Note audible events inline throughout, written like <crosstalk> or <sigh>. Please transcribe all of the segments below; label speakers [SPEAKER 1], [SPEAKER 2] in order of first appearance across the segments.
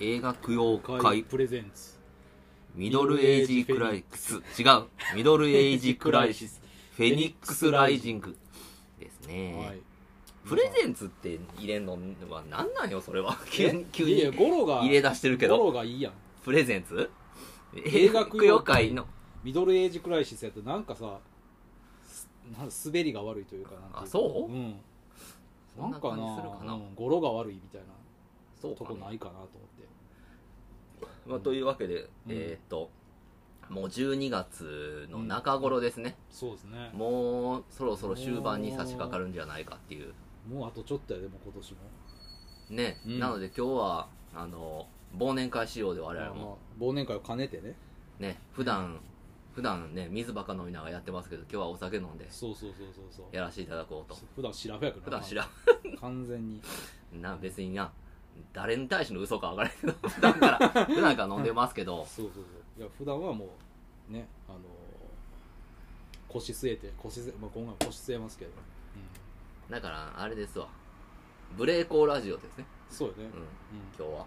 [SPEAKER 1] 映画供養
[SPEAKER 2] 会
[SPEAKER 1] 会
[SPEAKER 2] プレゼンツ
[SPEAKER 1] ミドルエイジクライクス違うミドルエイジクライシスフェニックスライジングですね、
[SPEAKER 2] はい
[SPEAKER 1] プレゼンツって入れんのは何なんよそれは急に急
[SPEAKER 2] いやいや
[SPEAKER 1] に
[SPEAKER 2] ゴロが
[SPEAKER 1] 入れ出してるけ
[SPEAKER 2] ゴ
[SPEAKER 1] ど
[SPEAKER 2] ロがいいやん
[SPEAKER 1] プレゼンツ
[SPEAKER 2] 映画供
[SPEAKER 1] 供
[SPEAKER 2] 養
[SPEAKER 1] 養
[SPEAKER 2] 会
[SPEAKER 1] 会の
[SPEAKER 2] ミドルエイジクライシスやとなんかさすなん滑りが悪いというかなんていうか
[SPEAKER 1] あそう
[SPEAKER 2] うん
[SPEAKER 1] そんな
[SPEAKER 2] なんか
[SPEAKER 1] 感
[SPEAKER 2] な
[SPEAKER 1] じするかな
[SPEAKER 2] うん語呂が悪いみたいな
[SPEAKER 1] そう
[SPEAKER 2] と
[SPEAKER 1] か
[SPEAKER 2] こな
[SPEAKER 1] ね
[SPEAKER 2] いかなと思って
[SPEAKER 1] まあ、というわけで、えーっともう12月の中頃ですね、
[SPEAKER 2] そうですね
[SPEAKER 1] もうそろそろ終盤に差し掛かるんじゃないかっていう
[SPEAKER 2] もうあとちょっとやでも今年も
[SPEAKER 1] ね、
[SPEAKER 2] うん
[SPEAKER 1] なので今日はあの忘年会仕様で我々
[SPEAKER 2] まあま
[SPEAKER 1] も
[SPEAKER 2] あ忘年会を兼ねてね
[SPEAKER 1] ね普段普段ね水ばっか飲みながらやってますけど今日はお酒飲んで
[SPEAKER 2] そうそうそうそうそう
[SPEAKER 1] やらせていただこうと
[SPEAKER 2] 普段調べやくな
[SPEAKER 1] 普段知らん
[SPEAKER 2] 完全に
[SPEAKER 1] な別にな誰に対しての嘘か分からんけど <laughs> 普段から普段から飲んでますけど
[SPEAKER 2] そうそうそういや普段はもうねあのー腰据えて腰据え、まあ、今回も腰据えますけど、うん、
[SPEAKER 1] だからあれですわブレイコーラジオですね、
[SPEAKER 2] そうよね
[SPEAKER 1] うん、、
[SPEAKER 2] う
[SPEAKER 1] 今日は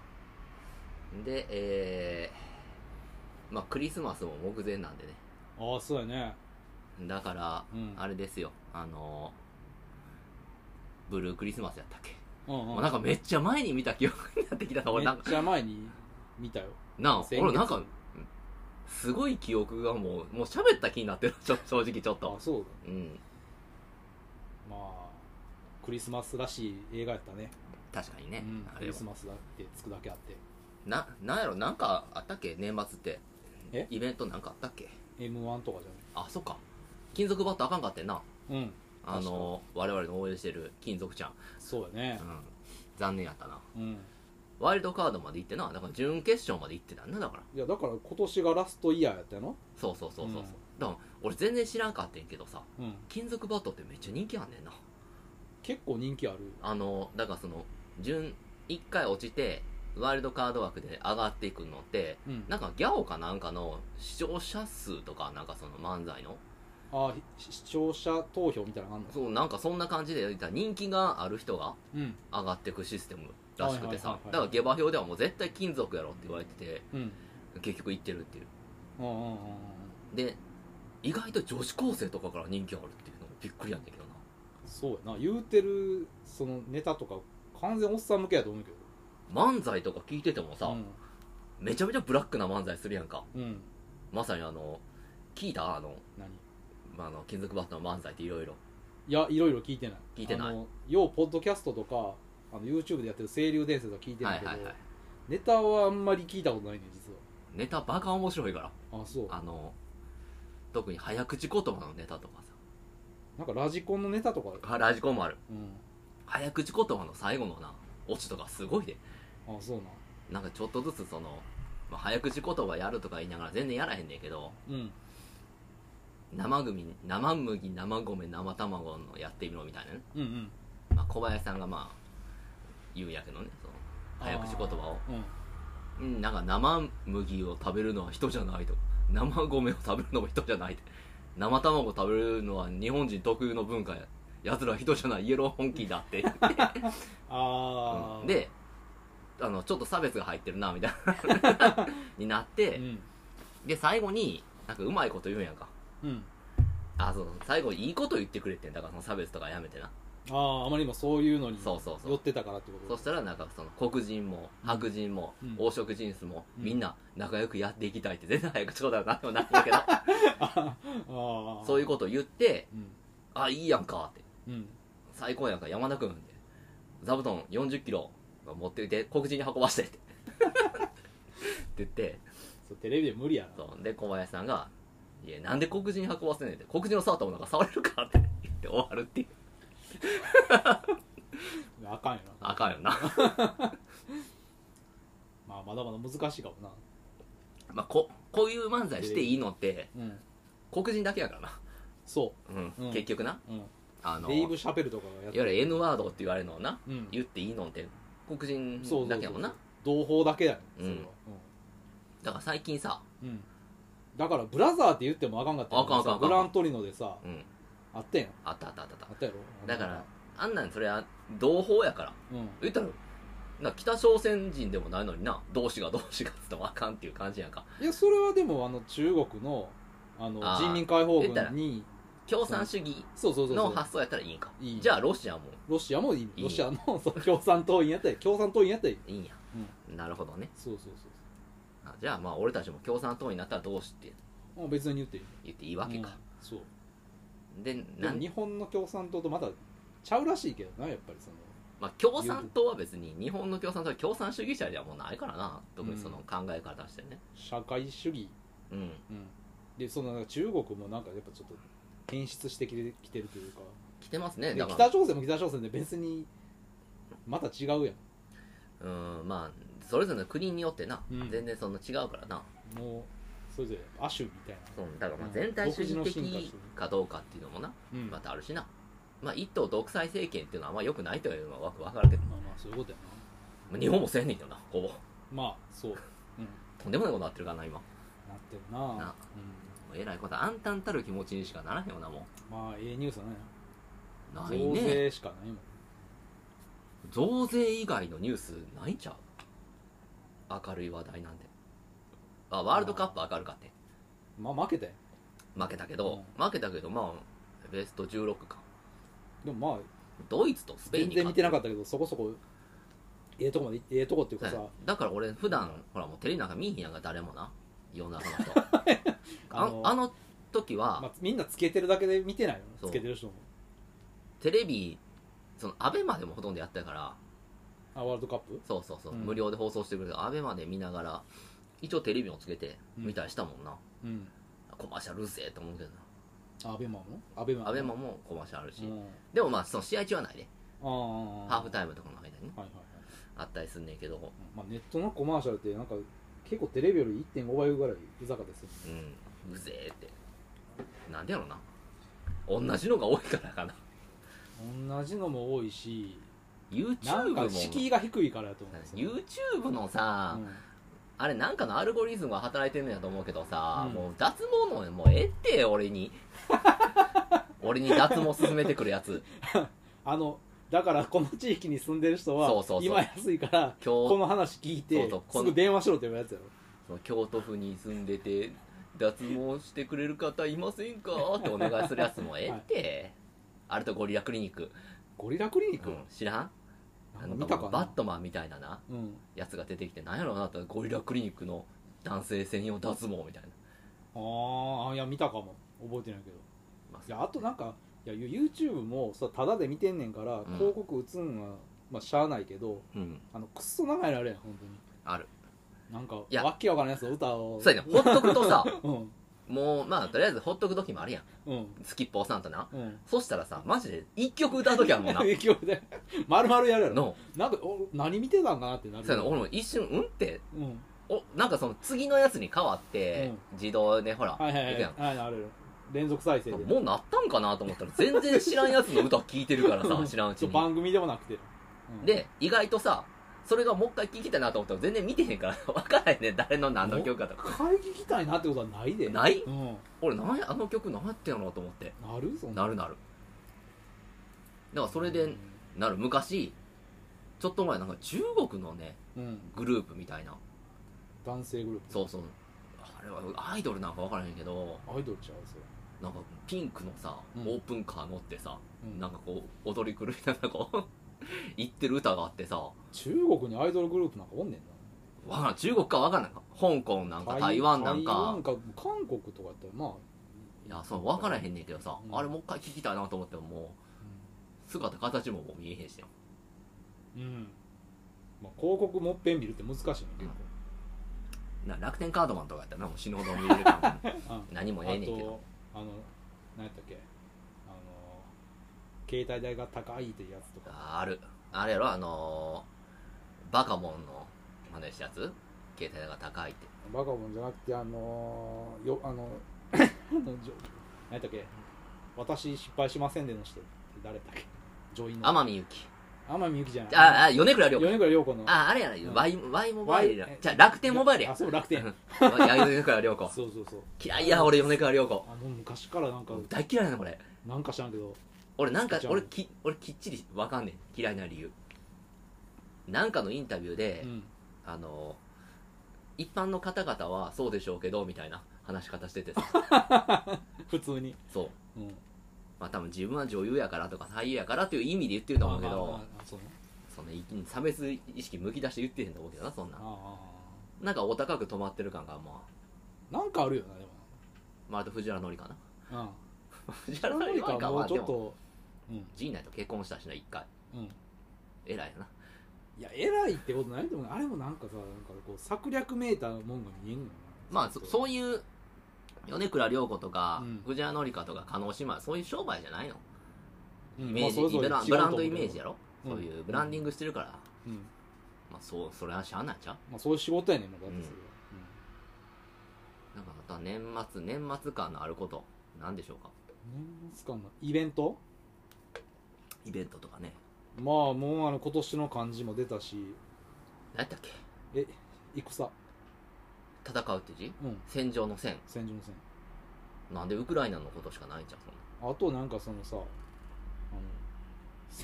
[SPEAKER 1] でえー、まあクリスマスも目前なんでね
[SPEAKER 2] ん、ああそうやね
[SPEAKER 1] だから、
[SPEAKER 2] うん
[SPEAKER 1] あれですよあのブルークリスマスやったっけ、
[SPEAKER 2] うんうん
[SPEAKER 1] もうなんかめっちゃ前に見た記憶になってきたな俺
[SPEAKER 2] め
[SPEAKER 1] な
[SPEAKER 2] っ
[SPEAKER 1] んか
[SPEAKER 2] ちゃ前に見たよ
[SPEAKER 1] なあ
[SPEAKER 2] 先月
[SPEAKER 1] 俺なんかすごい記憶がもうもう喋った気になってるちょ正直ちょっ
[SPEAKER 2] あ
[SPEAKER 1] と
[SPEAKER 2] そう
[SPEAKER 1] う
[SPEAKER 2] だ
[SPEAKER 1] ん
[SPEAKER 2] まあクリスマスらしい映画やったね
[SPEAKER 1] 確かにね、
[SPEAKER 2] うん、
[SPEAKER 1] あ
[SPEAKER 2] ク
[SPEAKER 1] れ
[SPEAKER 2] リ
[SPEAKER 1] は
[SPEAKER 2] スマスだってつくだけあって
[SPEAKER 1] ななんやろなんかあったっけ年末って
[SPEAKER 2] え
[SPEAKER 1] イベントなんかあったっけ
[SPEAKER 2] m 1とかじ
[SPEAKER 1] あそっか金属バットあかんかってんな
[SPEAKER 2] ゃないうん
[SPEAKER 1] あの我々の応援してる金属ちゃん、
[SPEAKER 2] そうやね
[SPEAKER 1] うん、残念やったな
[SPEAKER 2] うん
[SPEAKER 1] ワイルドカードまで行ってなだから準決勝まで行ってたんだだから
[SPEAKER 2] いやだから今年がラストイヤーやったの
[SPEAKER 1] そうそうそうそうそう、
[SPEAKER 2] うん
[SPEAKER 1] だから俺全然知らんかってんけどさ
[SPEAKER 2] うん
[SPEAKER 1] 金属バットってめっちゃ人気あんねんな
[SPEAKER 2] 結構人気ある
[SPEAKER 1] あのだからその順1回落ちてワイルドカード枠で上がっていくのって
[SPEAKER 2] うん
[SPEAKER 1] なんかギャオかなんかの視聴者数とかなんかその漫才の
[SPEAKER 2] あひ視聴者投票みたいなのあんの
[SPEAKER 1] そうなんかそんな感じで言ったら人気がある人が
[SPEAKER 2] うん
[SPEAKER 1] 上がっていくシステムらしくてさ
[SPEAKER 2] はい
[SPEAKER 1] だ
[SPEAKER 2] はいはいはい
[SPEAKER 1] から下馬評ではもう絶対金属やろって言われてて
[SPEAKER 2] うん
[SPEAKER 1] 結局行ってるっていう
[SPEAKER 2] うんうんうんうん
[SPEAKER 1] で意外と女子高生とかから人気あるっていうのもびっくりやねんけどな
[SPEAKER 2] そうやな言うてるそのネタとか完全おっさん向けやと思うけど
[SPEAKER 1] 漫才とか聞いててもさ、
[SPEAKER 2] う
[SPEAKER 1] めちゃめちゃブラックな漫才するやんか
[SPEAKER 2] んうん
[SPEAKER 1] まさにあの聞いたあの,、
[SPEAKER 2] 何
[SPEAKER 1] まあ、あの金属バットの漫才っていろいろ
[SPEAKER 2] いやいろいろ聞いてない
[SPEAKER 1] 聞いてない
[SPEAKER 2] あのようポッドキャストとかあの YouTube でやってる清流伝説は聞いて
[SPEAKER 1] は
[SPEAKER 2] な
[SPEAKER 1] い
[SPEAKER 2] いけど、
[SPEAKER 1] はいはい
[SPEAKER 2] ネタはあんまり聞いたことないね実
[SPEAKER 1] ネタバカ面白いから
[SPEAKER 2] はあそう
[SPEAKER 1] あの特に早口言葉のネタとか
[SPEAKER 2] なんかラジコンのネタとか
[SPEAKER 1] さラジコンもある
[SPEAKER 2] うん
[SPEAKER 1] 早口言葉の最後のなオチとかすごいで
[SPEAKER 2] あそうな
[SPEAKER 1] なんかちょっとずつその、まあ、早口言葉やるとか言いながら全然やらへんねんけど
[SPEAKER 2] うん
[SPEAKER 1] 生組生麦生米生卵のやってみろみたいなね、
[SPEAKER 2] うんうん
[SPEAKER 1] まあ、小林さんがまあ言うんやけどねその早口言葉を
[SPEAKER 2] うん
[SPEAKER 1] うんなんか生麦を食べるのは人じゃないと生米を食べるのも人じゃないって生卵を食べるのは日本人特有の文化ややつらは人じゃないイエロー本気だって、
[SPEAKER 2] ああ、
[SPEAKER 1] うんであのちょっと差別が入ってるなみたいなになっ
[SPEAKER 2] う
[SPEAKER 1] て、
[SPEAKER 2] ん
[SPEAKER 1] で最後になんかうまいこと言うんやんか
[SPEAKER 2] うん
[SPEAKER 1] あそうそう最後いいこと言ってくれってんだからその差別とかやめてな
[SPEAKER 2] あああまりにもそういうのに
[SPEAKER 1] そうそうそう
[SPEAKER 2] 寄ってたからってこと
[SPEAKER 1] そしたらなんかその黒人も白人も
[SPEAKER 2] うん
[SPEAKER 1] 黄色人種も
[SPEAKER 2] うん
[SPEAKER 1] みんな仲良くやっていきたいって全然早口言葉なんでもないんだけど
[SPEAKER 2] ああ
[SPEAKER 1] そういうことを言って
[SPEAKER 2] うん
[SPEAKER 1] あいいやんかって
[SPEAKER 2] うん
[SPEAKER 1] 最高やんか山田君って座布団4 0キロ持っていて黒人に運ばしてって <laughs> って言って
[SPEAKER 2] そうテレビで無理やな
[SPEAKER 1] そうで小林さんが「いやなんで黒人に運ばせねえ」って黒人の触ったものが触れるかって言って終わるっていう
[SPEAKER 2] あかんよな
[SPEAKER 1] あかんよな <laughs>
[SPEAKER 2] まあまだまだ難しいかもな
[SPEAKER 1] まあここういう漫才していいのって
[SPEAKER 2] うん
[SPEAKER 1] 黒人だけやからな、
[SPEAKER 2] そ
[SPEAKER 1] うん
[SPEAKER 2] うん
[SPEAKER 1] 結局な
[SPEAKER 2] ううん
[SPEAKER 1] あの
[SPEAKER 2] デイ
[SPEAKER 1] い
[SPEAKER 2] ブ・シャペルとかがや
[SPEAKER 1] わ
[SPEAKER 2] っ
[SPEAKER 1] ゆる N ワードって言われるのをな
[SPEAKER 2] うん
[SPEAKER 1] 言っていいのって黒
[SPEAKER 2] そうそ
[SPEAKER 1] 人
[SPEAKER 2] うそ
[SPEAKER 1] だ
[SPEAKER 2] う
[SPEAKER 1] けやもんな
[SPEAKER 2] 同胞だけだよねそれは
[SPEAKER 1] だから最近さ、
[SPEAKER 2] うん、うんだからブラザーって言ってもあかんかったよ
[SPEAKER 1] あかんあかんあかん
[SPEAKER 2] グラントリノでさ
[SPEAKER 1] うん、
[SPEAKER 2] あったやん
[SPEAKER 1] あったあったあったあった
[SPEAKER 2] あったやろ
[SPEAKER 1] だからあんなんそれは同胞やから
[SPEAKER 2] うん
[SPEAKER 1] 言ったらな北朝鮮人でもないのにな同志が同志がっつってもあかんっていう感じやんか
[SPEAKER 2] いやそれはでもあの中国のあの
[SPEAKER 1] あー
[SPEAKER 2] 人民解放軍に
[SPEAKER 1] 共産主義
[SPEAKER 2] そうそうそうそ
[SPEAKER 1] の
[SPEAKER 2] う
[SPEAKER 1] 発想やったらいいんか
[SPEAKER 2] いい
[SPEAKER 1] じゃあロシアも
[SPEAKER 2] ロシアもいい
[SPEAKER 1] いい
[SPEAKER 2] ロシアのその共産党員やったり共産党員やったり
[SPEAKER 1] いいんや、なるほどね
[SPEAKER 2] そうそうそう
[SPEAKER 1] あじゃあまあ俺たちも共産党になったらどうしって
[SPEAKER 2] そうあ別に言っていい
[SPEAKER 1] 言っていいわけか、
[SPEAKER 2] うんそう
[SPEAKER 1] で
[SPEAKER 2] で
[SPEAKER 1] な
[SPEAKER 2] も
[SPEAKER 1] ん
[SPEAKER 2] 日本の共産党とまだちゃうらしいけどなやっぱりその
[SPEAKER 1] まあ、共産党は別に日本の共産党は共産主義者ではもうないからな特にその考え方してね
[SPEAKER 2] 社会主義、
[SPEAKER 1] うん
[SPEAKER 2] うん、でそのなんか中国もなんかやっぱちょっと変質してきてきてるというか
[SPEAKER 1] 来てますね
[SPEAKER 2] で
[SPEAKER 1] だから
[SPEAKER 2] 北朝鮮も北朝鮮で別にまた違うやん
[SPEAKER 1] うんまあそれぞれの国によってな、
[SPEAKER 2] うん
[SPEAKER 1] 全然その違うからな
[SPEAKER 2] もうそれぞれ亜種みたいな、
[SPEAKER 1] そうだからまあ
[SPEAKER 2] うん
[SPEAKER 1] 全体主義
[SPEAKER 2] 独自の進化して
[SPEAKER 1] 的
[SPEAKER 2] る
[SPEAKER 1] かどうかっていうのもな
[SPEAKER 2] うん
[SPEAKER 1] ま
[SPEAKER 2] ま
[SPEAKER 1] たあるしな、まあ、一党独裁政権っていうのはあんま良くないというのはわわかるけど
[SPEAKER 2] あまあそういうことや
[SPEAKER 1] まあ日本もせんねんけどなほぼ
[SPEAKER 2] なまあそう、うん、
[SPEAKER 1] とんでもないことになってるからな今も
[SPEAKER 2] なってるな
[SPEAKER 1] な
[SPEAKER 2] う
[SPEAKER 1] うえらいこと暗淡たる気持ちにしかならへんよなも
[SPEAKER 2] ん、まあええニュースはないうな
[SPEAKER 1] ない
[SPEAKER 2] 増
[SPEAKER 1] ね
[SPEAKER 2] 税しかないもん
[SPEAKER 1] 増税以外のニュースないんちゃう明るい話題なんであワールドカップ明るかって
[SPEAKER 2] まあ負けたよ
[SPEAKER 1] 負けたけど、負けたけどまあベスト16か
[SPEAKER 2] でもまあ
[SPEAKER 1] ドイツとスペイン
[SPEAKER 2] 全
[SPEAKER 1] に
[SPEAKER 2] 然見てなか
[SPEAKER 1] っ
[SPEAKER 2] ったけどそこそこええとこまでええとこっていうかさ、
[SPEAKER 1] だから俺普段ほらもうテレビなんか見えへんやんか誰もな世の中の
[SPEAKER 2] <laughs>
[SPEAKER 1] 人あ
[SPEAKER 2] あ
[SPEAKER 1] の
[SPEAKER 2] の
[SPEAKER 1] あの時は、
[SPEAKER 2] まあ、みんなつけてるだけで見てないよ
[SPEAKER 1] そ
[SPEAKER 2] な
[SPEAKER 1] う
[SPEAKER 2] つけてる人も
[SPEAKER 1] テレビそのアベマでもほとんどやってたから
[SPEAKER 2] あワールドカップ
[SPEAKER 1] そうそうそう、
[SPEAKER 2] うん
[SPEAKER 1] 無料で放送してくれるアベマで見ながら一応テレビもつけて
[SPEAKER 2] うん
[SPEAKER 1] 見たりしたもんな、
[SPEAKER 2] うん
[SPEAKER 1] コマーシャルうるせえと思うけどな
[SPEAKER 2] アベマもアベマ
[SPEAKER 1] アベマもコマーシャルあるし、
[SPEAKER 2] うん
[SPEAKER 1] でもまあその試合中はないで、
[SPEAKER 2] ああ
[SPEAKER 1] ハーフタイムとかの間にね
[SPEAKER 2] はいはいはい、
[SPEAKER 1] あったりすんねんけど
[SPEAKER 2] うんまあ、ネットのコマーシャルってなんか結構テレビより1.5倍ぐらいうざかったですよ
[SPEAKER 1] うんうぜえってなんでやろな同じのが多いからかな
[SPEAKER 2] 同じのも多いしな
[SPEAKER 1] YouTube
[SPEAKER 2] ん
[SPEAKER 1] も
[SPEAKER 2] か敷居が低いからやと思うんですよ、
[SPEAKER 1] YouTube のさ、
[SPEAKER 2] うん
[SPEAKER 1] あれなんかのアルゴリズムが働いてるんやと思うけどさ、
[SPEAKER 2] うん
[SPEAKER 1] もう脱毛のもうええって俺
[SPEAKER 2] <laughs>
[SPEAKER 1] に俺に脱毛進めてくるやつ
[SPEAKER 2] あのだからこの地域に住んでる人は
[SPEAKER 1] そうそうそう
[SPEAKER 2] 今安いから
[SPEAKER 1] 京
[SPEAKER 2] この話聞いて
[SPEAKER 1] そうそうこ
[SPEAKER 2] す
[SPEAKER 1] の
[SPEAKER 2] ぐ電話しろって言うやつやろ
[SPEAKER 1] その京都府に住んでて脱毛してくれる方いませんかってお願いするやつもええって、あれとゴリラクリニック、
[SPEAKER 2] ゴリラクリニッ
[SPEAKER 1] う
[SPEAKER 2] ク、
[SPEAKER 1] ん知らん
[SPEAKER 2] な
[SPEAKER 1] あ
[SPEAKER 2] ん
[SPEAKER 1] の
[SPEAKER 2] か見たか
[SPEAKER 1] バッ
[SPEAKER 2] な
[SPEAKER 1] トマンみたいなな
[SPEAKER 2] うん
[SPEAKER 1] やつが出てきてなんやろうなとゴリラクリニックの男性専用脱毛みたいな、
[SPEAKER 2] ああいや見たかも覚えてないけど
[SPEAKER 1] まあ
[SPEAKER 2] いやあとなんかいや YouTube もさただで見てんねんから、
[SPEAKER 1] ん
[SPEAKER 2] 広告打つんはまあしゃあないけど
[SPEAKER 1] うん
[SPEAKER 2] あのクソ長いのあれやん本当に
[SPEAKER 1] ある
[SPEAKER 2] なんか
[SPEAKER 1] いや
[SPEAKER 2] わっけわからんやつの歌を
[SPEAKER 1] そうやねほっとくとさ
[SPEAKER 2] うん
[SPEAKER 1] もうまあとりあえずほっとく時もあるやん
[SPEAKER 2] うん
[SPEAKER 1] スキップ押さんとな
[SPEAKER 2] うん
[SPEAKER 1] そしたらさマジで一曲歌う時
[SPEAKER 2] <laughs>
[SPEAKER 1] はもうな
[SPEAKER 2] 勢いで丸々やるやろ
[SPEAKER 1] の
[SPEAKER 2] なんかお何見てたんかなってなる
[SPEAKER 1] そうやな俺も一瞬うんって
[SPEAKER 2] うん
[SPEAKER 1] おなんかその次のやつに変わって、自動でほら、
[SPEAKER 2] はいはいはいい
[SPEAKER 1] くやん
[SPEAKER 2] はいある連続再生で
[SPEAKER 1] もうなったんかなと思ったら全然知らんやつの歌聴いてるからさ知らんうち
[SPEAKER 2] そう
[SPEAKER 1] に
[SPEAKER 2] 番組でもなくて、うん
[SPEAKER 1] で意外とさそれがもう一回聴きたいなと思ったら全然見てへんから <laughs> 分からへんねん誰の何の曲かとか
[SPEAKER 2] 会議きたいなってことはないで
[SPEAKER 1] ない
[SPEAKER 2] うん
[SPEAKER 1] 俺なんやあの曲何やってんやろうと思って
[SPEAKER 2] なるそん
[SPEAKER 1] なるなるだからそれでなる昔ちょっと前なんか中国のね
[SPEAKER 2] うん
[SPEAKER 1] グループみたいな
[SPEAKER 2] 男性グループ
[SPEAKER 1] そうそうあれはアイドルなんか分からへんけど
[SPEAKER 2] アイドルちゃうそれ、
[SPEAKER 1] なんかピンクのさ、
[SPEAKER 2] うん
[SPEAKER 1] オープンカー乗ってさ
[SPEAKER 2] うん
[SPEAKER 1] なんかこう踊り狂いながらこう <laughs> 言ってる歌があってさ
[SPEAKER 2] 中国にアイドルグループなんかおんねん
[SPEAKER 1] わからん中国かわからんか香港なん
[SPEAKER 2] な
[SPEAKER 1] か台湾なん
[SPEAKER 2] 台
[SPEAKER 1] か
[SPEAKER 2] 湾か韓国とかやったらま
[SPEAKER 1] い
[SPEAKER 2] あ
[SPEAKER 1] やそう分からへんねんけどさ、
[SPEAKER 2] うん
[SPEAKER 1] あれもう一回聞きたいなと思ってももう姿形ももう見えへんしよ
[SPEAKER 2] うん、うんまあ、広告もっぺん見るって難しいね結
[SPEAKER 1] な楽天カードマンとかやったらなもう死ぬほど見れるから
[SPEAKER 2] <laughs> 構、
[SPEAKER 1] 何も
[SPEAKER 2] うん
[SPEAKER 1] ええねんけど
[SPEAKER 2] あとあの何やったっけあの携帯代が高いってやつとか
[SPEAKER 1] あるあれやろあのーバカモンの真似したやつ携帯が高いって
[SPEAKER 2] バカボンじゃなくてあのーよあの <coughs> あのじょ何やったっけ私失敗しませんでの人って誰だっけ女員の
[SPEAKER 1] 天海祐希
[SPEAKER 2] 天海祐希じゃない
[SPEAKER 1] ああ米倉涼子
[SPEAKER 2] 米倉涼子の
[SPEAKER 1] ああれやな、
[SPEAKER 2] うん
[SPEAKER 1] ワイワイモバイルや
[SPEAKER 2] ワイ
[SPEAKER 1] じゃあ楽天モバイルや
[SPEAKER 2] あそう楽天
[SPEAKER 1] いや米倉涼子
[SPEAKER 2] そうそうそう
[SPEAKER 1] 嫌いや俺米倉涼子
[SPEAKER 2] あの昔からなんか
[SPEAKER 1] 大嫌いなのこれ
[SPEAKER 2] なんか知らんけど
[SPEAKER 1] 俺なんか
[SPEAKER 2] じゃあ
[SPEAKER 1] 俺き俺きっちりわかんねん嫌いな理由なんかのインタビューで、
[SPEAKER 2] うん
[SPEAKER 1] あの一般の方々はそうでしょうけどみたいな話し方して
[SPEAKER 2] <laughs>
[SPEAKER 1] てさ
[SPEAKER 2] 普通に、
[SPEAKER 1] そう
[SPEAKER 2] うん、
[SPEAKER 1] まあ多分自分は女優やからとか俳優やからっていう意味で言ってると思うけど、
[SPEAKER 2] ああああそうね
[SPEAKER 1] そんないき差別意識むき出して言ってへんと思うけどなそんな
[SPEAKER 2] ああ
[SPEAKER 1] ん
[SPEAKER 2] あ
[SPEAKER 1] なんかお高く止まってる感がまあ
[SPEAKER 2] あなんかあるよなでも
[SPEAKER 1] まああと藤原紀香な
[SPEAKER 2] うん
[SPEAKER 1] 藤
[SPEAKER 2] そ
[SPEAKER 1] 原紀
[SPEAKER 2] れより
[SPEAKER 1] 香
[SPEAKER 2] かは
[SPEAKER 1] は
[SPEAKER 2] も
[SPEAKER 1] ま
[SPEAKER 2] う
[SPEAKER 1] あ
[SPEAKER 2] ち
[SPEAKER 1] で
[SPEAKER 2] ょっ
[SPEAKER 1] も
[SPEAKER 2] とうん
[SPEAKER 1] 陣内と結婚したしな一回
[SPEAKER 2] うん
[SPEAKER 1] 偉いよない
[SPEAKER 2] や偉いってことないと思うあれもなんかさなんかこう策略めいたもんが見えんのよな
[SPEAKER 1] まあそそういう米倉涼子とか、
[SPEAKER 2] うん
[SPEAKER 1] 藤原紀香とか加納姉妹そういう商売じゃないの
[SPEAKER 2] うん
[SPEAKER 1] イメージ、
[SPEAKER 2] まあそれぞれ
[SPEAKER 1] ブラン
[SPEAKER 2] 違う
[SPEAKER 1] ブ
[SPEAKER 2] と
[SPEAKER 1] ラ
[SPEAKER 2] 思うけど
[SPEAKER 1] ンドイメージやろ、
[SPEAKER 2] うん
[SPEAKER 1] そういうブランディングしてるから、
[SPEAKER 2] うん
[SPEAKER 1] まあそうそれはしゃあないんちゃう
[SPEAKER 2] まあそういう仕事やねんなんかだってそれは
[SPEAKER 1] なんかまた年末年末感のあることなんでしょうか
[SPEAKER 2] うん年末間のイベント
[SPEAKER 1] イベントとかね
[SPEAKER 2] まあもうあの今年の感じも出たし
[SPEAKER 1] 何やったっけ
[SPEAKER 2] え戦
[SPEAKER 1] 戦うって字
[SPEAKER 2] うん
[SPEAKER 1] 戦場の戦
[SPEAKER 2] 戦場の戦
[SPEAKER 1] なんでウクライナのことしかないじゃんそんな
[SPEAKER 2] あとなんかそのさあの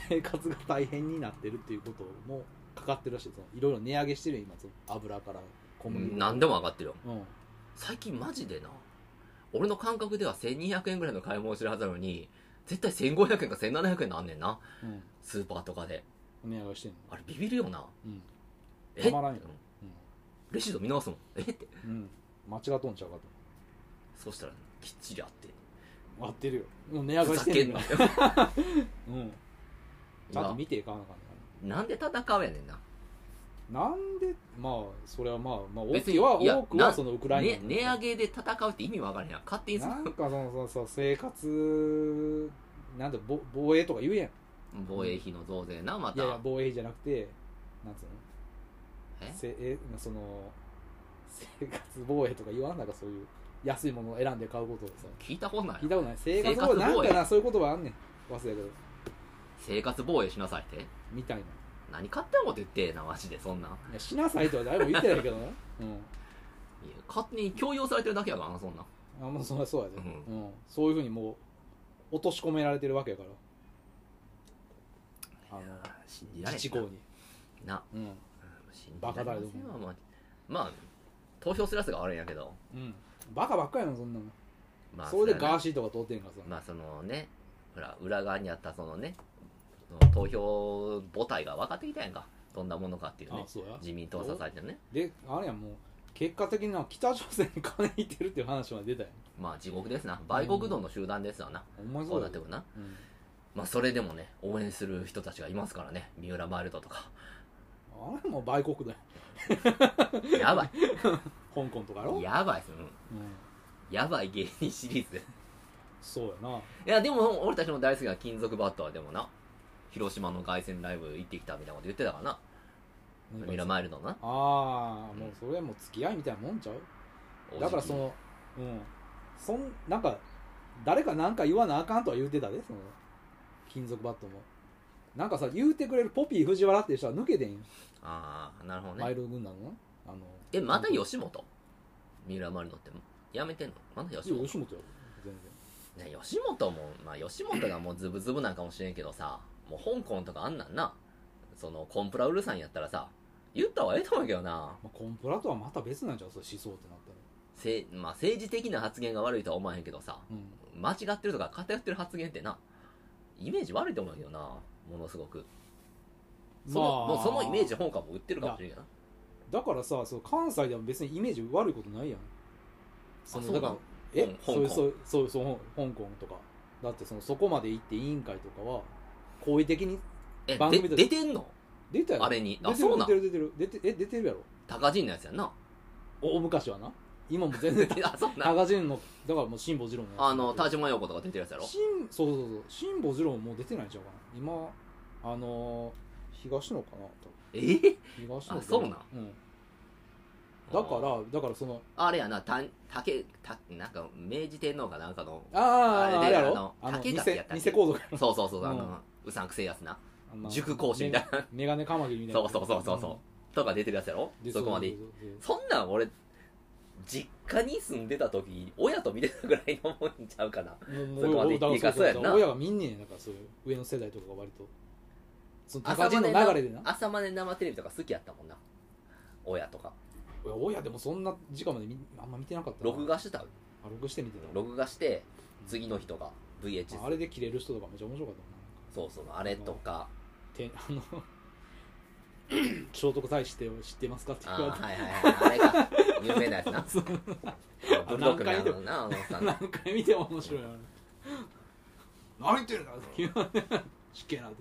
[SPEAKER 2] 生活が大変になってるっていうこともかかってるらしいそのいろいろ値上げしてるよ今その油から小麦
[SPEAKER 1] うん
[SPEAKER 2] 粉
[SPEAKER 1] 何でも上がってるよ
[SPEAKER 2] うん
[SPEAKER 1] 最近マジでな俺の感覚では1200円ぐらいの買い物をしてるはずなのに絶対1500円か1700円なんねんなスーパーとかで
[SPEAKER 2] うん値上げしてんの
[SPEAKER 1] あれビビるよな
[SPEAKER 2] うん
[SPEAKER 1] え
[SPEAKER 2] たまらんよ
[SPEAKER 1] ってレシート見直すもんえって
[SPEAKER 2] うん、うん、間違っとんちゃうかと
[SPEAKER 1] そうしたらきっちりあって
[SPEAKER 2] 割ってるよもう値上
[SPEAKER 1] ふ
[SPEAKER 2] げ
[SPEAKER 1] ざ
[SPEAKER 2] して
[SPEAKER 1] け
[SPEAKER 2] ん
[SPEAKER 1] んな
[SPEAKER 2] の
[SPEAKER 1] よ
[SPEAKER 2] <laughs> うんちゃんと見ていかなあかんね
[SPEAKER 1] なんで戦うやねんな
[SPEAKER 2] なんでまあそれはまあまあ多
[SPEAKER 1] 別
[SPEAKER 2] く
[SPEAKER 1] に
[SPEAKER 2] はい
[SPEAKER 1] や
[SPEAKER 2] 多くは
[SPEAKER 1] な
[SPEAKER 2] そのウクライナ
[SPEAKER 1] ね値上げで戦うって意味わからへんやん勝手にす
[SPEAKER 2] なんかそのそのその生活なんだぼ防衛とか言うやん
[SPEAKER 1] 防衛費の増税なま
[SPEAKER 2] い
[SPEAKER 1] た
[SPEAKER 2] やいや防衛費じゃなくてなんつうの
[SPEAKER 1] え
[SPEAKER 2] せえその生活防衛とか言わんなんかそういう安いものを選んで買うことをさ
[SPEAKER 1] 聞いたことない
[SPEAKER 2] 聞いたことない生活防衛
[SPEAKER 1] 生活防衛
[SPEAKER 2] なんかなそういう言葉あんねん忘れたけど
[SPEAKER 1] 生活防衛しなさいって
[SPEAKER 2] みたいな
[SPEAKER 1] 何勝手なこと言ってえなマジでそんなんい
[SPEAKER 2] いやしなさいとは誰も言ってないけ
[SPEAKER 1] <laughs>
[SPEAKER 2] どなう
[SPEAKER 1] や勝手に強要されてるだけやからなそんなん
[SPEAKER 2] んあもうそりゃそうやで、
[SPEAKER 1] う
[SPEAKER 2] うんそういうふうにもう落とし込められてるわけやからあ
[SPEAKER 1] いや
[SPEAKER 2] の
[SPEAKER 1] 信じられ
[SPEAKER 2] 自治校
[SPEAKER 1] ん
[SPEAKER 2] に
[SPEAKER 1] な
[SPEAKER 2] うん
[SPEAKER 1] うん信じ
[SPEAKER 2] バカ
[SPEAKER 1] ら
[SPEAKER 2] だ
[SPEAKER 1] れ
[SPEAKER 2] よ
[SPEAKER 1] ませんわまあまあ投票するやつが悪いんやけど
[SPEAKER 2] うんバカばっかりやなそんなの
[SPEAKER 1] まあ
[SPEAKER 2] それで
[SPEAKER 1] うや
[SPEAKER 2] ガ
[SPEAKER 1] な
[SPEAKER 2] ーシーとか通ってんからさ、
[SPEAKER 1] まあそのねほら裏側にあったそのねその投票母体が分かってきたやんかどんなものかっていう
[SPEAKER 2] あ
[SPEAKER 1] ね
[SPEAKER 2] そうや
[SPEAKER 1] 自民党支えてね
[SPEAKER 2] であれやんもう結果的には北朝鮮に金いってるっていう話まで出たやん
[SPEAKER 1] まあ地獄ですな売国道の集団ですわな、
[SPEAKER 2] お前
[SPEAKER 1] そ
[SPEAKER 2] そうう
[SPEAKER 1] な
[SPEAKER 2] だ
[SPEAKER 1] って
[SPEAKER 2] よ
[SPEAKER 1] くるな
[SPEAKER 2] うん
[SPEAKER 1] まあそれでもね応援する人たちがいますからね三浦マイルドと <laughs> か
[SPEAKER 2] あれも売国だよ
[SPEAKER 1] やば
[SPEAKER 2] 香港とかやろ
[SPEAKER 1] いやばいっす、うん
[SPEAKER 2] うん、
[SPEAKER 1] やばい芸人シリーズ <laughs>
[SPEAKER 2] そうやない
[SPEAKER 1] やでも俺たちの大好きな金属バットはでもな広島の凱旋ライブ行ってきたみたいなこと言ってたからな三浦マイルドのな
[SPEAKER 2] ああもうそれはもう付き合いみたいなもんちゃうだからそのうんそんなんか誰かなんか言わなあかんとは言うてたでその金属バットもなんかさ言うてくれるポピー藤原っていう人は抜けてんよ、
[SPEAKER 1] ああなるほど
[SPEAKER 2] マイ
[SPEAKER 1] ね
[SPEAKER 2] ルド軍団のなあの
[SPEAKER 1] えまた吉本三浦マイルドってやめてんのまだ吉
[SPEAKER 2] いや
[SPEAKER 1] 本
[SPEAKER 2] 吉本やろ全然
[SPEAKER 1] ね吉本もまあ吉本がもうズブズブなんかもしれんけどさもう香港とかあんなんなそのコンプラうるさいんやったらさ言った方がええと思うけどな
[SPEAKER 2] まあ、コンプラとはまた別なんちゃうそれ思想ってなったら
[SPEAKER 1] せ、まあ、政治的な発言が悪いとは思わへんけどさ間違ってるとか偏ってる発言ってなイメージ悪いと思うけどなものすごくその,、もうそのイメージ本かも売ってるかもしれんけどな
[SPEAKER 2] だからさその関西では別にイメージ悪いことないやんそのだからえ
[SPEAKER 1] 香
[SPEAKER 2] そういう
[SPEAKER 1] 香
[SPEAKER 2] そうそうそう香港とかだってそのそこまで行って委員会とかは好意的に
[SPEAKER 1] え
[SPEAKER 2] 番組
[SPEAKER 1] で
[SPEAKER 2] と
[SPEAKER 1] 出てんの
[SPEAKER 2] 出たやろ
[SPEAKER 1] あれにあ
[SPEAKER 2] 出て
[SPEAKER 1] そう
[SPEAKER 2] る
[SPEAKER 1] な
[SPEAKER 2] 出
[SPEAKER 1] ん
[SPEAKER 2] てる出てる出てえ出てるやろ
[SPEAKER 1] 高人のやつや
[SPEAKER 2] <laughs>
[SPEAKER 1] んな
[SPEAKER 2] お大昔はな今も全
[SPEAKER 1] <laughs>
[SPEAKER 2] 然 <laughs>
[SPEAKER 1] あそうなん
[SPEAKER 2] 高人のだからもう辛坊治郎のやつ
[SPEAKER 1] あの田島陽子とか出てるやつやろ
[SPEAKER 2] 辛そうそうそう辛坊治郎もう出てないんちゃうかな今あのー東野かな多分
[SPEAKER 1] ええ
[SPEAKER 2] 東野か
[SPEAKER 1] あそうなん
[SPEAKER 2] うんだから、だからその、
[SPEAKER 1] あれやな、た、たけ、た、なんか、明治天皇かなんかの、
[SPEAKER 2] ああ
[SPEAKER 1] あれで
[SPEAKER 2] あれや
[SPEAKER 1] あ
[SPEAKER 2] ろ
[SPEAKER 1] の
[SPEAKER 2] あの、
[SPEAKER 1] 竹
[SPEAKER 2] 偽
[SPEAKER 1] 垣やったっけ
[SPEAKER 2] 偽皇族やろ
[SPEAKER 1] そうそうそう、あ
[SPEAKER 2] う
[SPEAKER 1] の、うさんくせえやつな、
[SPEAKER 2] あの
[SPEAKER 1] 塾講師みたいな、
[SPEAKER 2] メメガネカマキリみたい
[SPEAKER 1] そう
[SPEAKER 2] な。
[SPEAKER 1] そうそうそうそう、とか出てるやつやろ
[SPEAKER 2] うんで
[SPEAKER 1] そこまで。
[SPEAKER 2] うそうそう
[SPEAKER 1] そんなん俺、実家に住んでた時、親と見てたぐらいのもんちゃうかな。
[SPEAKER 2] そうもう
[SPEAKER 1] そこまで
[SPEAKER 2] もう
[SPEAKER 1] 行っていかそうやんな
[SPEAKER 2] だからそうそうそう親が見んねんやんだからそういう上の世代とかが割とその
[SPEAKER 1] 朝
[SPEAKER 2] 高
[SPEAKER 1] ま
[SPEAKER 2] 人の
[SPEAKER 1] で
[SPEAKER 2] 流れでな
[SPEAKER 1] 朝まで生テレビとか好きやったもんな親とか
[SPEAKER 2] いや親でもそんな時間まで見あんま見てなかったな
[SPEAKER 1] 録画してた
[SPEAKER 2] あ録画して見てた
[SPEAKER 1] 録画して次の日とか VHS
[SPEAKER 2] ああれで切れる人とかめっちゃ面白かったもんな
[SPEAKER 1] そうそうあれとか
[SPEAKER 2] てあの聖徳太子って知ってますかって
[SPEAKER 1] あ
[SPEAKER 2] 言わ
[SPEAKER 1] ー
[SPEAKER 2] れて
[SPEAKER 1] はいはいはいあれが有名なやつな
[SPEAKER 2] <laughs> そう
[SPEAKER 1] ブロックみたいなのなあのおっさんな
[SPEAKER 2] 何回見ても面白いな <laughs> 何言ってるんだって言われて失敬なと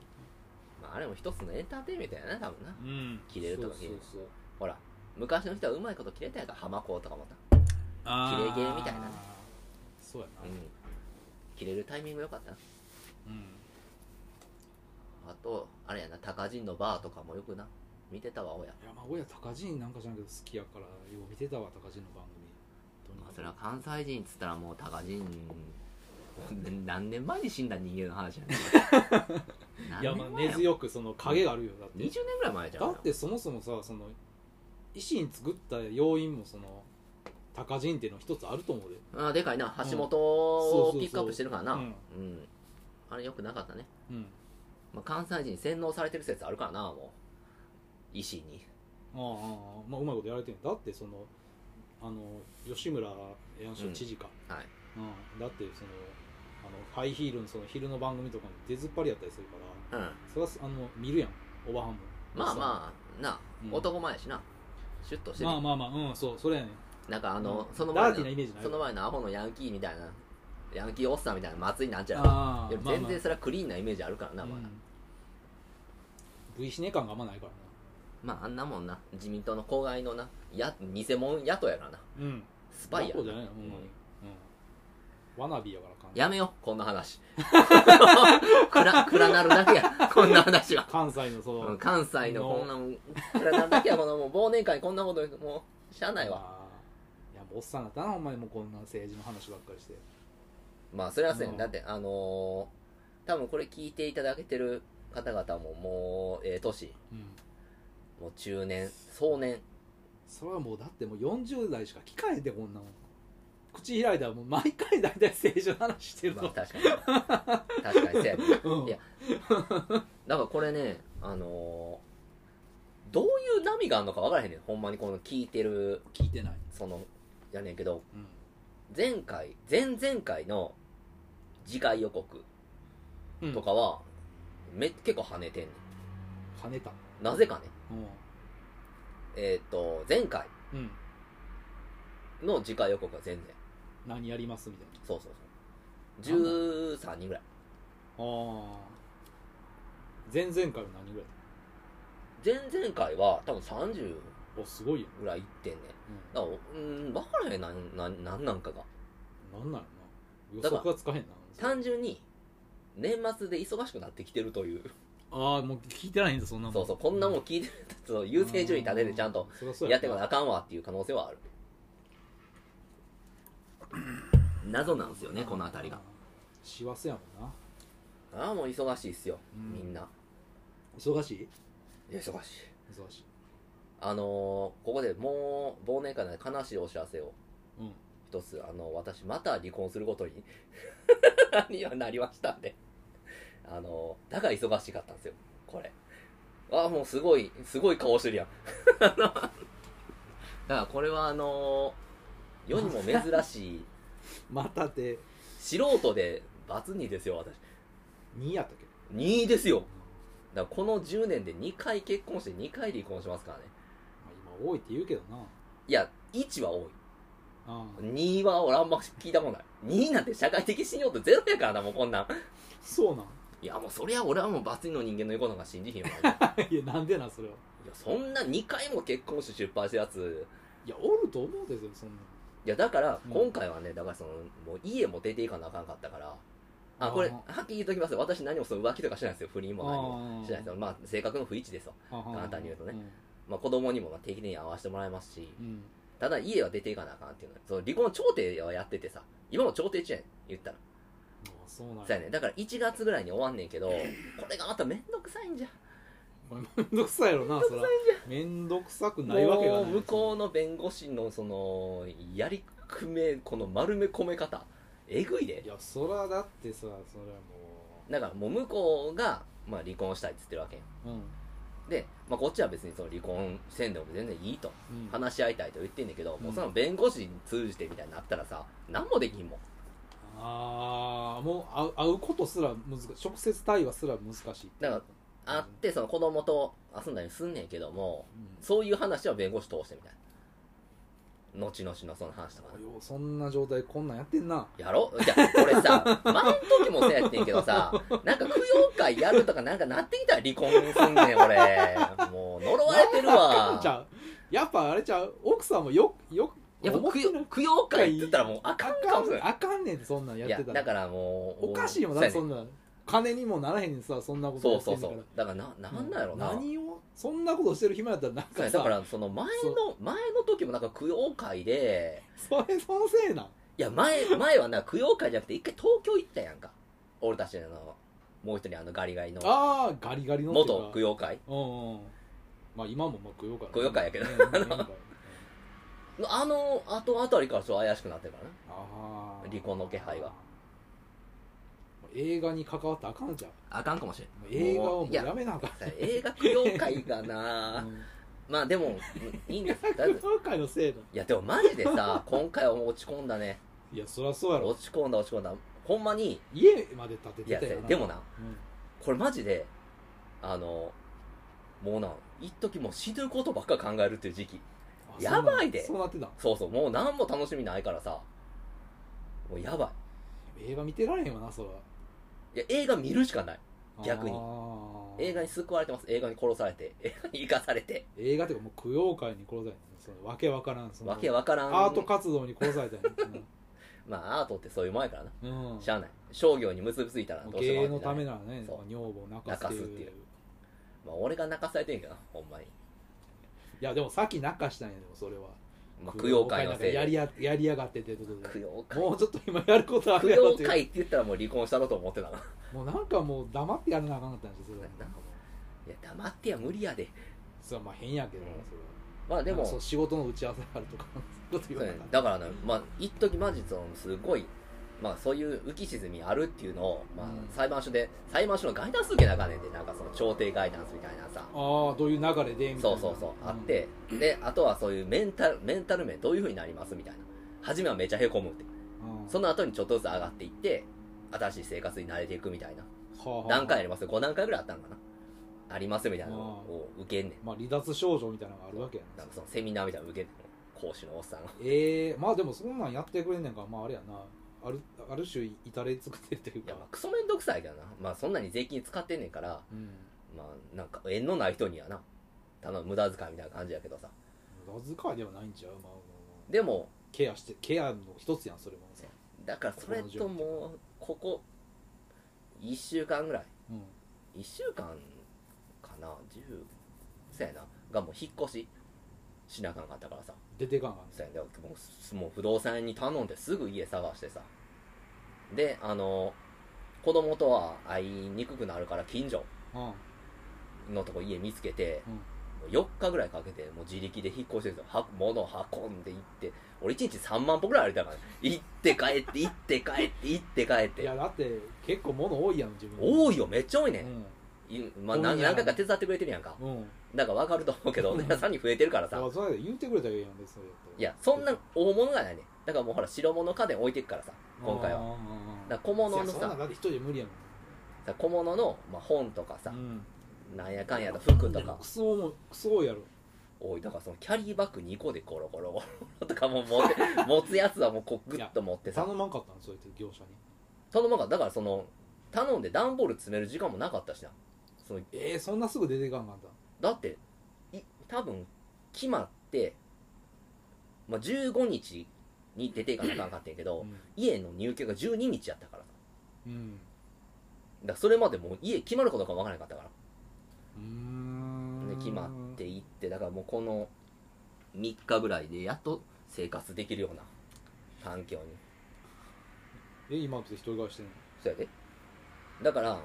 [SPEAKER 1] まああれも一つのエンターテインメントやな多分な
[SPEAKER 2] うん
[SPEAKER 1] 切れるとか切
[SPEAKER 2] そう
[SPEAKER 1] れる
[SPEAKER 2] そうそう
[SPEAKER 1] ほら昔の人はうまいこと切れたやんか浜子とかもな
[SPEAKER 2] あー
[SPEAKER 1] 切れ毛みたいなね
[SPEAKER 2] そうや
[SPEAKER 1] う
[SPEAKER 2] なん
[SPEAKER 1] 切れるタイミング良かったな
[SPEAKER 2] うん
[SPEAKER 1] あとあれやな高人のバーとかもよくな見てたわ親
[SPEAKER 2] いやまあ親高人なんかじゃなくて好きやからよう見てたわ高人の番組とに
[SPEAKER 1] まあ
[SPEAKER 2] かく
[SPEAKER 1] それは関西人っつったらもう高人何年前に死んだ人間の話やね
[SPEAKER 2] <laughs> いや
[SPEAKER 1] 何
[SPEAKER 2] まあ
[SPEAKER 1] 年前
[SPEAKER 2] 根
[SPEAKER 1] や
[SPEAKER 2] 強くその影があるよだって
[SPEAKER 1] 20年ぐらい前じゃん
[SPEAKER 2] だってそもそもさその維新作った要因もその高人っていうの一つあると思うで
[SPEAKER 1] あでかいな橋本を
[SPEAKER 2] うん
[SPEAKER 1] ピックアップしてるからなう、
[SPEAKER 2] うんん
[SPEAKER 1] あれよくなかったね、
[SPEAKER 2] うん
[SPEAKER 1] まあ、関西人に洗脳されてる説あるからなもう維新に
[SPEAKER 2] ああああまあうまいことやられてるだってそのあの吉村栄安所知事か、
[SPEAKER 1] はい
[SPEAKER 2] うんだってそのあのハイヒールのその昼の番組とかも出ずっぱりやったりするから
[SPEAKER 1] うん
[SPEAKER 2] それはあの見るやんおばはんも
[SPEAKER 1] まあまあな
[SPEAKER 2] うん
[SPEAKER 1] 男前やしなシュッとしてる、
[SPEAKER 2] まあまあまあうんそうそれやねん
[SPEAKER 1] なんかあの、
[SPEAKER 2] うん
[SPEAKER 1] その前
[SPEAKER 2] ダーティーなイメージ
[SPEAKER 1] の
[SPEAKER 2] ない
[SPEAKER 1] その前のアホのヤンキーみたいなヤンキーおっさんみたいな松井なんちゃら
[SPEAKER 2] ああ
[SPEAKER 1] より全然それはクリーンなイメージあるからな、まあ
[SPEAKER 2] まあ
[SPEAKER 1] な
[SPEAKER 2] まあ、うん、V シネ感があんまないから
[SPEAKER 1] まああんなもんな自民党の公害のなや偽物野党やからな
[SPEAKER 2] なうん
[SPEAKER 1] スパイや
[SPEAKER 2] そう
[SPEAKER 1] か
[SPEAKER 2] じゃ
[SPEAKER 1] ら
[SPEAKER 2] な
[SPEAKER 1] ない
[SPEAKER 2] のほんまにうんワナビーやから関
[SPEAKER 1] やめよこんな話 <laughs> 暗暗なるだけやこんな話は
[SPEAKER 2] 関西のそう、
[SPEAKER 1] うん関西の
[SPEAKER 2] の
[SPEAKER 1] こんなもん暗なるだけやこのもう忘年会こんなこともうしゃあないわ
[SPEAKER 2] あーいやもうおっさんだったなお前もうこんな政治の話ばっかりして
[SPEAKER 1] まあそれはせ
[SPEAKER 2] うんん
[SPEAKER 1] だってあのー多分これ聞いていただけてる方々ももうええ年
[SPEAKER 2] うん
[SPEAKER 1] もう中年壮年
[SPEAKER 2] それはもうだってもう40代しか聞かへんでこんなもん口開いたらもう毎回大体政治の話してる
[SPEAKER 1] まあ
[SPEAKER 2] と、
[SPEAKER 1] 確かに確かにせやね
[SPEAKER 2] うん
[SPEAKER 1] いやだからこれねあのーどういう波があるのか分からへんねんほんまにこの聞いてる
[SPEAKER 2] 聞いてない、
[SPEAKER 1] そのやねんけど
[SPEAKER 2] うん
[SPEAKER 1] 前回前々回の次回予告とかは、め結構跳ねてんね
[SPEAKER 2] 跳ねた
[SPEAKER 1] んなぜかね
[SPEAKER 2] う
[SPEAKER 1] えっ、と前回
[SPEAKER 2] ん、うん、
[SPEAKER 1] の次回予告は全然
[SPEAKER 2] 何やりますみたいな
[SPEAKER 1] そうそうそう13人ぐらい
[SPEAKER 2] ああ前々回は何ぐらい
[SPEAKER 1] 前々回は多分30
[SPEAKER 2] だおすごいよ、
[SPEAKER 1] ぐらいいってんねんだからうん分からへんなんなんなんなんかが
[SPEAKER 2] うん、なんなんやろな予
[SPEAKER 1] だから
[SPEAKER 2] 測がつかへんな
[SPEAKER 1] 単純に年末で忙しくなってきてるという
[SPEAKER 2] ああもう聞いてないんだそんなもん
[SPEAKER 1] そうそうこんなもん聞いてるやつを優先順位立ててちゃんとやってこなあ
[SPEAKER 2] っ
[SPEAKER 1] かんわっていう可能性はある謎なんですよねこの辺りが
[SPEAKER 2] 幸せやもんな
[SPEAKER 1] ああもう忙しいっすよ
[SPEAKER 2] うん
[SPEAKER 1] みんな
[SPEAKER 2] 忙しい
[SPEAKER 1] 忙しい
[SPEAKER 2] 忙しい
[SPEAKER 1] あのーここでもう忘年会なので悲しいお知らせを
[SPEAKER 2] うん
[SPEAKER 1] 一つあの私また離婚することに <laughs> にはなりましたんであのだから忙しかったんですよこれああもうすごいすごい顔してるやん <laughs> だからこれはあの世にも珍しい
[SPEAKER 2] またて
[SPEAKER 1] 素人でバツ2ですよ私
[SPEAKER 2] 2やったっけ
[SPEAKER 1] 2ですよだからこの10年で2回結婚して2回離婚しますからね
[SPEAKER 2] まあ今多いって言うけどない
[SPEAKER 1] や1は多い
[SPEAKER 2] ああ
[SPEAKER 1] 2は俺あんま聞いたことない2なんて社会的信用度ゼロやからなもうこんなん
[SPEAKER 2] そうなん <laughs>
[SPEAKER 1] いやもうそりゃ俺はもうバツ2の人間の言うことなんか信じひんわい
[SPEAKER 2] いやなんでなんそれは
[SPEAKER 1] やそんな2回も結婚して出版したやつ
[SPEAKER 2] いやおると思うでそんない
[SPEAKER 1] やだから
[SPEAKER 2] うん
[SPEAKER 1] 今回はねだからそのもう家も出ていかなあかんかったからあこれは
[SPEAKER 2] あ
[SPEAKER 1] っきり言っときますよ私何もその浮気とかしないですよ不倫も何も
[SPEAKER 2] ああ
[SPEAKER 1] しないですよまあ性格の不一致ですわ
[SPEAKER 2] ああ
[SPEAKER 1] 簡単に言うとねまあ、子供にもまあ定期的に会わせてもらいますし、
[SPEAKER 2] うん
[SPEAKER 1] ただ家は出ていかなあかんっていうのはその離婚の調停はやっててさ、今も調停中やん、言ったら。
[SPEAKER 2] ああそうなん
[SPEAKER 1] そうやねんだから1月ぐらいに終わんねんけど、これがまためんどくさいんじゃ。
[SPEAKER 2] お前めんどくさいやろなそれはめんどくさくないわけが
[SPEAKER 1] も
[SPEAKER 2] な
[SPEAKER 1] う
[SPEAKER 2] い
[SPEAKER 1] 向こうの弁護士のその、やりくめ、この丸め込め方、えぐいで
[SPEAKER 2] い。やそらだってさそれはも
[SPEAKER 1] だからもう向こうが、まあ、離婚したいって言ってるわけよ
[SPEAKER 2] うん
[SPEAKER 1] で、まあ、こっちは別にその離婚せんでも全然いいと
[SPEAKER 2] うん
[SPEAKER 1] 話し合いたいと言ってんだけど、もうその
[SPEAKER 2] うん
[SPEAKER 1] 弁護士に通じてみたいになったらさ何もできんもん
[SPEAKER 2] ああもう会う会うことすら難しい直接対話すら難しい
[SPEAKER 1] だから会ってその子供と遊んだりすんねんけども
[SPEAKER 2] うん
[SPEAKER 1] そういう話は弁護士通してみたいな後々のその話とかね
[SPEAKER 2] ようそんな状態こんなんやってんな
[SPEAKER 1] やろ <laughs> じゃあ俺さ前の時もそうやってんけどさなんか供養会やるとかなんかなってきたら離婚すんねん俺もう呪われてる
[SPEAKER 2] あか
[SPEAKER 1] わ
[SPEAKER 2] んちゃうやっぱあれちゃう奥さんもよよ
[SPEAKER 1] やっぱ
[SPEAKER 2] 思
[SPEAKER 1] 供
[SPEAKER 2] て
[SPEAKER 1] 養
[SPEAKER 2] る
[SPEAKER 1] 供養会って言ったらもうあかんかもしれない
[SPEAKER 2] あかんねんってそんなんや
[SPEAKER 1] い
[SPEAKER 2] って
[SPEAKER 1] や
[SPEAKER 2] た
[SPEAKER 1] だからもう
[SPEAKER 2] おかしいよ
[SPEAKER 1] そ
[SPEAKER 2] だ
[SPEAKER 1] う
[SPEAKER 2] って
[SPEAKER 1] やね
[SPEAKER 2] そんなん金にもならへんにさそんなこと
[SPEAKER 1] そう
[SPEAKER 2] やって
[SPEAKER 1] そ
[SPEAKER 2] ん
[SPEAKER 1] う
[SPEAKER 2] だ
[SPEAKER 1] そ
[SPEAKER 2] か
[SPEAKER 1] う
[SPEAKER 2] ら
[SPEAKER 1] だからななんなんやろな、
[SPEAKER 2] 何をそんなことしてる暇やったらなん
[SPEAKER 1] そう
[SPEAKER 2] か
[SPEAKER 1] や
[SPEAKER 2] さ
[SPEAKER 1] だからその前の前の時もなんか供養会で
[SPEAKER 2] それそのせいなん
[SPEAKER 1] いや前前はな供養会じゃなくて一回東京行ったやんか俺たちのもう一人あのガリガリの
[SPEAKER 2] ああガリガリのっていうか
[SPEAKER 1] 元供養会
[SPEAKER 2] うんうんまあ今もまあ供養会
[SPEAKER 1] 供養会やけど
[SPEAKER 2] うんうん
[SPEAKER 1] <laughs>
[SPEAKER 2] うんあ
[SPEAKER 1] のあの後あたりからちょっと怪しくなってるからね
[SPEAKER 2] あ
[SPEAKER 1] 離婚の気配が
[SPEAKER 2] 映画に関わったらあかんじゃん
[SPEAKER 1] あかんかもしれん
[SPEAKER 2] もう映画をも
[SPEAKER 1] もう
[SPEAKER 2] う
[SPEAKER 1] いや
[SPEAKER 2] やめなあかん
[SPEAKER 1] 映画供養会が
[SPEAKER 2] <laughs>
[SPEAKER 1] な
[SPEAKER 2] うん
[SPEAKER 1] まあでもいいんです
[SPEAKER 2] 供
[SPEAKER 1] だいぶ
[SPEAKER 2] 養会のせいだ
[SPEAKER 1] いやでもマジでさ今回はもう落ち込んだね
[SPEAKER 2] いやそりゃそうやろ
[SPEAKER 1] 落ち込んだ落ち込んだほんまに
[SPEAKER 2] 家まで建て
[SPEAKER 1] い
[SPEAKER 2] て
[SPEAKER 1] や
[SPEAKER 2] たよな
[SPEAKER 1] でもな
[SPEAKER 2] うん
[SPEAKER 1] これマジであのもうな一時もう死ぬことばっか考えるっていう時期
[SPEAKER 2] あ
[SPEAKER 1] やばいで
[SPEAKER 2] そうなってた
[SPEAKER 1] そうそうもう何も楽しみないからさもうやば
[SPEAKER 2] 映画見てられへんわなそれはい
[SPEAKER 1] いや映画見るしかない逆に
[SPEAKER 2] あー
[SPEAKER 1] 映画に救われてます映画に殺されて映画に生かされて
[SPEAKER 2] 映画っていうかもう供養会に殺されたんそのわけわからんその
[SPEAKER 1] わけわからん
[SPEAKER 2] アート活動に殺されたんや
[SPEAKER 1] まあアートって <laughs> そういう前からな
[SPEAKER 2] うんうん
[SPEAKER 1] しゃあない商業に結びついたらどうしても
[SPEAKER 2] 芸
[SPEAKER 1] あか
[SPEAKER 2] の
[SPEAKER 1] んじゃ
[SPEAKER 2] た
[SPEAKER 1] ない
[SPEAKER 2] めならね
[SPEAKER 1] そう
[SPEAKER 2] 女房を泣かすっていう
[SPEAKER 1] 泣かすって
[SPEAKER 2] い
[SPEAKER 1] いうまあ、俺が泣かされてんけどなほんまに、
[SPEAKER 2] やでもさっき泣かしたんやでもそれは
[SPEAKER 1] まあ、供養会のせい
[SPEAKER 2] やり
[SPEAKER 1] で
[SPEAKER 2] ややりやがってってこと
[SPEAKER 1] 供
[SPEAKER 2] で
[SPEAKER 1] 養会
[SPEAKER 2] もうちょっと今やることあ
[SPEAKER 1] 供
[SPEAKER 2] るやろっ
[SPEAKER 1] 養
[SPEAKER 2] ていう
[SPEAKER 1] 会って言ったらもう離婚したろと思ってたな
[SPEAKER 2] もうなんかもう黙ってやらなあかんかったんですよそれは
[SPEAKER 1] ないや黙ってや無理やで
[SPEAKER 2] それはまあ変やけどな
[SPEAKER 1] うん
[SPEAKER 2] それは
[SPEAKER 1] まあでも
[SPEAKER 2] なんかそう仕事の打ち合わせがあるとかそういうこと言
[SPEAKER 1] そう
[SPEAKER 2] わ
[SPEAKER 1] や
[SPEAKER 2] な
[SPEAKER 1] ね
[SPEAKER 2] かった
[SPEAKER 1] だからねまあ一時マジそのすごいまあそういう浮き沈みあるっていうのを、まあ
[SPEAKER 2] うん、
[SPEAKER 1] 裁判所で裁判所のガイダンス受けなあかんねんでなんかその調停ガイダンスみたいなさ
[SPEAKER 2] ああどういう流れでみた
[SPEAKER 1] そ
[SPEAKER 2] いな
[SPEAKER 1] うそうそうあって、であとはそういうメンタルメンタル面どういう風になりますみたいな初めはめちゃへこむって
[SPEAKER 2] うん
[SPEAKER 1] その後にちょっとずつ上がっていって新しい生活に慣れていくみたいな
[SPEAKER 2] はあはあ
[SPEAKER 1] 何回あります5段階ぐらいあったんかなありますみたいなのを受けんねん
[SPEAKER 2] まあ離脱症状みたいなのがあるわけや
[SPEAKER 1] な
[SPEAKER 2] な
[SPEAKER 1] んかそのセミナーみたいなの受けんねん講師のおっさんが
[SPEAKER 2] ええまあでもそんなんやってくれんねんからまああれやなあるある種至れ尽くせるという
[SPEAKER 1] いや
[SPEAKER 2] か
[SPEAKER 1] まあクソめんどくさいけどなまあそんなに税金使ってんねんから
[SPEAKER 2] うん
[SPEAKER 1] まあなんか縁のない人にはな頼む無駄遣いみたいな感じやけどさ
[SPEAKER 2] 無駄遣いではないんちゃう、まあまあまあ
[SPEAKER 1] でも
[SPEAKER 2] ケアしてケアの一つやんそれもさ、
[SPEAKER 1] だからそれともうここ1週間ぐらい
[SPEAKER 2] うん、
[SPEAKER 1] 1週間かな10そうやながもう引っ越ししなあかんかったからさ
[SPEAKER 2] 出てかんがね
[SPEAKER 1] そうやねもうすもう不動産屋に頼んですぐ家探してさであの子供とは会いにくくなるから近所
[SPEAKER 2] うん
[SPEAKER 1] のとこ家見つけて、
[SPEAKER 2] うん
[SPEAKER 1] もう4日ぐらいかけてもう自力で引っ越してるんですよは物を運んで行って俺1日3万歩ぐらい歩い
[SPEAKER 2] <laughs>
[SPEAKER 1] たからね行って帰って行って帰って行って帰っ
[SPEAKER 2] いや
[SPEAKER 1] て
[SPEAKER 2] だって結構物多いやん自分
[SPEAKER 1] 多
[SPEAKER 2] い
[SPEAKER 1] いよめっちゃ多いね、いまあ、な
[SPEAKER 2] 多いや
[SPEAKER 1] 何
[SPEAKER 2] ん
[SPEAKER 1] 回か手伝ってくれてるやんか
[SPEAKER 2] うん、うん、
[SPEAKER 1] だから分かると思うけどさらに増えてるから
[SPEAKER 2] だ
[SPEAKER 1] さ
[SPEAKER 2] からそれ言うてくれたらいいやん別に
[SPEAKER 1] いやそんな大物がないねだからもうほら白物家電置いてくからさ今回は
[SPEAKER 2] は
[SPEAKER 1] だから小物の
[SPEAKER 2] そんなん
[SPEAKER 1] さ
[SPEAKER 2] だって一人で無理やもん
[SPEAKER 1] 小物の、まあ、本とかさ、
[SPEAKER 2] うん
[SPEAKER 1] なんやかんやと服と
[SPEAKER 2] でも
[SPEAKER 1] か
[SPEAKER 2] クソもクソ多いやろ
[SPEAKER 1] 多いだからそのキャリーバッグ2個でコロコロコロとかもう持って持つやつはもうこうグッと持ってさ
[SPEAKER 2] 頼まんかったんそうやって業者に
[SPEAKER 1] 頼まんかっただからその頼んで段ボール詰める時間もなかったしなその
[SPEAKER 2] ええそんなすぐ出てかんかった
[SPEAKER 1] だってい多分決まって、まあ、15日に出ていかなあかんかったんやけど、
[SPEAKER 2] ん
[SPEAKER 1] 家の入居が12日やったからさ
[SPEAKER 2] うん
[SPEAKER 1] だからそれまでもう家決まることかわからなかったから
[SPEAKER 2] うーん
[SPEAKER 1] で決まっていってだからもうこの3日ぐらいでやっと生活できるような環境に
[SPEAKER 2] え今って一人暮らししてんの
[SPEAKER 1] そうやでだから、ま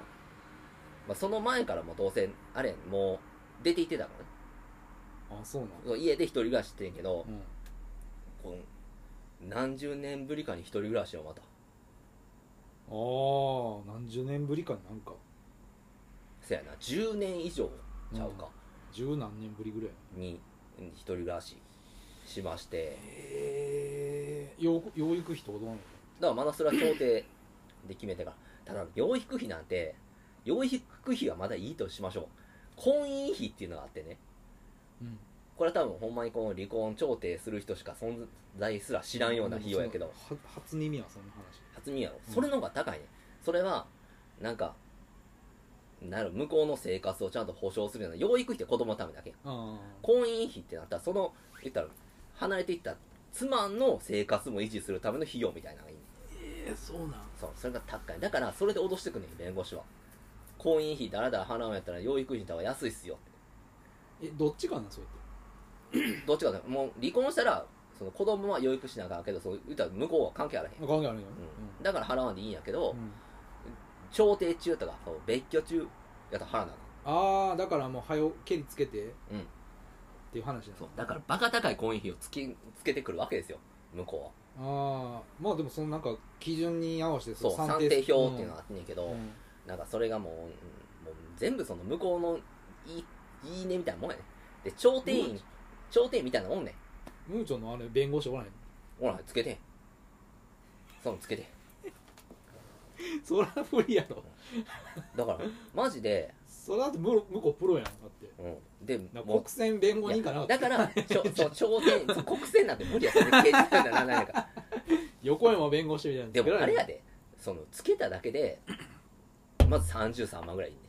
[SPEAKER 1] あ、その前からもうどうせあれやんもう出て行ってたからね
[SPEAKER 2] あそうなん
[SPEAKER 1] そう家で一人暮らししてんけど
[SPEAKER 2] うん
[SPEAKER 1] こう何十年ぶりかに一人暮らしをまた
[SPEAKER 2] ああ何十年ぶりかになんか
[SPEAKER 1] せやな10年以上ちゃうか、
[SPEAKER 2] 十何年ぶりぐらい
[SPEAKER 1] に一人暮らししまして
[SPEAKER 2] ええ養養育費とかどうなの
[SPEAKER 1] だからまだそれは協定で決めてからただ養育費なんて養育費はまだいいとしましょう婚姻費っていうのがあってね
[SPEAKER 2] うん
[SPEAKER 1] これは多分ほんまにこの離婚調停する人しか存在すら知らんような費用やけど
[SPEAKER 2] でもそのは初耳やその話
[SPEAKER 1] 初見やろ
[SPEAKER 2] うん
[SPEAKER 1] それの方が高いねそれはなんかなんやろ向こうの生活をちゃんと保障するような養育費って子供のためだけやん
[SPEAKER 2] あ
[SPEAKER 1] 婚姻費ってなったらその言ったら離れていった妻の生活も維持するための費用みたいなのがいいね
[SPEAKER 2] ええそうなん
[SPEAKER 1] そうそれが高いだからそれで脅してくんねん弁護士は婚姻費だらだら払うんやったら養育費の方が安いっすよ
[SPEAKER 2] えどっちかなそれって
[SPEAKER 1] どっちかだもう離婚したらその子供は養育しなあかんけどその言ったら向こうは関係あらへん、
[SPEAKER 2] あ関係あるよ
[SPEAKER 1] うん、だから払わんでいいんやけど、
[SPEAKER 2] うんうん
[SPEAKER 1] 調停中とかこう別居中やったら払わなあかん
[SPEAKER 2] ああだからもう早うけりつけてっ
[SPEAKER 1] うん
[SPEAKER 2] ていう話な
[SPEAKER 1] そうだからバカ高い婚姻費をつけつけてくるわけですよ向こうは
[SPEAKER 2] ああまあでもそのなんか基準に合わせて
[SPEAKER 1] そう算定表っていうのがあってんねんけど、
[SPEAKER 2] うん
[SPEAKER 1] なんかそれがもう,うん、もう全部その向こうのいいいいねみたいなもんやねで調停
[SPEAKER 2] う
[SPEAKER 1] 員
[SPEAKER 2] ん
[SPEAKER 1] 調停員みたいなもんね
[SPEAKER 2] ムーチョのあれ弁護士おらへん
[SPEAKER 1] ほらつけてそのつけて
[SPEAKER 2] そら無理やろ
[SPEAKER 1] だからマジで、
[SPEAKER 2] それだって向こうプロやんだって
[SPEAKER 1] うん、で
[SPEAKER 2] な
[SPEAKER 1] もう
[SPEAKER 2] 国選弁護
[SPEAKER 1] い
[SPEAKER 2] 人
[SPEAKER 1] や
[SPEAKER 2] かな
[SPEAKER 1] だからちょそう調停そう国政なんて無理やそれ
[SPEAKER 2] <laughs>
[SPEAKER 1] 刑事裁判にならないから
[SPEAKER 2] 横山弁護士みたいなの
[SPEAKER 1] で
[SPEAKER 2] つけ
[SPEAKER 1] も
[SPEAKER 2] ら
[SPEAKER 1] あれ
[SPEAKER 2] れへん
[SPEAKER 1] やでそのつけただけでまず33万ぐらいいんね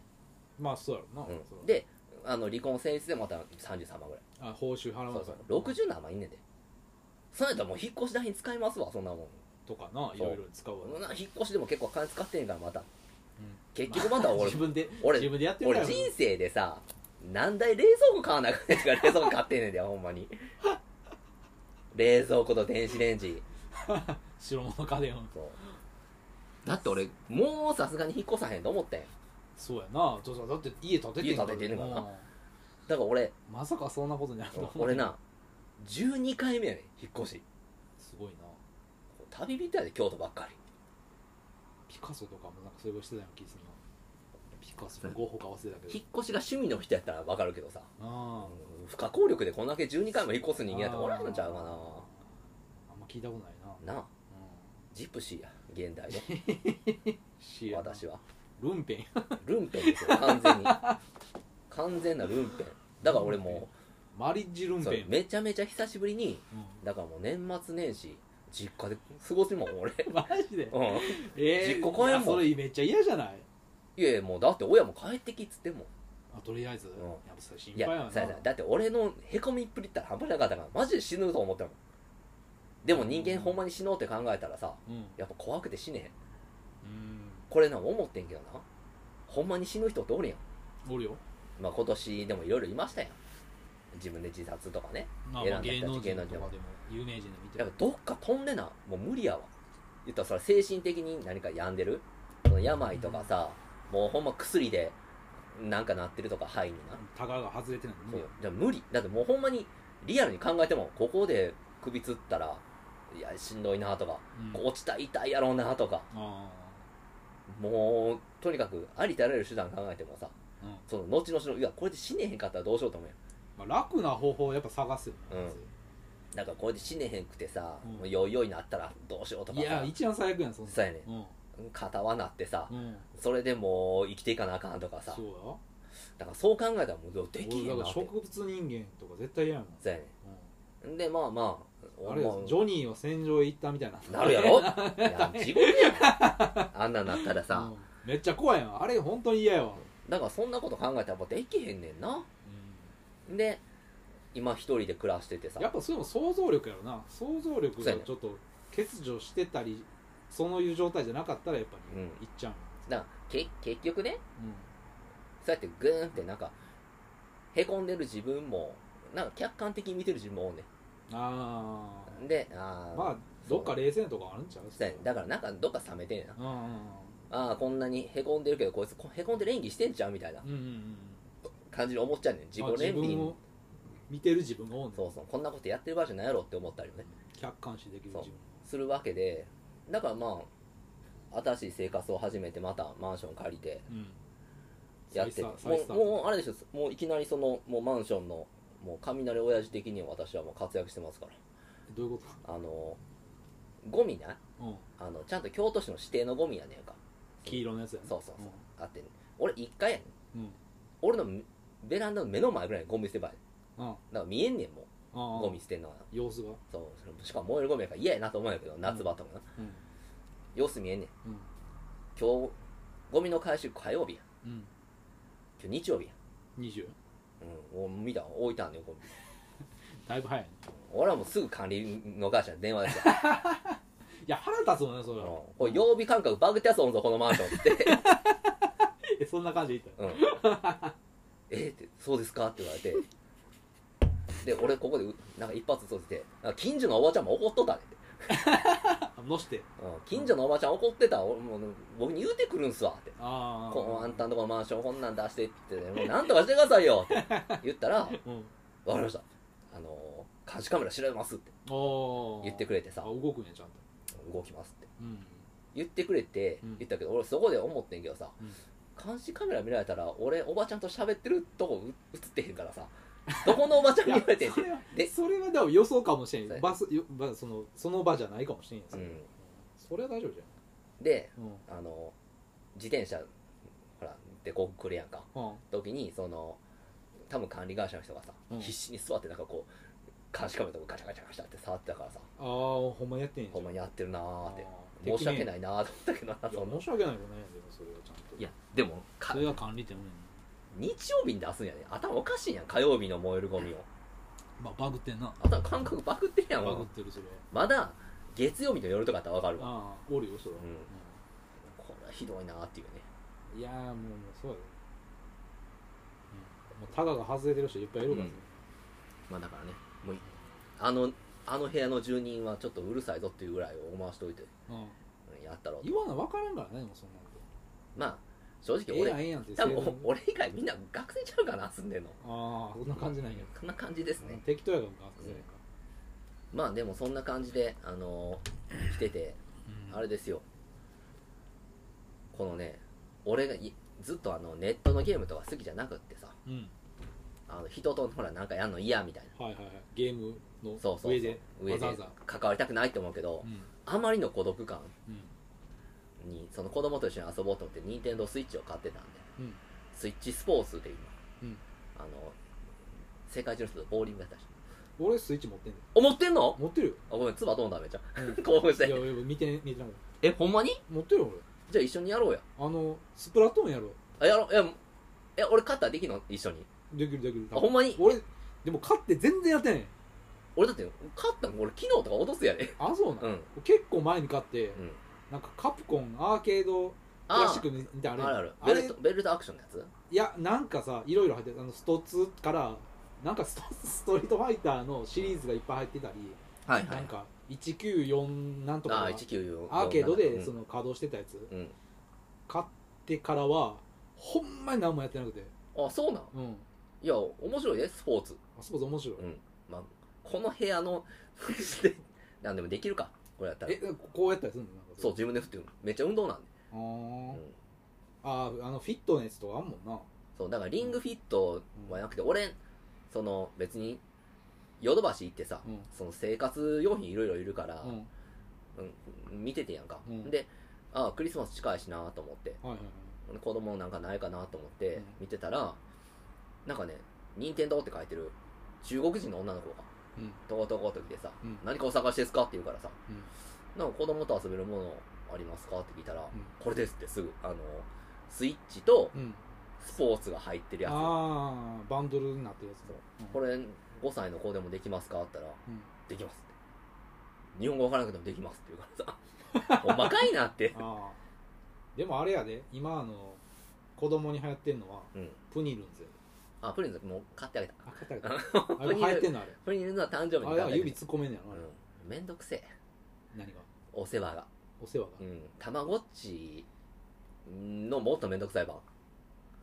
[SPEAKER 2] まあそうやろな、そ
[SPEAKER 1] うん、
[SPEAKER 2] ら
[SPEAKER 1] であの離婚成立でまた33万ぐらい
[SPEAKER 2] あ報酬払わな
[SPEAKER 1] そ
[SPEAKER 2] あ
[SPEAKER 1] う
[SPEAKER 2] かん
[SPEAKER 1] そう60何万いんねんでそうやったらもう引っ越し代に使いますわそんなもん
[SPEAKER 2] とかないろいろ使うわ
[SPEAKER 1] そん
[SPEAKER 2] な、
[SPEAKER 1] な引っ越しでも結構金使ってんからまた
[SPEAKER 2] うん
[SPEAKER 1] 結局また俺
[SPEAKER 2] 自分で
[SPEAKER 1] 俺
[SPEAKER 2] 自分でやってるか
[SPEAKER 1] 俺
[SPEAKER 2] ら
[SPEAKER 1] 人生でさ何台冷蔵庫買わなあかんねんから冷
[SPEAKER 2] <laughs>
[SPEAKER 1] 蔵庫買ってんねんでほんまに冷蔵庫と電子レンジ
[SPEAKER 2] 白物家電を
[SPEAKER 1] そうだって俺もうさすがに引っ越さへんと思ってん
[SPEAKER 2] そうやなちょっとだって家建ててん
[SPEAKER 1] 家建ててんねんからな
[SPEAKER 2] うん
[SPEAKER 1] だから俺
[SPEAKER 2] まさかそんなことになると思う
[SPEAKER 1] 俺な12回目やねん引っ越し
[SPEAKER 2] すごいな
[SPEAKER 1] 旅人やで京都ばっかり
[SPEAKER 2] ピカソとかもなんかそういうことしてたような気するなピカソのゴッホか忘れたけど
[SPEAKER 1] 引っ越しが趣味の人やったらわかるけどさ
[SPEAKER 2] あー
[SPEAKER 1] 不可抗力でこんだけ12回も引っ越す人間やっておらんのちゃうか
[SPEAKER 2] あんま聞いたことない
[SPEAKER 1] な
[SPEAKER 2] な、
[SPEAKER 1] なあ
[SPEAKER 2] う
[SPEAKER 1] ジプシーや現代で
[SPEAKER 2] ん、シエ
[SPEAKER 1] 私は
[SPEAKER 2] ルンペン
[SPEAKER 1] ルンペンですよ完全に完全なルンペンだから俺も
[SPEAKER 2] マリッジル
[SPEAKER 1] う
[SPEAKER 2] ン
[SPEAKER 1] そ
[SPEAKER 2] ペ
[SPEAKER 1] う
[SPEAKER 2] ン
[SPEAKER 1] めちゃめちゃ久しぶりにだからもう年末年始実家で過ごすもん俺
[SPEAKER 2] うんマジで
[SPEAKER 1] うん
[SPEAKER 2] え
[SPEAKER 1] 実家買えんもん
[SPEAKER 2] いやそれめっちゃ嫌じゃない
[SPEAKER 1] いやいやもうだって親も帰ってきっつってんもん
[SPEAKER 2] あとりあえず、
[SPEAKER 1] ん
[SPEAKER 2] やっぱそれ心
[SPEAKER 1] い
[SPEAKER 2] 配
[SPEAKER 1] や
[SPEAKER 2] やな
[SPEAKER 1] さやさだって俺のへこみっぷりったら半端なかったからマジで死ぬと思ったもんでも人間ほんまに死のうって考えたらさ
[SPEAKER 2] うん、うん
[SPEAKER 1] やっぱ怖くて死ねへんこれな思ってんけどなほんまに死ぬ人っておるやん、
[SPEAKER 2] おるよ
[SPEAKER 1] まあ、今年でもいろいろいましたやん自分で自殺とかね
[SPEAKER 2] まあ、
[SPEAKER 1] 選
[SPEAKER 2] まあ
[SPEAKER 1] んだ人
[SPEAKER 2] 芸能人
[SPEAKER 1] 芸
[SPEAKER 2] とか
[SPEAKER 1] 能
[SPEAKER 2] で
[SPEAKER 1] 人
[SPEAKER 2] も
[SPEAKER 1] も
[SPEAKER 2] 有名人で見て
[SPEAKER 1] やっぱどっか飛んでなもう無理やわ言ったらそれ精神的に何か病んでるその病とかさ、もうほんま薬でなんかなってるとか肺にな、
[SPEAKER 2] たかが外れてないの
[SPEAKER 1] そう
[SPEAKER 2] に
[SPEAKER 1] じゃあ無理だってもうほんまにリアルに考えてもここで首つったらいやしんどいなとか、
[SPEAKER 2] うん
[SPEAKER 1] 落ちたら痛いやろうなとか
[SPEAKER 2] あ
[SPEAKER 1] もうとにかくありとあらゆる手段考えてもさ
[SPEAKER 2] あ、うん
[SPEAKER 1] その後々のいやこれで死ねへんかったらどうしようと思うやん
[SPEAKER 2] まあ、楽な方法をやっぱ探すよね、
[SPEAKER 1] なんかこれで死ねへんくてさ、
[SPEAKER 2] うん
[SPEAKER 1] もうよいよいなったらどうしようとか
[SPEAKER 2] いや
[SPEAKER 1] さ
[SPEAKER 2] 一番最悪やんそんな
[SPEAKER 1] そうやね
[SPEAKER 2] うん、
[SPEAKER 1] ん片はなってさ、
[SPEAKER 2] うん、
[SPEAKER 1] それでもう生きていかなあかんとかさ
[SPEAKER 2] そうや
[SPEAKER 1] だからそう考えたらもうできへん
[SPEAKER 2] 俺だ
[SPEAKER 1] な
[SPEAKER 2] から
[SPEAKER 1] って
[SPEAKER 2] 植物人間とか絶対嫌やもん、
[SPEAKER 1] そうやねんでまあまあ
[SPEAKER 2] うん、あれや
[SPEAKER 1] もう
[SPEAKER 2] ジョニーは戦場へ行ったみたいな
[SPEAKER 1] なるや
[SPEAKER 2] <laughs>
[SPEAKER 1] ろいや地獄やんあんなんなったらさ、
[SPEAKER 2] うんめっちゃ怖いやんあれ本当に嫌やわ、
[SPEAKER 1] だからそんなこと考えたらもうできへんねんな
[SPEAKER 2] う
[SPEAKER 1] で今一人で暮らしててさ
[SPEAKER 2] ん、やっぱそれも想像力やろな想像力がちょっと欠如してたりそういう状態じゃなかったらやっぱり
[SPEAKER 1] うん
[SPEAKER 2] 行っちゃう、
[SPEAKER 1] だからけ結局ね
[SPEAKER 2] うん
[SPEAKER 1] そうやってグーンってなんかへこんでる自分もなんか客観的に見てる自分もおんね
[SPEAKER 2] ああ
[SPEAKER 1] んであー
[SPEAKER 2] まあどっか冷静なとこあるんちゃう
[SPEAKER 1] そうやねんだからなんかどっか冷めてんねんな
[SPEAKER 2] うんうん
[SPEAKER 1] ああこんなにへこんでるけどこいつこへこんでる演技してんじゃんみたいな
[SPEAKER 2] うんうんうんうん
[SPEAKER 1] 感じに思っちゃうねん自己
[SPEAKER 2] あ
[SPEAKER 1] 憐
[SPEAKER 2] 自分
[SPEAKER 1] 憫
[SPEAKER 2] を見てる自分がおんねん
[SPEAKER 1] そうそうこんなことやってる場合じゃないやろって思ったりもね
[SPEAKER 2] 客観視できる自分
[SPEAKER 1] するわけでだからまあ新しい生活を始めてまたマンション借りて
[SPEAKER 2] うん
[SPEAKER 1] やってても
[SPEAKER 2] サイスター
[SPEAKER 1] うもうあれでしょもういきなりそのもうマンションのもう雷親父的には私はもう活躍してますか
[SPEAKER 2] どういうこ
[SPEAKER 1] らあのゴミな
[SPEAKER 2] と、うん、
[SPEAKER 1] あのちゃんと京都市の指定のゴミやねんか
[SPEAKER 2] 黄色のやつやね
[SPEAKER 1] そうそうそう、あってん俺一回やねん
[SPEAKER 2] うんうん
[SPEAKER 1] 俺のベランダの目の前ぐらいにゴミ捨て場や
[SPEAKER 2] あ
[SPEAKER 1] だから見えんねんも
[SPEAKER 2] あ
[SPEAKER 1] うゴミ捨てんのが
[SPEAKER 2] 様子が
[SPEAKER 1] そうそれしかも燃えるゴミやから嫌やなと思うんやけど夏場とかな、
[SPEAKER 2] うん
[SPEAKER 1] 様子見えんねん
[SPEAKER 2] うん
[SPEAKER 1] 今日ゴミの回収火曜日や
[SPEAKER 2] うん
[SPEAKER 1] 今日日曜日や
[SPEAKER 2] 20
[SPEAKER 1] うんもう見た置いたんねんゴミ
[SPEAKER 2] だいぶ早いね
[SPEAKER 1] 俺はもうすぐ管理の会社に電話 <laughs> して
[SPEAKER 2] いや腹立つもんねそれ
[SPEAKER 1] うん
[SPEAKER 2] は、
[SPEAKER 1] これ曜日感覚バグってやつおんぞこのマンションって
[SPEAKER 2] え <laughs> そんな感じで言っ
[SPEAKER 1] うん <laughs> えってそうですかって言われてで俺ここでうなんか一発そうしてなんか近所のおばちゃんも怒っとったねって、
[SPEAKER 2] たよあのして
[SPEAKER 1] うん、近所のおばちゃん怒ってた俺もう僕に言うてくるんすわって
[SPEAKER 2] ああ
[SPEAKER 1] こうあんたんとこのマンションこんなん出してって、もう <laughs> なんとかしてくださいよって言
[SPEAKER 2] <laughs>
[SPEAKER 1] ったら
[SPEAKER 2] うん
[SPEAKER 1] 「わかりましたあのー監視カメラ調べます」って
[SPEAKER 2] おー
[SPEAKER 1] 言ってくれてさ
[SPEAKER 2] あ動くんやちゃんと
[SPEAKER 1] 「動きます」って
[SPEAKER 2] うん
[SPEAKER 1] 言ってくれて
[SPEAKER 2] うん
[SPEAKER 1] 言ったけど俺そこで思ってんけどさ
[SPEAKER 2] うん
[SPEAKER 1] 監視カメラ見られたら俺おばちゃんと喋ってるとこう映ってへんからさどこのおばちゃん
[SPEAKER 2] い
[SPEAKER 1] に <laughs> 言
[SPEAKER 2] や
[SPEAKER 1] われてん
[SPEAKER 2] そ
[SPEAKER 1] て
[SPEAKER 2] <laughs> れは
[SPEAKER 1] で
[SPEAKER 2] それはでも予想かもしれ
[SPEAKER 1] そうんや
[SPEAKER 2] バスよばそのその場じゃないかもしれんやん、
[SPEAKER 1] うん
[SPEAKER 2] それは大丈夫じゃ
[SPEAKER 1] で
[SPEAKER 2] んうん
[SPEAKER 1] あの自転車ほらでこう来るやんか
[SPEAKER 2] うん
[SPEAKER 1] 時にその多分管理会社の人がさ
[SPEAKER 2] うん
[SPEAKER 1] 必死に座ってなんかこう監視カメラとかガチャガチャガチャって触ってたからさ
[SPEAKER 2] ああほんまやってんやん
[SPEAKER 1] ほんまにやってるな
[SPEAKER 2] あ
[SPEAKER 1] ーって
[SPEAKER 2] ー
[SPEAKER 1] 申し訳ないなーと思ったけどな
[SPEAKER 2] 適
[SPEAKER 1] そ
[SPEAKER 2] 任い
[SPEAKER 1] の
[SPEAKER 2] や申し訳ないよねでもそれはちゃんと
[SPEAKER 1] いやでもか
[SPEAKER 2] それが管理点ね
[SPEAKER 1] 日曜日に出すんやね頭おかしいやん火曜日の燃えるゴミを
[SPEAKER 2] まあバグってんな
[SPEAKER 1] 頭感覚バグってるや
[SPEAKER 2] バ
[SPEAKER 1] ん
[SPEAKER 2] グっ
[SPEAKER 1] もう
[SPEAKER 2] てるそれは
[SPEAKER 1] まだ月曜日の夜とかやったらわかるわ
[SPEAKER 2] ああおるよそれは、
[SPEAKER 1] うんこれはひどいなーっていうね
[SPEAKER 2] うんいやーもうもうそうやで、うん、もうタガが外れてる人いっぱいいるからね、
[SPEAKER 1] まあだからねもういあのあの部屋の住人はちょっとうるさいぞっていうぐらいを思わしといて
[SPEAKER 2] うん
[SPEAKER 1] うんやったろうと
[SPEAKER 2] 言わな分からんからねでもそんなんて
[SPEAKER 1] まあ正
[SPEAKER 2] え
[SPEAKER 1] 直
[SPEAKER 2] えやん
[SPEAKER 1] 俺
[SPEAKER 2] ええやんって
[SPEAKER 1] 多分
[SPEAKER 2] 正論
[SPEAKER 1] お俺以外みんな学生ちゃうかな住んでんの
[SPEAKER 2] ああそんな感じなんや、
[SPEAKER 1] こんな感じですね
[SPEAKER 2] 適当やから学生やか
[SPEAKER 1] まあでもそんな感じであのー来てて
[SPEAKER 2] ら、
[SPEAKER 1] あれですよこのね俺がいずっとあのネットのゲームとか好きじゃなくってさ
[SPEAKER 2] うん
[SPEAKER 1] あの人とほらなんかやんの嫌みたいな
[SPEAKER 2] はいはいはいゲームの
[SPEAKER 1] そうそうそう
[SPEAKER 2] 上で
[SPEAKER 1] 上
[SPEAKER 2] わざわ
[SPEAKER 1] で
[SPEAKER 2] ざ
[SPEAKER 1] 関わりたくないと思うけど
[SPEAKER 2] うん
[SPEAKER 1] あまりの孤独感
[SPEAKER 2] うん
[SPEAKER 1] にその子供と一緒に遊ぼうと思って任天堂スイッチを買ってたんで
[SPEAKER 2] うん
[SPEAKER 1] スイッチスポーツで今、
[SPEAKER 2] うん
[SPEAKER 1] あの世界中の人とボーリングやったりして
[SPEAKER 2] 俺スイッチ持ってんねん
[SPEAKER 1] お持ってんの <laughs>
[SPEAKER 2] 持ってるよ
[SPEAKER 1] あごめん唾飛んだめっちゃ
[SPEAKER 2] うん
[SPEAKER 1] <laughs> 興奮し
[SPEAKER 2] いや
[SPEAKER 1] て
[SPEAKER 2] いや見て見てなかっ
[SPEAKER 1] えほんまに
[SPEAKER 2] た持ってるよ
[SPEAKER 1] じゃあ一緒にやろうや
[SPEAKER 2] 俺あのスプラトゥーンやろ
[SPEAKER 1] あやろういやえ俺勝ったらできるの一緒に
[SPEAKER 2] できるできる
[SPEAKER 1] あほんまに
[SPEAKER 2] 俺でも勝って全然やってない
[SPEAKER 1] 俺だって勝ったの俺昨日とか落とすやで
[SPEAKER 2] あそうな、
[SPEAKER 1] うんん
[SPEAKER 2] 結構前に勝って、
[SPEAKER 1] ん
[SPEAKER 2] なんかカプコンアーケードク
[SPEAKER 1] あ
[SPEAKER 2] ラ
[SPEAKER 1] あ
[SPEAKER 2] シックみたい
[SPEAKER 1] あ
[SPEAKER 2] な
[SPEAKER 1] るある
[SPEAKER 2] あ
[SPEAKER 1] ベ
[SPEAKER 2] れ
[SPEAKER 1] ルトベルトアクションのやつ
[SPEAKER 2] いやなんかさいろいろ入ってるあのストツからなんかストストリートファイターのシリーズがいっぱい入ってたり、
[SPEAKER 1] はい
[SPEAKER 2] なんか194なんとか
[SPEAKER 1] あ
[SPEAKER 2] が
[SPEAKER 1] あ194
[SPEAKER 2] アーケード
[SPEAKER 1] う
[SPEAKER 2] で
[SPEAKER 1] ん
[SPEAKER 2] その稼働してたやつ
[SPEAKER 1] うん
[SPEAKER 2] 買ってからはほんまに何もやってなくて
[SPEAKER 1] あそうなん
[SPEAKER 2] うん
[SPEAKER 1] いや面白いねスポーツ
[SPEAKER 2] あそこそ面白い、
[SPEAKER 1] うんまあこの部屋の <laughs> してなんでもできるかこれやったら
[SPEAKER 2] えこうやったりするのなんか
[SPEAKER 1] そう自分で振ってるめっちゃ運動なんで、
[SPEAKER 2] あ
[SPEAKER 1] う
[SPEAKER 2] ー
[SPEAKER 1] ん、
[SPEAKER 2] あーあのフィットネスとかあんもんな
[SPEAKER 1] そうだからリングフィットはなくて俺その別にヨドバシ行ってさ、
[SPEAKER 2] うん
[SPEAKER 1] その生活用品いろいろいるから、
[SPEAKER 2] うん
[SPEAKER 1] うん見ててやんか、
[SPEAKER 2] うん
[SPEAKER 1] でああクリスマス近いしなと思って
[SPEAKER 2] はいはいはい
[SPEAKER 1] 子供なんかないかなと思って
[SPEAKER 2] うん
[SPEAKER 1] 見てたら、なんかね「任天堂って書いてる中国人の女の子が
[SPEAKER 2] うん
[SPEAKER 1] とことこと来てさ
[SPEAKER 2] うん
[SPEAKER 1] 「何かお探しですか?」って言うからさ
[SPEAKER 2] うん
[SPEAKER 1] 「なんか子供と遊べるものありますか?」って聞いたら「これです」ってすぐあのスイッチと
[SPEAKER 2] うん、うん、
[SPEAKER 1] スポーツが入ってるやつ
[SPEAKER 2] ああバンドルになってるやつだ
[SPEAKER 1] これ5歳の子でもできますかって言ったら
[SPEAKER 2] うん
[SPEAKER 1] 「できます」って日本語わからなくてもできますって言うからさ
[SPEAKER 2] <laughs>
[SPEAKER 1] ほんまかいなって
[SPEAKER 2] ああでもあれやで今あの子供に流行ってんのは
[SPEAKER 1] うん
[SPEAKER 2] プニルンズやで
[SPEAKER 1] あプリンズもう買ってあげた
[SPEAKER 2] あ買ったけ <laughs> どあれ流行ってんのあれ
[SPEAKER 1] プリンズは誕生日
[SPEAKER 2] あ
[SPEAKER 1] に
[SPEAKER 2] れ
[SPEAKER 1] 買っ
[SPEAKER 2] は
[SPEAKER 1] てあげ
[SPEAKER 2] 指
[SPEAKER 1] た
[SPEAKER 2] 突っ込めんねやろ
[SPEAKER 1] う
[SPEAKER 2] あれ、
[SPEAKER 1] んめんどくせえ
[SPEAKER 2] 何が
[SPEAKER 1] お世話が
[SPEAKER 2] お世話が、
[SPEAKER 1] うんたまごっちのもっとめんどくさい版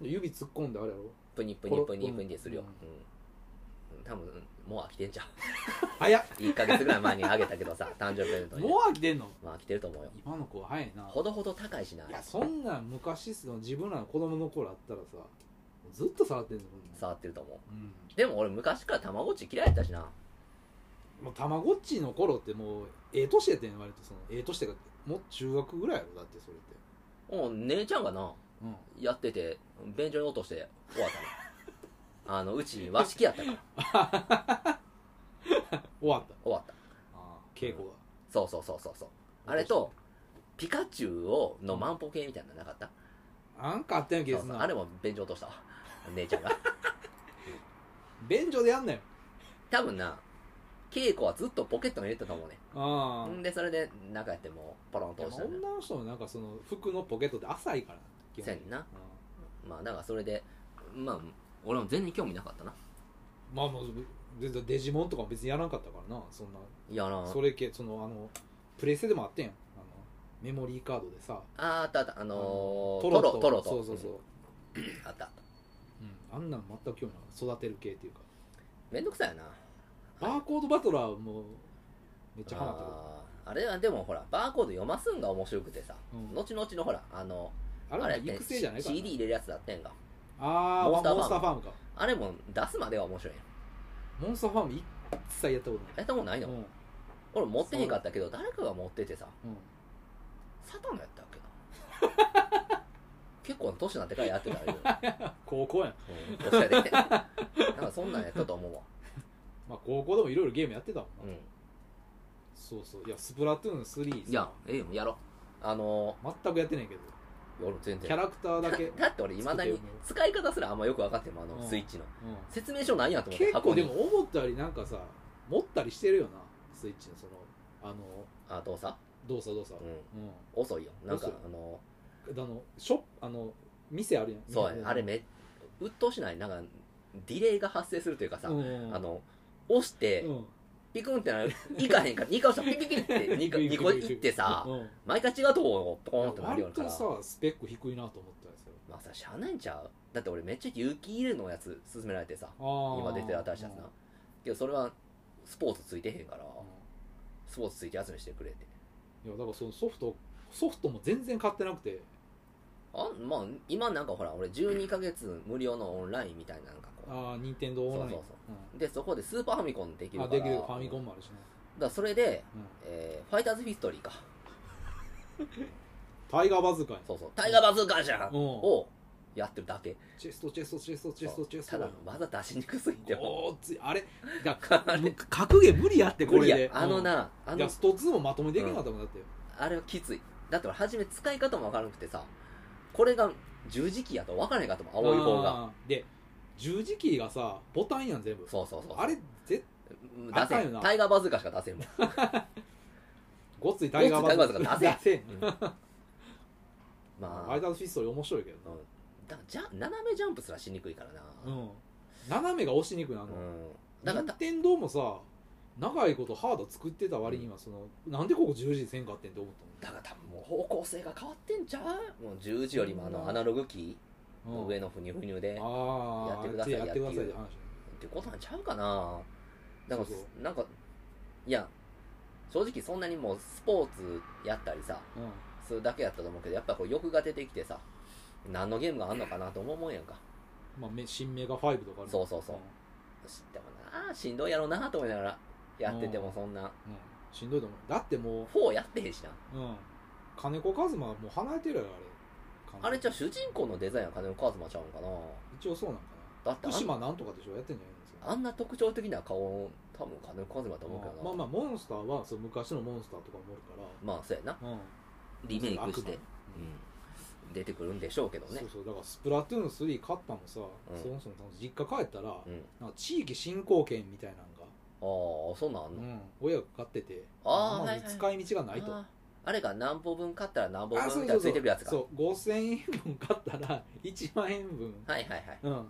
[SPEAKER 2] 指突っ込んであれやろ
[SPEAKER 1] プニプニプニプニするよ
[SPEAKER 2] こ、
[SPEAKER 1] うん多分もう飽きてんじゃん <laughs>
[SPEAKER 2] 早っ
[SPEAKER 1] 1ヶ月ぐらい前にあげたけど
[SPEAKER 2] <laughs>
[SPEAKER 1] さ誕生日プレゼントに
[SPEAKER 2] もう飽きてんの
[SPEAKER 1] まあ来てると思うよ
[SPEAKER 2] 今の子は早いな
[SPEAKER 1] ほどほど高いしない
[SPEAKER 2] やそんなん昔その自分らの子供の頃あったらさずっと触ってんのこんなん
[SPEAKER 1] 触ってると思
[SPEAKER 2] うん
[SPEAKER 1] うでも俺昔からたまごっち嫌いやったしな
[SPEAKER 2] もうたまごっちの頃ってもうええ年やってん割とそのええ年ってかもう中学ぐらいやろだってそれって
[SPEAKER 1] もう姉ちゃんがな
[SPEAKER 2] うん
[SPEAKER 1] やってて便所に落として終わ
[SPEAKER 2] <laughs>
[SPEAKER 1] ったのあのうち和式やったから
[SPEAKER 2] 終わった
[SPEAKER 1] 終わった
[SPEAKER 2] あ稽古が、
[SPEAKER 1] そうそうそうそうそうあれとピカチュウをの万歩計みたいなのなかった
[SPEAKER 2] なんかあったような気が
[SPEAKER 1] そう
[SPEAKER 2] す
[SPEAKER 1] そ
[SPEAKER 2] る
[SPEAKER 1] う
[SPEAKER 2] な
[SPEAKER 1] あれも便所落としたわ <laughs> 姉ちゃんが
[SPEAKER 2] 便所でやんなよ
[SPEAKER 1] 多分な稽古はずっとポケットに入れてたと思うね
[SPEAKER 2] ああ、
[SPEAKER 1] んでそれで中やってもうポロン
[SPEAKER 2] で
[SPEAKER 1] と落
[SPEAKER 2] も
[SPEAKER 1] ちたんだよ
[SPEAKER 2] 女の人もなんかその服のポケットって浅いから基
[SPEAKER 1] せ
[SPEAKER 2] 本
[SPEAKER 1] やねんな
[SPEAKER 2] う
[SPEAKER 1] まあだからそれでまあ
[SPEAKER 3] 俺も全然興味なかったなん
[SPEAKER 2] まあまあ全然デジモンとかも別にやらんかったからなそんない
[SPEAKER 1] やな
[SPEAKER 2] それ系そのあのプレステでもあってんやんあのメモリーカードでさ
[SPEAKER 1] あーあったあったあのー、
[SPEAKER 2] ト
[SPEAKER 1] ト
[SPEAKER 2] ロ
[SPEAKER 1] ロ
[SPEAKER 2] と
[SPEAKER 1] トロと
[SPEAKER 2] そうそうそう、
[SPEAKER 1] うんあったあった
[SPEAKER 2] うん、あんなん全く興味なかった育てる系っていうか
[SPEAKER 1] めんどくさいよな
[SPEAKER 2] バーコードバトラーもめっちゃハマったけど
[SPEAKER 1] あーあれはでもほらバーコード読ますんが面白くてさ、
[SPEAKER 2] うん
[SPEAKER 1] 後々のほらあの
[SPEAKER 2] あれ
[SPEAKER 1] や
[SPEAKER 2] は育成じゃないからな
[SPEAKER 1] CD 入れるやつだってんが
[SPEAKER 2] ああモ
[SPEAKER 1] モ
[SPEAKER 2] ン
[SPEAKER 1] ンス
[SPEAKER 2] スタ
[SPEAKER 1] タ
[SPEAKER 2] ー
[SPEAKER 1] ー
[SPEAKER 2] フ
[SPEAKER 1] ファーム
[SPEAKER 2] ァームか
[SPEAKER 1] あれも出すまでは面白いやん
[SPEAKER 2] モンスターファーム一切やったこと
[SPEAKER 1] やったことない
[SPEAKER 2] ない
[SPEAKER 1] の、
[SPEAKER 2] うん
[SPEAKER 1] 俺持ってへんかったけど誰かが持っててさ
[SPEAKER 2] うん
[SPEAKER 1] サタンやったっ
[SPEAKER 2] <laughs>
[SPEAKER 1] けな結構年になってからやってたけど、
[SPEAKER 2] 高校やん
[SPEAKER 1] うん、おしゃれでなんかそんなんやったと思うわ
[SPEAKER 2] まあ高校でもいろいろゲームやってたも
[SPEAKER 1] う
[SPEAKER 2] んな、
[SPEAKER 1] ん
[SPEAKER 2] そうそういやスプラトゥーン3さ
[SPEAKER 3] いやええよやろ
[SPEAKER 1] あの
[SPEAKER 2] 全くやってないけど
[SPEAKER 1] ー、俺全
[SPEAKER 2] キャ
[SPEAKER 1] 然
[SPEAKER 2] ラクターだけ、うん、
[SPEAKER 1] だって俺いまだに使い方すらあんまよく分かってもあの、
[SPEAKER 2] うん
[SPEAKER 1] スイッチの説明書ないやんと思って
[SPEAKER 2] 結構
[SPEAKER 1] 箱に
[SPEAKER 2] でも思ったよりなんかさ持ったりしてるよなスイッチのそのあの
[SPEAKER 1] あどうさ
[SPEAKER 2] 動作動作
[SPEAKER 1] うん
[SPEAKER 2] うん
[SPEAKER 1] 遅いよなんか
[SPEAKER 2] 遅い
[SPEAKER 1] あの
[SPEAKER 2] あのショップあの店あるやん
[SPEAKER 1] そう
[SPEAKER 2] 日本
[SPEAKER 1] や
[SPEAKER 2] の
[SPEAKER 1] あれめ鬱陶しないなんかディレイが発生するというかさ、
[SPEAKER 2] うん
[SPEAKER 1] あの押して、
[SPEAKER 2] うん
[SPEAKER 1] ピクンってなるいかへんから2回押したらピピピって
[SPEAKER 2] <laughs>
[SPEAKER 1] 2, 個二個いってさ
[SPEAKER 2] うん
[SPEAKER 1] 毎回違うとこポーンってなる
[SPEAKER 2] 割
[SPEAKER 1] ようにな
[SPEAKER 2] と
[SPEAKER 1] る
[SPEAKER 2] さ
[SPEAKER 1] から
[SPEAKER 2] スペック低いなと思ったんですよ
[SPEAKER 1] まあさしゃあないんちゃうだって俺めっちゃ雪入れのやつ勧められてさ今
[SPEAKER 2] 今
[SPEAKER 1] 出てる新しいやつなけどそれはスポーツついてへんからスポーツついてやつにしてくれって
[SPEAKER 2] いやだからそのソフトソフトも全然買ってなくて
[SPEAKER 1] あまあ今なんかほら俺12ヶ月無料のオンラインみたいななんかこ
[SPEAKER 2] ああ任天堂
[SPEAKER 1] う
[SPEAKER 2] オン
[SPEAKER 1] そ
[SPEAKER 2] ラ
[SPEAKER 1] う
[SPEAKER 2] イン
[SPEAKER 1] そうそうでそこでスーパーファミコンでき
[SPEAKER 2] うん
[SPEAKER 1] る
[SPEAKER 2] あ
[SPEAKER 1] から
[SPEAKER 2] できるファミコンもあるしね
[SPEAKER 1] だからそれで、
[SPEAKER 2] うん
[SPEAKER 1] えーファイターズヒストリーか
[SPEAKER 2] タイガーバズーカや
[SPEAKER 1] そうそうタイガーバズーカーじゃん
[SPEAKER 2] うん
[SPEAKER 1] をやってるだけ
[SPEAKER 2] チェストチェストチェストチェストチェス
[SPEAKER 1] ただ
[SPEAKER 2] ト
[SPEAKER 1] 技出しにくすぎても
[SPEAKER 2] おーついあれ
[SPEAKER 1] <laughs>
[SPEAKER 2] だ
[SPEAKER 1] あれ
[SPEAKER 2] 格ゲー無理やってこ
[SPEAKER 1] 無理
[SPEAKER 2] れで
[SPEAKER 1] やあのなあ
[SPEAKER 2] いや
[SPEAKER 1] の
[SPEAKER 2] スト2もまとめできなかったもんだって
[SPEAKER 1] あれはきついだって俺初め使い方も分からなくてさこれが十字キーやと分からへんかったもん青い方が
[SPEAKER 2] あーで十字キーがさボタンやん全部
[SPEAKER 1] そうそうそう
[SPEAKER 2] あれぜ
[SPEAKER 1] うん
[SPEAKER 2] あ
[SPEAKER 1] 出
[SPEAKER 2] かん
[SPEAKER 1] せ
[SPEAKER 2] よ
[SPEAKER 1] ん
[SPEAKER 2] な
[SPEAKER 1] タイガーバズーカーしか出せん
[SPEAKER 2] <laughs>
[SPEAKER 1] もん
[SPEAKER 2] ごっついタイガーバズ
[SPEAKER 1] ごっついタイガーバズーカ
[SPEAKER 2] 出せん
[SPEAKER 1] うんま
[SPEAKER 2] フ
[SPEAKER 1] あ
[SPEAKER 2] ァイターズフィストリー面白いけどな
[SPEAKER 1] だからじゃ斜めジャンプすらしにくいからな
[SPEAKER 2] うん斜めが押しにくいなあの
[SPEAKER 1] うんだから
[SPEAKER 2] 任
[SPEAKER 1] た
[SPEAKER 2] 天堂もさ長いことハード作ってた割にはそのなんでここ十字せんかってんって思っ
[SPEAKER 1] だから多分もう方向性が変わってんちゃうもう十字よりもあのアナログキ
[SPEAKER 2] た
[SPEAKER 1] ーの
[SPEAKER 2] もん、うん
[SPEAKER 1] 上のふにゅふにゅで
[SPEAKER 2] あ
[SPEAKER 1] や
[SPEAKER 2] あ
[SPEAKER 1] ってください
[SPEAKER 2] やってください
[SPEAKER 1] やっ
[SPEAKER 2] っ
[SPEAKER 1] てて
[SPEAKER 2] 話
[SPEAKER 1] ってことなんちゃうかなだから
[SPEAKER 2] そうそ
[SPEAKER 1] なんかいや正直そんなにもうスポーツやったりさ
[SPEAKER 2] うん
[SPEAKER 1] するだけやったと思うけどやっぱこう欲が出てきてさ何のゲームがあんのかなと思うもんやんか
[SPEAKER 2] まあめ、新メガ5とかある
[SPEAKER 1] そうそうそう知ってもなあしんどいやろうなと思いながらやってて
[SPEAKER 2] う
[SPEAKER 1] も
[SPEAKER 2] ん
[SPEAKER 1] そんな
[SPEAKER 2] うん、しんどいと思うだってもう、
[SPEAKER 1] 4やってへんしな
[SPEAKER 2] うん、金子一馬はもう離れてるやろあれ
[SPEAKER 1] あれじゃあ主人公のデザインは金子和馬ちゃうんかな
[SPEAKER 2] 一応そうなんか
[SPEAKER 1] だってあ
[SPEAKER 2] な
[SPEAKER 1] ん
[SPEAKER 2] 福島なんとかでしょやってんじゃない
[SPEAKER 1] あんな特徴的な顔多分金子和馬と
[SPEAKER 2] ん
[SPEAKER 1] 思う
[SPEAKER 2] で
[SPEAKER 1] け
[SPEAKER 2] す
[SPEAKER 1] どな
[SPEAKER 2] かまあまあモンスターはそう昔のモンスターとかもおるか
[SPEAKER 1] まあそうやな
[SPEAKER 2] ら、うん、
[SPEAKER 1] リメイクして
[SPEAKER 2] 悪、
[SPEAKER 1] うん出てくるんでしょうけど
[SPEAKER 2] 魔
[SPEAKER 1] ね
[SPEAKER 2] そうそうだからスプラトゥーン3買ったのさ、
[SPEAKER 1] ん
[SPEAKER 2] そもそも実家帰ったら、
[SPEAKER 1] うん
[SPEAKER 2] なんか地域振興券みたいな
[SPEAKER 1] ああそんなんあん
[SPEAKER 2] の
[SPEAKER 1] の、
[SPEAKER 2] が、うん、親が買ってて
[SPEAKER 1] あー
[SPEAKER 2] んま
[SPEAKER 1] は
[SPEAKER 2] り
[SPEAKER 1] いはい
[SPEAKER 2] 使い道がないと
[SPEAKER 1] あーあれが何歩分買ったら何歩分
[SPEAKER 2] あ
[SPEAKER 1] みた
[SPEAKER 2] そ
[SPEAKER 1] いうな
[SPEAKER 2] そう
[SPEAKER 1] のつ
[SPEAKER 2] そ
[SPEAKER 1] いて
[SPEAKER 2] う
[SPEAKER 1] くるやつか
[SPEAKER 2] そう5000円分買ったら1万 <laughs> 円分、
[SPEAKER 1] はいはいはい
[SPEAKER 2] うん、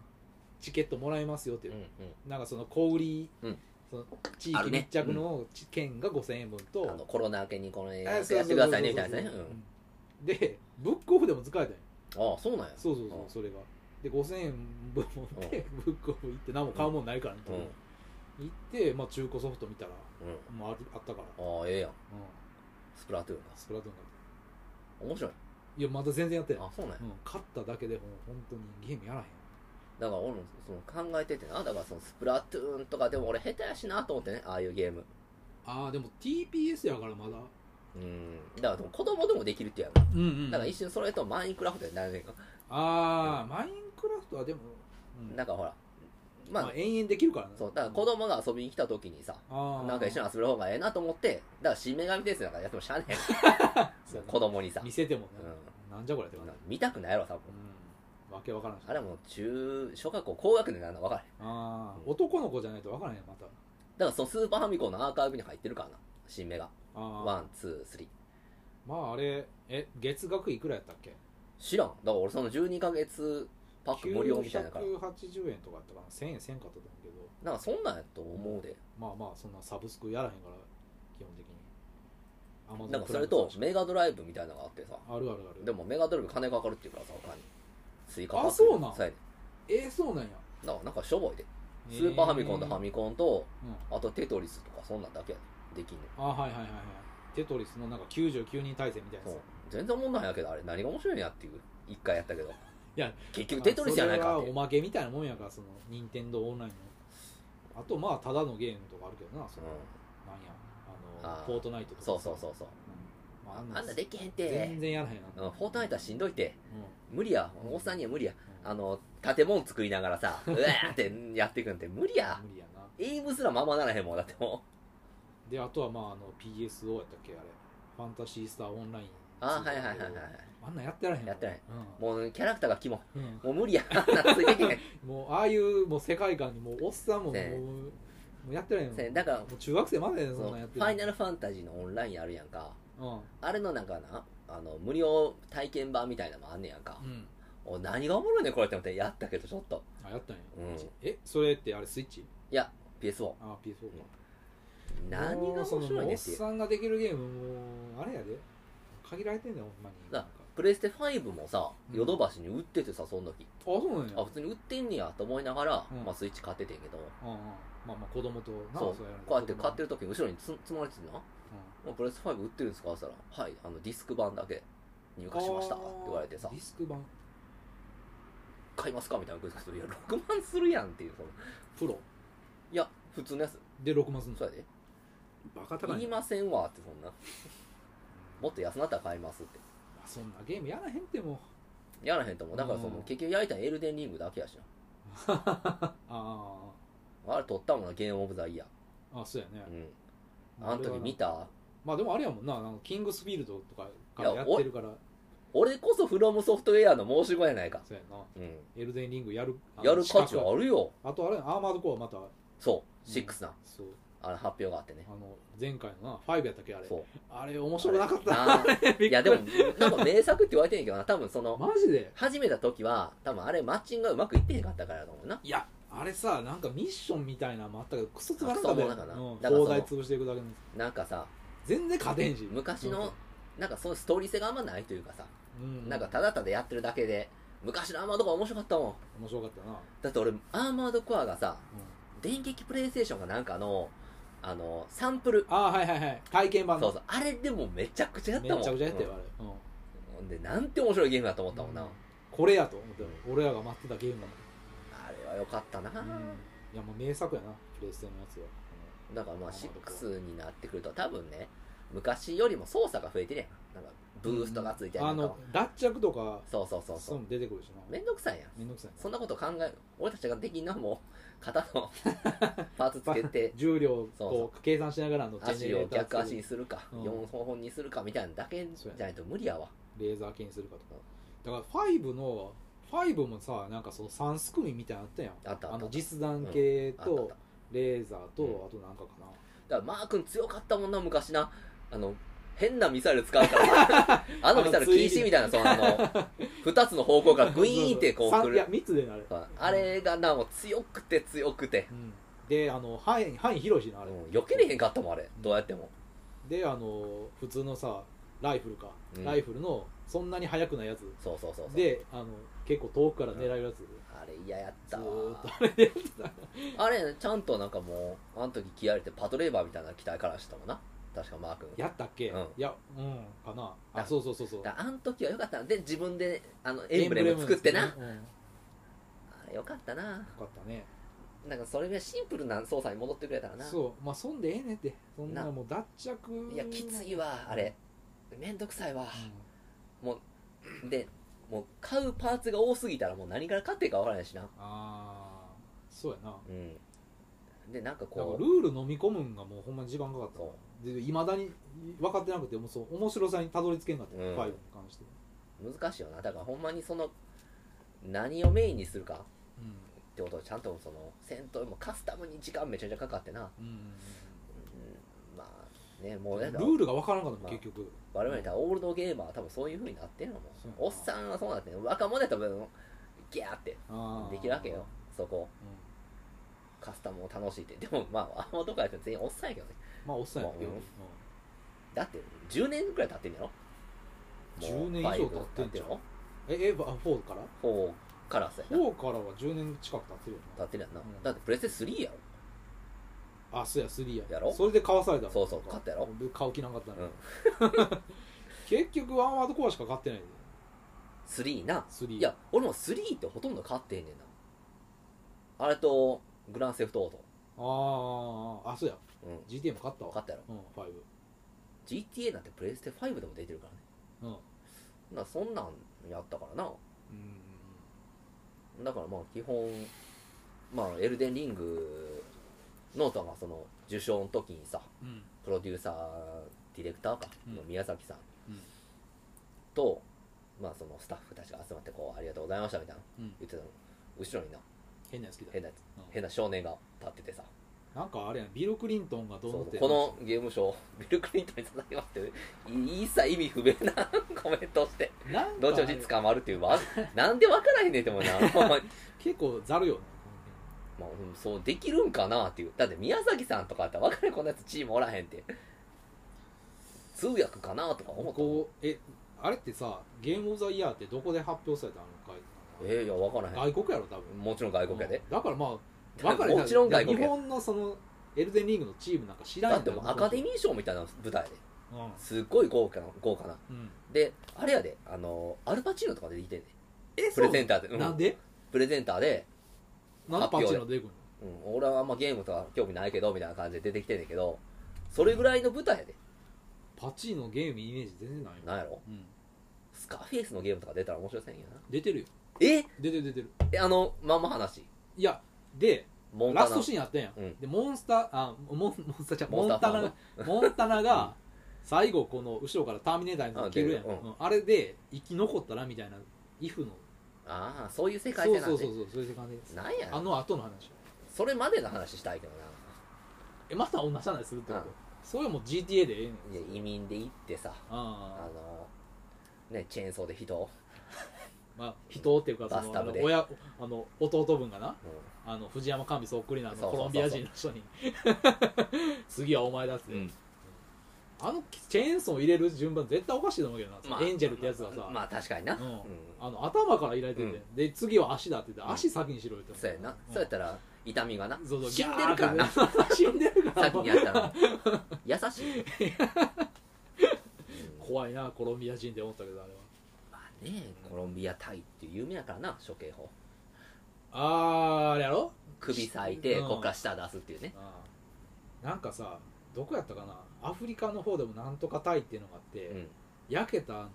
[SPEAKER 2] チケットもらえますよっていううんなんかその小売り、
[SPEAKER 1] うん
[SPEAKER 2] その地
[SPEAKER 1] あ
[SPEAKER 2] 域
[SPEAKER 1] るね
[SPEAKER 2] 密着のち券が5000円分と、
[SPEAKER 1] うんあのコロナ明けにこの映画
[SPEAKER 2] あ
[SPEAKER 1] やっ
[SPEAKER 2] そう
[SPEAKER 1] て
[SPEAKER 2] そうそう
[SPEAKER 1] くださいねみたいなね
[SPEAKER 2] そうそうそうでブックオフでも使えたんよ
[SPEAKER 1] うんああそうなんや
[SPEAKER 2] そうそうそうそれがで5000円分持ってブックオフ行って何も買うもんないからね、
[SPEAKER 1] うん
[SPEAKER 2] 行って、まあ、中古ソフト見たら
[SPEAKER 1] うん
[SPEAKER 2] もうあるあったから、うん、
[SPEAKER 1] ああええやんスプラトゥーンか
[SPEAKER 2] スプラトゥーンだ
[SPEAKER 1] 面白い
[SPEAKER 2] いやまだ全然やってない、
[SPEAKER 1] あそうなんや
[SPEAKER 2] うん、勝っただけでもう本当にゲームやらへん
[SPEAKER 1] だから俺もその考えててなだからそのスプラトゥーンとかでも俺下手やしなと思ってねああいうゲーム
[SPEAKER 2] ああでも TPS やからまだ
[SPEAKER 1] うんだからでも子供でもできるってやろ
[SPEAKER 2] うんうん
[SPEAKER 1] だから一瞬それとマインクラフトになるねんか、
[SPEAKER 2] ああ、マインクラフトはでも、うん
[SPEAKER 1] なんかほらま
[SPEAKER 2] ま
[SPEAKER 1] あ、
[SPEAKER 2] あ、延々できるからね
[SPEAKER 1] そうだから子供が遊びに来た時にさ
[SPEAKER 2] あー
[SPEAKER 1] なんか一緒に遊べる方がええなと思ってだから新女神ですなんかやってもしゃあね
[SPEAKER 2] そ
[SPEAKER 1] え
[SPEAKER 2] う
[SPEAKER 1] 子供にさ、
[SPEAKER 2] 見せてもね、なんじゃこれって
[SPEAKER 1] う
[SPEAKER 2] 感
[SPEAKER 1] ん
[SPEAKER 2] じ、、
[SPEAKER 1] 見たくないやろ多分
[SPEAKER 2] うん、わけわからんし
[SPEAKER 1] あれはもう中小学校高学年なんだ分からへん
[SPEAKER 2] ああ男の子じゃないとわからへんよまた
[SPEAKER 1] だからそのスーパーファミコンのアーカイブに入ってるからな新メガ
[SPEAKER 2] あー
[SPEAKER 1] ワンツースリー
[SPEAKER 2] まああれえ月額いくらやったっけ
[SPEAKER 1] 知らんだから俺その12ヶ月パック無料みたいなから
[SPEAKER 2] 980円とかやったかな1000円せんかったと思うけど
[SPEAKER 1] なんかそんなんやと思うで、
[SPEAKER 2] まあまあそんなサブスクやらへんから基本的にアマ
[SPEAKER 1] なんかそれとメガドライブみたいなのがあってさ
[SPEAKER 2] あるあるある
[SPEAKER 1] でもメガドライブ金かかるっていうからさ他に追加
[SPEAKER 2] あそうなん
[SPEAKER 1] そうやね
[SPEAKER 2] えー、そうなんや
[SPEAKER 1] だからなんかしょぼいでスーパーファミコンとファミコンと、
[SPEAKER 2] えーうん
[SPEAKER 1] あとテトリスとかそんなんだけやでできんの
[SPEAKER 2] あはいはいはいはいテトリスのなんか99人対戦みたいな
[SPEAKER 1] そ
[SPEAKER 2] や
[SPEAKER 1] う
[SPEAKER 2] つ
[SPEAKER 1] 全然おもんないやけどあれ何が面白いんやっていう一回やったけど
[SPEAKER 2] や
[SPEAKER 1] 結局テトリスじゃない
[SPEAKER 2] まあ
[SPEAKER 1] かっ
[SPEAKER 2] そ
[SPEAKER 1] て
[SPEAKER 2] れはおまけみたいなもんやからその任天堂オンラインのあとまあただのゲームとかあるけどなその、なんやあの
[SPEAKER 1] あー
[SPEAKER 2] フォートナイトとか、
[SPEAKER 1] そうそうそううそう
[SPEAKER 2] うんま
[SPEAKER 1] あ
[SPEAKER 2] あ、あん
[SPEAKER 1] ん
[SPEAKER 2] な
[SPEAKER 1] なんできへんて
[SPEAKER 2] 全然やらへんな、
[SPEAKER 1] うんフォートナイトはしんどいて
[SPEAKER 2] うん
[SPEAKER 1] 無理やおっさんには無理やあの建物作りながら
[SPEAKER 2] <laughs>
[SPEAKER 1] さうわーってやっていくんて無理や
[SPEAKER 2] 無理やな
[SPEAKER 1] エイムすらままならへんもんだってもう
[SPEAKER 2] であとはまああの PSO やったっけあれファンタシースターオンライン
[SPEAKER 1] あはいはいはいはいは
[SPEAKER 2] あんなんやってられへん
[SPEAKER 1] やってられへんいも
[SPEAKER 2] ん
[SPEAKER 1] うキャラクターがキモ
[SPEAKER 2] うん、うん
[SPEAKER 1] もう無
[SPEAKER 2] <laughs>
[SPEAKER 1] 理やあんなついてけへん
[SPEAKER 2] もうああいうもう世界観にもうおっさんももう,、
[SPEAKER 1] せやね
[SPEAKER 2] もうやってられへん
[SPEAKER 1] せや
[SPEAKER 2] も
[SPEAKER 1] ねだ
[SPEAKER 2] ん
[SPEAKER 1] から
[SPEAKER 2] もう中学生までやね
[SPEAKER 1] そ
[SPEAKER 2] そん
[SPEAKER 1] のフ
[SPEAKER 2] なんやって
[SPEAKER 1] ァイナ
[SPEAKER 2] ル
[SPEAKER 1] ルファンタジーのオンラインあるやんか
[SPEAKER 2] うん、うん
[SPEAKER 1] あれのなんかなあの無料体験版みたいなのもあんねやんか、お何がおもろいねんこれって思ってやったけどちょっと
[SPEAKER 2] あやったんや、
[SPEAKER 1] うん
[SPEAKER 2] えそれってあれスイッチ
[SPEAKER 1] いや PSO
[SPEAKER 2] あ PS4 か
[SPEAKER 1] 何が
[SPEAKER 2] も
[SPEAKER 1] 面
[SPEAKER 2] うその
[SPEAKER 1] 白い
[SPEAKER 2] お
[SPEAKER 1] ね
[SPEAKER 2] っ
[SPEAKER 1] っていう
[SPEAKER 2] さんができるゲームもうあれやで限られてんねんほんまに
[SPEAKER 1] だ
[SPEAKER 2] なんか
[SPEAKER 1] プレステ5もさ
[SPEAKER 2] うん
[SPEAKER 1] ヨドバシに売っててさその時、
[SPEAKER 2] あそうなんや
[SPEAKER 1] あ普通に売ってんねやと思いながら、
[SPEAKER 2] うん
[SPEAKER 1] まあ、スイッチ買っててんけど
[SPEAKER 2] うんうんまあまあ子供とな
[SPEAKER 1] そう
[SPEAKER 2] らないと
[SPEAKER 1] こうやって買ってる時に後ろにつ積まれててな「もうプレステ5売ってるんですか?」って言ったら「はいあのディスク版だけ入
[SPEAKER 2] うん
[SPEAKER 1] 荷しました」っ
[SPEAKER 2] あ
[SPEAKER 1] て
[SPEAKER 2] ー
[SPEAKER 1] 言われてさ
[SPEAKER 2] ディスク版
[SPEAKER 1] 「買いますか?」みたいなこと言うんですけど「いや6万するやん」っていうその
[SPEAKER 2] プロ
[SPEAKER 1] いや普通のやつ
[SPEAKER 2] で6万すんの
[SPEAKER 1] そうやで
[SPEAKER 2] バ
[SPEAKER 1] 「
[SPEAKER 2] カ
[SPEAKER 1] いりませんわ」ってそんなもっと安なったら買いますって
[SPEAKER 2] まあそんなゲームやらへんってもう
[SPEAKER 1] やらへんと思うだからその、
[SPEAKER 2] うん
[SPEAKER 1] 結局やりたいエルデンリングだけやしな
[SPEAKER 2] あ
[SPEAKER 1] あれ撮ったもんな、ゲームオブザイヤ
[SPEAKER 2] ーあそうやね
[SPEAKER 1] ー。うん。あの時見
[SPEAKER 2] あれはな
[SPEAKER 1] た
[SPEAKER 2] まあでもあれやもんなあのキングスフィールドとかか
[SPEAKER 1] い
[SPEAKER 2] ら
[SPEAKER 1] や
[SPEAKER 2] やってるから
[SPEAKER 1] 俺こそフロムソフトウェアの申し子やないか。
[SPEAKER 2] そうやな
[SPEAKER 1] うん。
[SPEAKER 2] エルデンリングやるあの
[SPEAKER 1] やる
[SPEAKER 2] 資
[SPEAKER 1] 価
[SPEAKER 2] 格
[SPEAKER 1] 値はあるよ。
[SPEAKER 2] あとあれアーマードコアまた
[SPEAKER 1] そう。6な。
[SPEAKER 2] そう
[SPEAKER 1] あの発表があってね
[SPEAKER 2] あ。の前回のな5やったっけあれ
[SPEAKER 1] そう。
[SPEAKER 2] あれ面白くなかった
[SPEAKER 1] あ
[SPEAKER 2] <laughs>
[SPEAKER 1] れなあ
[SPEAKER 2] びっくり
[SPEAKER 1] いや、でも、なんか名作って言われてんやけどな。多分その、
[SPEAKER 2] マジで
[SPEAKER 1] 始めた時は、多分あれマッチングがうまくいってへんかったからだと思うな。
[SPEAKER 2] いやあれさなんかミッションみたいなのもあったけどクソつまらんかったよ
[SPEAKER 1] あクソもなかな
[SPEAKER 2] うん
[SPEAKER 1] だからその
[SPEAKER 2] 砲台潰していくだけのや
[SPEAKER 1] なんかさ、
[SPEAKER 2] つ全然勝てんし
[SPEAKER 1] 昔の、なんかそういうストーリー性があんまないというかさ、
[SPEAKER 2] うん
[SPEAKER 1] なんかただただやってるだけで、昔のアーマードコア面白かったもん。
[SPEAKER 2] 面白かったな、うん
[SPEAKER 1] だって俺、アーマードコアがさ、電撃プレイステーションがなんかの、あの、サンプル。
[SPEAKER 2] ああはいはいはい体験版
[SPEAKER 1] そ
[SPEAKER 2] の
[SPEAKER 1] うそう。あれでもめちゃくちゃやったもん。
[SPEAKER 2] めちゃくちゃやったよあれ、うん
[SPEAKER 1] うんで、なんて面白いゲームだと思ったもんな。
[SPEAKER 2] うんこれやと思って俺らが待ってたゲームだ
[SPEAKER 1] あれは良かったな、
[SPEAKER 2] もん、うん、いやもう名作やなプレイステのやつは、
[SPEAKER 1] だからまあ、6になってくると多分ね、昔よりも操作が増えてるやん。なんか、ブーストがついて
[SPEAKER 2] あ
[SPEAKER 1] るの
[SPEAKER 2] の脱着とか
[SPEAKER 1] そうそうそう
[SPEAKER 2] そ
[SPEAKER 1] そう
[SPEAKER 2] いうう。の出てくるしな
[SPEAKER 1] めんどくさいやん。
[SPEAKER 2] めんどくさいな
[SPEAKER 1] そんなこと考え、俺たちができんのはもう、肩の <laughs> パーツつけて、
[SPEAKER 2] <laughs> 重量を
[SPEAKER 1] そうそ
[SPEAKER 2] こう計算しながらのジェネ
[SPEAKER 1] 足
[SPEAKER 2] レ
[SPEAKER 1] を
[SPEAKER 2] ーター
[SPEAKER 1] 逆
[SPEAKER 2] つ
[SPEAKER 1] 足
[SPEAKER 2] け
[SPEAKER 1] に
[SPEAKER 2] る
[SPEAKER 1] するか、
[SPEAKER 2] うん
[SPEAKER 1] 4本にするかみたいなだけじゃないと無理やわ。
[SPEAKER 2] レーザー系にするかとかだから5の5もさなんかその3すくみみたいなのあったやん
[SPEAKER 1] あったあったあった
[SPEAKER 2] の実弾系
[SPEAKER 1] あったあっ
[SPEAKER 2] と
[SPEAKER 1] た
[SPEAKER 2] レーザーと、
[SPEAKER 1] うん
[SPEAKER 2] あとなんかかな
[SPEAKER 1] だからマー君強かったもんな昔なあの変なミサイル使うからあのミサイル禁止みたいなそのあの2つの方向からグイーンってこう
[SPEAKER 2] 三
[SPEAKER 1] 来
[SPEAKER 2] いや
[SPEAKER 1] る
[SPEAKER 2] 3つでなる、
[SPEAKER 1] あれがなもう強くて強くて
[SPEAKER 2] うん、であの範囲範囲広いしなあれ、
[SPEAKER 1] うん避けれへんかったもんあれどうやっても
[SPEAKER 2] であの普通のさライフルか、
[SPEAKER 1] うん
[SPEAKER 2] ライフルのそんなに速くないやつ
[SPEAKER 1] そうそうそうそう
[SPEAKER 2] であの結構遠くから狙えるやつ、
[SPEAKER 1] あれ嫌やった
[SPEAKER 2] ず
[SPEAKER 1] わ
[SPEAKER 2] ーっとあれでやってた
[SPEAKER 1] あれちゃんとなんかもうあの時着られてパトレーバーみたいな機体からしてたもんな確かマー君
[SPEAKER 2] やったっけ、
[SPEAKER 1] うん
[SPEAKER 2] いやうんかなあ
[SPEAKER 1] だ
[SPEAKER 2] そうそうそうそう
[SPEAKER 1] だあの時はよかったなで自分であのエンブレム作ってな、
[SPEAKER 2] エンブレムですね
[SPEAKER 1] あれよかったな
[SPEAKER 2] うん、よかったね
[SPEAKER 1] なんかそれぐらいシンプルな操作に戻ってくれたらな
[SPEAKER 2] そうまあそんでええねってそんなもう脱着
[SPEAKER 1] いやきついわあれめんどくさいわ、
[SPEAKER 2] うん
[SPEAKER 1] でもう買うパーツが多すぎたらもう何から買っていいか分からないしな
[SPEAKER 2] ああそうやな
[SPEAKER 1] うんでなんか
[SPEAKER 2] だから
[SPEAKER 1] こ
[SPEAKER 2] ルール飲み込むんがもうほんまに時間かかった
[SPEAKER 1] そ
[SPEAKER 2] でいまだに分かってなくてもうそう面白さにたどり着けんかった、
[SPEAKER 1] うん
[SPEAKER 2] ファイルに関しては、
[SPEAKER 1] う難しいよなだからほんまにその何をメインにするかってことをちゃんとその戦闘もカスタムに時間めちゃめちゃかかってな、
[SPEAKER 2] うん
[SPEAKER 1] うん、まあねもう
[SPEAKER 2] ル
[SPEAKER 1] だから
[SPEAKER 2] ールが分からんかったもん、
[SPEAKER 1] まあ
[SPEAKER 2] 結局
[SPEAKER 1] 我々やったらオールドゲーマーは多分そういうふうになってるのもん
[SPEAKER 2] そうやな
[SPEAKER 1] おっさんはそうなってん若者やったらもうギャーって
[SPEAKER 2] あー
[SPEAKER 1] できるわけよそこ
[SPEAKER 2] う
[SPEAKER 1] カスタムも楽しいってでもまああのとかやったら全員おっさんやけどね
[SPEAKER 2] んまあおっさんやけど、
[SPEAKER 1] まだって10年くらい経ってんやろもう
[SPEAKER 2] 10年以上経ってんじゃん
[SPEAKER 1] ファイブ
[SPEAKER 2] うんえエヴァ4から
[SPEAKER 1] 4からさやな
[SPEAKER 2] 4からは10年近く経ってるよ
[SPEAKER 1] 経
[SPEAKER 2] な
[SPEAKER 1] ってるやんな、
[SPEAKER 2] うん
[SPEAKER 1] だってプレステ3や
[SPEAKER 2] あそうや3や
[SPEAKER 1] やろ
[SPEAKER 2] それで買わされたもん
[SPEAKER 1] そうそう買ったやろ
[SPEAKER 2] 俺買う気なかったの
[SPEAKER 1] ろ、う
[SPEAKER 2] に、
[SPEAKER 1] ん、
[SPEAKER 2] <laughs> 結局ワンワードコアしか買ってないで
[SPEAKER 1] 3な
[SPEAKER 2] 3
[SPEAKER 1] いや俺も3ってほとんど勝ってへんねんなあれとグランセフトオート
[SPEAKER 2] あーあそうや
[SPEAKER 1] うん
[SPEAKER 2] GTA も買ったわ
[SPEAKER 1] 勝ったやろ
[SPEAKER 2] うん5
[SPEAKER 1] GTA なんてプレステ5でも出てるからね
[SPEAKER 2] うん
[SPEAKER 1] なそんなんやったからな
[SPEAKER 2] うん
[SPEAKER 1] だからまあ基本まあエルデンリングノートがその受賞の時にさ
[SPEAKER 2] うん
[SPEAKER 1] プロデューサーディレクターか
[SPEAKER 2] うん
[SPEAKER 1] の宮崎さん
[SPEAKER 2] うん
[SPEAKER 1] と、まあそのスタッフたちが集まってこうありがとうございましたみたいな
[SPEAKER 2] うん
[SPEAKER 1] 言ってたの後ろにな
[SPEAKER 2] 変なやつ来た
[SPEAKER 1] 変なやつ
[SPEAKER 2] うん
[SPEAKER 1] 変な少年が立っててさ
[SPEAKER 2] なんかあれやんビル・クリントンがどう
[SPEAKER 1] そ
[SPEAKER 2] の
[SPEAKER 1] う
[SPEAKER 2] っ
[SPEAKER 1] そ
[SPEAKER 2] て
[SPEAKER 1] うこのゲームショー <laughs> ビル・クリントンに叩きますってい一切意味不明な <laughs> コメントをして
[SPEAKER 2] なんかあ
[SPEAKER 1] 後
[SPEAKER 2] れ
[SPEAKER 1] 々捕まるっていうわなんで分からへんねんって思うな
[SPEAKER 2] <laughs>
[SPEAKER 1] ほんまに
[SPEAKER 2] 結構ざるよね
[SPEAKER 1] まあ、うんそうできるんかなっていうだって宮崎さんとかやったら分かるこんなやつチームおらへんって通訳かなとか思った
[SPEAKER 2] こうえあれってさゲーム・オブ・ザ・イヤーってどこで発表されたのかい
[SPEAKER 1] えー、いや分からへ
[SPEAKER 2] 外国やろ多分
[SPEAKER 1] んもちろん外国やで
[SPEAKER 2] う、んだか
[SPEAKER 1] <laughs>
[SPEAKER 2] らまあ分かる
[SPEAKER 1] もちろん外国
[SPEAKER 2] 日
[SPEAKER 1] や
[SPEAKER 2] 本のそのエルデンリングのチームなんか知らん
[SPEAKER 1] だ
[SPEAKER 2] や
[SPEAKER 1] っ
[SPEAKER 2] ん
[SPEAKER 1] てもうアカデミー賞みたいな舞台やで
[SPEAKER 2] うん
[SPEAKER 1] すっごい豪華な豪華な
[SPEAKER 2] うん
[SPEAKER 1] であれやであのアルパチーノとか出てきてんね
[SPEAKER 2] え
[SPEAKER 1] プレゼンターで、
[SPEAKER 2] そう
[SPEAKER 1] うん
[SPEAKER 2] なんで
[SPEAKER 1] プレゼンターで、
[SPEAKER 2] なんでパチーノ出てくる
[SPEAKER 1] うん、俺はあんまゲームとか興味ないけどみたいな感じで出てきてんねんけどそれぐらいの舞台やで
[SPEAKER 2] のパチーノゲームイメージ全然ないよ、
[SPEAKER 1] なんやろ
[SPEAKER 2] うん、
[SPEAKER 1] スカーフェイスのゲームとか出たら面白そうやんやな
[SPEAKER 2] 出てるよ
[SPEAKER 1] え
[SPEAKER 2] 出てる出てる
[SPEAKER 1] えあのまんま話
[SPEAKER 2] いやで
[SPEAKER 1] モンタ
[SPEAKER 2] ラ
[SPEAKER 1] ナ
[SPEAKER 2] ストシーンやったんや、
[SPEAKER 1] うん
[SPEAKER 2] でモンスターあモンモンスターじゃう
[SPEAKER 1] モ
[SPEAKER 2] モ
[SPEAKER 1] ン
[SPEAKER 2] ン
[SPEAKER 1] スタ
[SPEAKER 2] タ
[SPEAKER 1] ー
[SPEAKER 2] ナがモンタナが最後この後ろからターミネーターに
[SPEAKER 1] あ
[SPEAKER 2] 切るやん
[SPEAKER 1] 出るうん
[SPEAKER 2] うんあれで生き残ったらみたいなイフの
[SPEAKER 1] ああそういう世界
[SPEAKER 2] そ
[SPEAKER 1] 線な
[SPEAKER 2] う
[SPEAKER 1] ん
[SPEAKER 2] そう
[SPEAKER 1] で
[SPEAKER 2] そうそうそういう感じです
[SPEAKER 1] なんや
[SPEAKER 2] あの後の話
[SPEAKER 1] それまでの話したいけど
[SPEAKER 2] えまた同じ話するってこと
[SPEAKER 1] うん
[SPEAKER 2] それはもう GTA でええねん
[SPEAKER 1] ないや移民で行ってさあ
[SPEAKER 2] ああ
[SPEAKER 1] のねチェーンソーで人を、
[SPEAKER 2] まあ人っていうかそ
[SPEAKER 1] バス
[SPEAKER 2] の
[SPEAKER 1] タ
[SPEAKER 2] あ
[SPEAKER 1] ブ
[SPEAKER 2] の
[SPEAKER 1] で
[SPEAKER 2] 親あの弟分がな
[SPEAKER 1] う
[SPEAKER 2] あの藤山神そっくりなあ
[SPEAKER 1] そ
[SPEAKER 2] の
[SPEAKER 1] うそう
[SPEAKER 2] コ
[SPEAKER 1] そうそ
[SPEAKER 2] ロ
[SPEAKER 1] う
[SPEAKER 2] ンビア人の
[SPEAKER 1] <laughs>
[SPEAKER 2] 人に次はお前だっつって、
[SPEAKER 3] うん
[SPEAKER 2] あのチェーンソー入れる順番絶対おかしいと思うけどな、
[SPEAKER 1] んまあ
[SPEAKER 2] エンジェルってやつがさ、
[SPEAKER 1] まあ確かにな、
[SPEAKER 2] うん
[SPEAKER 1] うん
[SPEAKER 2] あの頭から入れてて、
[SPEAKER 1] うん
[SPEAKER 2] で次は足だって言って
[SPEAKER 1] うん
[SPEAKER 2] 足先にしろよって思
[SPEAKER 1] そうやな、
[SPEAKER 2] ん
[SPEAKER 1] そうやったら痛みがな
[SPEAKER 2] そうそう
[SPEAKER 1] 死んでるからな
[SPEAKER 2] ギャーって死んでるから
[SPEAKER 1] 先にやった
[SPEAKER 2] <laughs>
[SPEAKER 1] ら優しい、うん
[SPEAKER 2] 怖いなコロンビア人って思ったけどあれは
[SPEAKER 1] まあねコロンビアタイっていう有名やからな処刑法
[SPEAKER 2] あーあれやろ
[SPEAKER 1] 首裂いて
[SPEAKER 2] うん
[SPEAKER 1] こっから舌出すっていうね
[SPEAKER 2] あーなんかさどこやったかなアフリカの方でもなんとかタイっていうのがあって、
[SPEAKER 1] うん
[SPEAKER 2] 焼けたあの